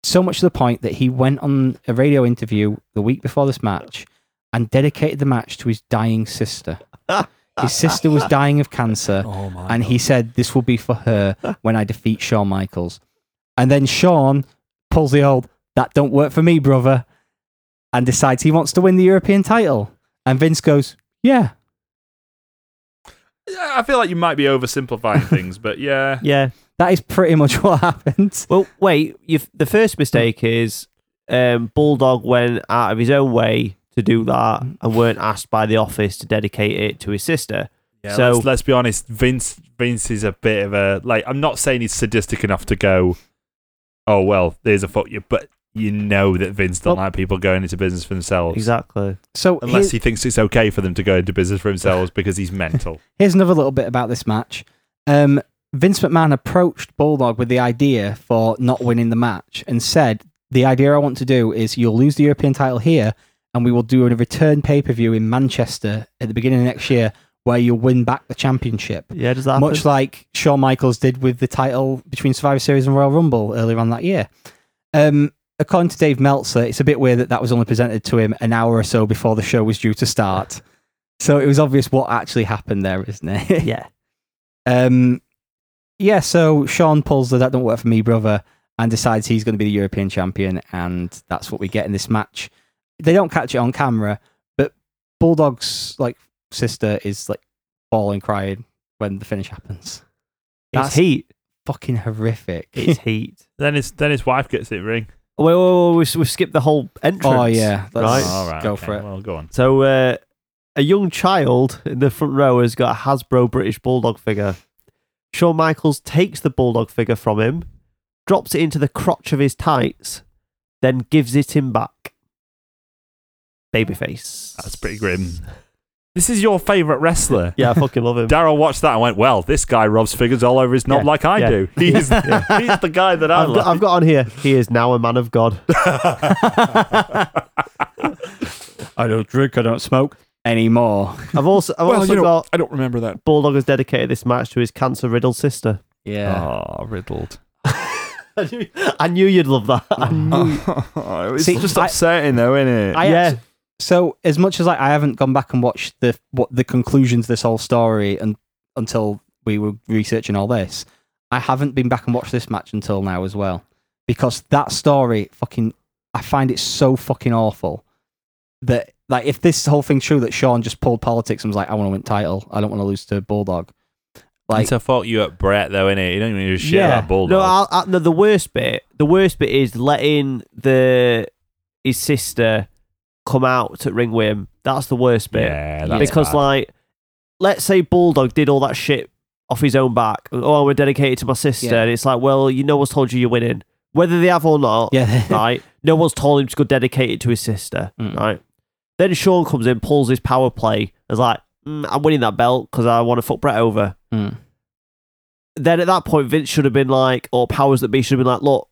H: So much to the point that he went on a radio interview the week before this match and dedicated the match to his dying sister. His sister was dying of cancer, and he said, "This will be for her when I defeat Shawn Michaels." And then Shawn pulls the old "That don't work for me, brother," and decides he wants to win the European title. And Vince goes, "Yeah,
F: Yeah, I feel like you might
H: [LAUGHS]
F: be oversimplifying things, but yeah.
J: Yeah.
H: that is pretty much [LAUGHS] what happened."
J: Well, wait. You've, the
H: Hmm.
J: first mistake is um, Bulldog went out
H: Hmm.
J: of his own way to do that and weren't asked by the office to dedicate it to his sister.
F: Yeah,
G: So-
F: let's, let's be honest. Vince Vince is a bit of a like. I'm not saying he's sadistic enough to go. Oh well, there's a fuck you, but you know that Vince don't
G: Well-
F: like people going into business for themselves.
G: Exactly.
H: So here-
F: Unless he thinks it's okay for them to go into business for themselves because he's mental.
H: Here's another little bit about this match. Um, Vince McMahon approached Bulldog with the idea for not winning the match and said, The idea I want to do is you'll lose the European title here, and we will do a return pay per view in Manchester at the beginning of next year where you'll win back the championship.
G: Yeah, does that
H: Much like Shawn Michaels did with the title between Survivor Series and Royal Rumble earlier on that year. Um, according to Dave Meltzer, it's a bit weird that that was only presented to him an hour or so before the show was due to start. So it was obvious what actually happened there, isn't it? [LAUGHS]
G: yeah.
H: Um, yeah, so Sean pulls the that don't work for me, brother, and decides he's going to be the European champion, and that's what we get in this match. They don't catch it on camera, but Bulldog's like sister is like bawling, crying when the finish happens. That's
G: It's heat.
H: fucking horrific.
G: It's heat.
F: then his then his wife gets it ring.
G: Wait, wait, wait, wait, we, we skipped the whole
H: [LAUGHS]
G: entrance.
H: oh yeah,
G: Right.
H: let's
F: All right,
H: go
F: okay,
H: for it.
F: Well, go on.
G: So uh, a young child in the front row has got a Hasbro British Bulldog figure. Shawn Michaels takes the Bulldog figure from him, drops it into the crotch of his tights, then gives it him back. Babyface.
F: That's pretty grim. This is your favorite wrestler.
G: Yeah, I fucking love him.
F: Daryl watched that and went, "Well, this guy robs figures all over his knob
G: Yeah,
F: like I
G: yeah.
F: do. [LAUGHS] He's he's the guy that I
G: I've [LAUGHS] got,
F: like."
G: I've got on here. He is now a man of God.
L: I don't drink, I don't smoke.
H: Anymore.
G: I've also I've
M: Well,
G: also
M: you know,
G: got
M: I don't remember that.
G: Bulldog has dedicated this match to his cancer-riddled sister.
H: Yeah.
F: Oh, riddled.
G: I knew, I knew you'd love that. I knew
F: it's
H: See, just I-
F: upsetting, though, isn't it?
H: I
G: yeah.
H: actu- so as much as like, I haven't gone back and watched the what the conclusions of this whole story and until we were researching all this, I haven't been back and watched this match until now as well because that story fucking I find it so fucking awful that like if this whole thing's true that Sean just pulled politics and was like I want to win title I don't want to lose to Bulldog like
F: it's a fuck you up Brett, though, innit? You don't even give a shit
H: Yeah.
F: about Bulldog.
G: No, I'll, I, no. The worst bit, the worst bit is letting the his sister come out to ring with him. That's the worst bit.
F: yeah, that's
G: because
F: bad.
G: like, let's say Bulldog did all that shit off his own back. Oh, we're dedicated to my sister,
H: Yeah.
G: and it's like, well, you know, what's told you you're winning, whether they have or not.
H: [LAUGHS] yeah
G: [LAUGHS]
H: Ah.
G: Right? No one's told him to go dedicate it to his sister.
H: Mm.
G: Right? Then Sean comes in, pulls his power play. Is like, "Mm, I'm winning that belt because I want to fuck Brett over
H: Mm.
G: then at that point, Vince should have been like, or powers that be should have been like, look,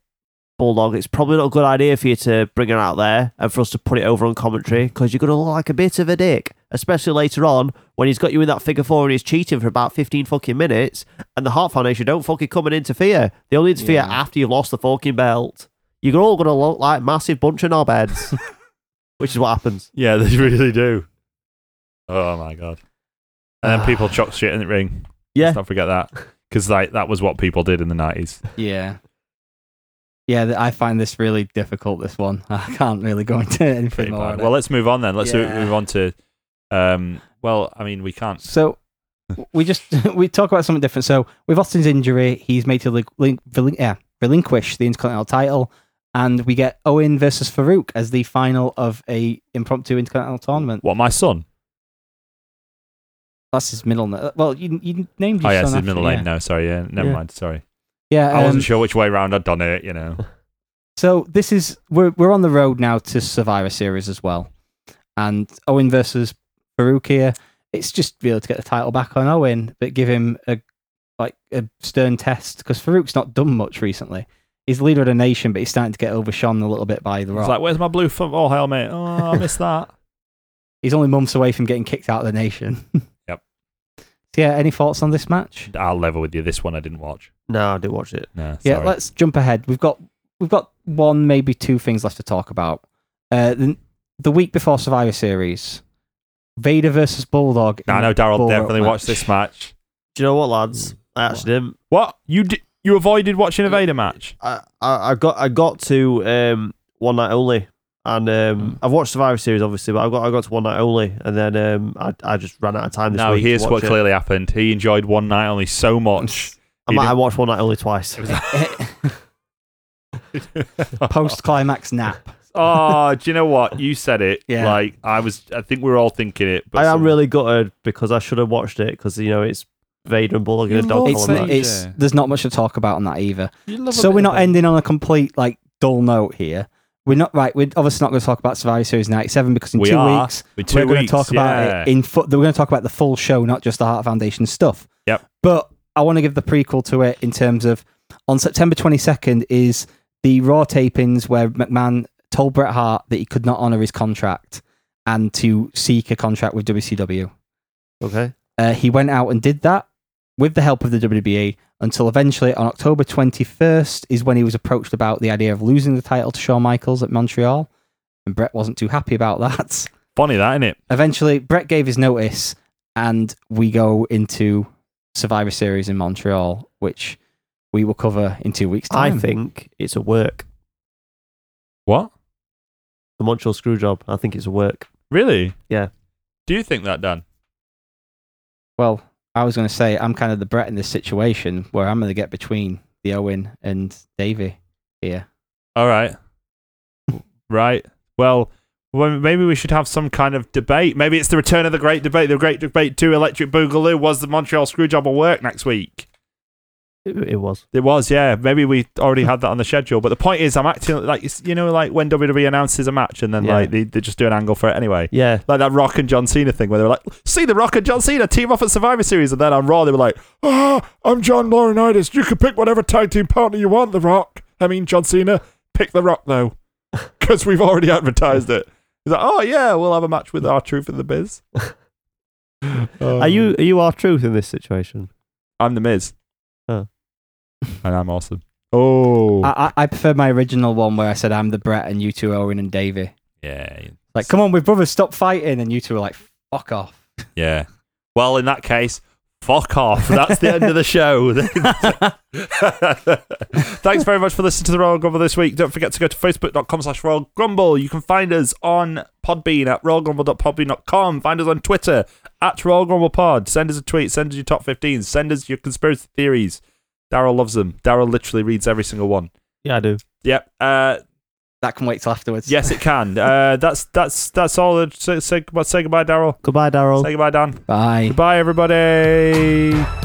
G: Bulldog, it's probably not a good idea for you to bring her out there and for us to put it over on commentary because you're going to look like a bit of a dick, especially later on when he's got you in that figure four and he's cheating for about 15 fucking minutes and the Heart Foundation don't fucking come and interfere. They only interfere
H: Yeah.
G: after you've lost the fucking belt. You're all going to look like massive bunch of [LAUGHS] knobheads, which is what happens.
F: yeah, they really do. Oh my god! And then people chuck shit in the ring.
G: Yeah.
F: Let's not forget that, because like that was what people did in the nineties.
H: yeah yeah th- I find this really difficult this one [LAUGHS] I can't really go into anything
F: Pretty
H: more on
F: bad.
H: it.
F: Well, let's move on then. Let's
H: Yeah.
F: move on to. Um, well, I mean, we can't.
H: So we just [LAUGHS] we talk about something different. So with Austin's injury, he's made to link, link, relin- yeah, relinquish the Intercontinental title, and we get Owen versus Farouk as the final of a impromptu Intercontinental tournament.
F: What my son?
H: That's his middle name. Well, you, you named your
F: oh yeah, it's
H: son
F: his
H: after-
F: middle
H: yeah.
F: name. No, sorry. Yeah, never
G: Yeah.
F: mind. Sorry,
H: Yeah,
F: I
H: um,
F: wasn't sure which way round I'd done it. You know.
H: So this is we're we're on the road now to Survivor Series as well, and Owen versus Farouk here. It's just real to get the title back on Owen, but give him a like a stern test because Farouk's not done much recently. He's the leader of the nation, but he's starting to get overshone a little bit by the
F: It's
H: Rock.
F: like, where's my blue football helmet? Oh, I missed that. [LAUGHS]
H: he's only months away from getting kicked out of the nation.
F: Yep.
H: [LAUGHS] So yeah, any thoughts on this match?
F: I'll level with you. This one I didn't watch.
G: No, I did watch it.
F: No,
H: Yeah,
F: sorry.
H: let's jump ahead. We've got we've got one, maybe two things left to talk about. Uh, the, the week before Survivor Series, Vader versus Bulldog.
F: No,
H: in
F: no,
H: a
F: Daryl
H: Bulldog
F: definitely
H: match.
F: watched
H: [LAUGHS]
F: this match.
G: Do you know what, lads? I actually didn't.
F: What you di- you avoided watching a Vader match?
G: I, I I got I got to um, one night only, and um, I've watched Survivor Series obviously, but I got I got to one night only, and then um, I I just ran out of time. This
F: No,
G: week to
F: here's
G: watch
F: what
G: it.
F: clearly happened. He enjoyed one night only so much.
G: I
F: he
G: might
F: did.
G: have watched one night only twice.
J: [LAUGHS]
H: Post climax nap.
F: Oh, do you know what? You said it. [LAUGHS] Yeah. Like I was. I think we were all thinking it. But
J: I am
F: some-
J: really gutted because I should have watched it because you know it's Vader and Bullock in a dog
H: It's,
J: collar match.
H: it's there's not much to talk about on that either.
J: You love a
H: So
J: bit
H: we're
J: of
H: not
J: that.
H: ending on a complete like dull note here. We're not right. We're obviously not going to talk about Survivor Series '97 because in
F: We
H: two
F: are.
H: weeks
F: In two
H: we're going to
F: weeks,
H: talk about it
F: yeah.
H: in. Fu- we're going to talk about the full show, not just the Heart Foundation stuff.
F: Yep.
H: But I want to give the prequel to it in terms of on September 22nd is the Raw tapings where McMahon told Bret Hart that he could not honor his contract and to seek a contract with WCW.
J: Okay.
H: Uh, he went out and did that with the help of the WWE until eventually on October 21st is when he was approached about the idea of losing the title to Shawn Michaels at Montreal. And Brett wasn't too happy about [LAUGHS] that.
F: Funny that, isn't it?
H: Eventually, Brett gave his notice and we go into Survivor Series in Montreal, which we will cover in two weeks'
J: I
H: time.
J: think it's a work.
F: What?
J: The Montreal Screwjob. I think it's a work.
F: Really?
J: Yeah.
F: Do you think that, Dan?
H: Well, I was going to say I'm kind of the Brett in this situation where I'm going to get between the Owen and Davey here.
F: All right. right. Well, well, maybe we should have some kind of debate. Maybe it's the return of the great debate. The great debate to Electric Boogaloo was the Montreal Screwjob a work next week.
J: It, it was.
F: It was, yeah. Maybe we already had that on the schedule. But the point is, I'm acting like it's- you know, like when WWE announces a match and then
J: Yeah.
F: like they, they just do an angle for it anyway.
J: Yeah.
F: Like that Rock and John Cena thing where they were like, see the Rock and John Cena team up at Survivor Series. And then on Raw, they were like,
I: Ah, I'm John Laurinaitis. You can pick whatever tag team partner you want, The Rock. I mean, John Cena.
F: pick The Rock [LAUGHS] though, because we've already advertised it. He's like, oh yeah, we'll have a match with our truth and the Biz.
J: are you are you our truth in this situation?
F: I'm the Miz,
J: Oh.
F: and I'm awesome. Oh,
H: I, I, I prefer my original one where I said I'm the Brett and you two Owen and Davey.
F: yeah,
H: Like, come on, we're brothers, stop fighting. And you two are like, fuck off.
F: yeah. Well, in that case, fuck off. That's the end of the show. Thanks very much for listening to the Royal Grumble this week. Don't forget to go to facebook.com slash Royal Grumble. You can find us on Podbean at royalgrumble.podbean.com. Find us on Twitter at Royal Grumble Pod. Send us a tweet. Send us your top 15. Send us your conspiracy theories. Daryl loves them. Daryl literally reads every single one.
J: Yeah, I do.
F: Yep. Uh,
H: That can wait till afterwards.
F: yes, it can. Uh, that's that's that's all. Say, say, say goodbye, Daryl.
J: Goodbye, Daryl.
F: Say goodbye, Dan.
H: Bye.
F: Goodbye, everybody.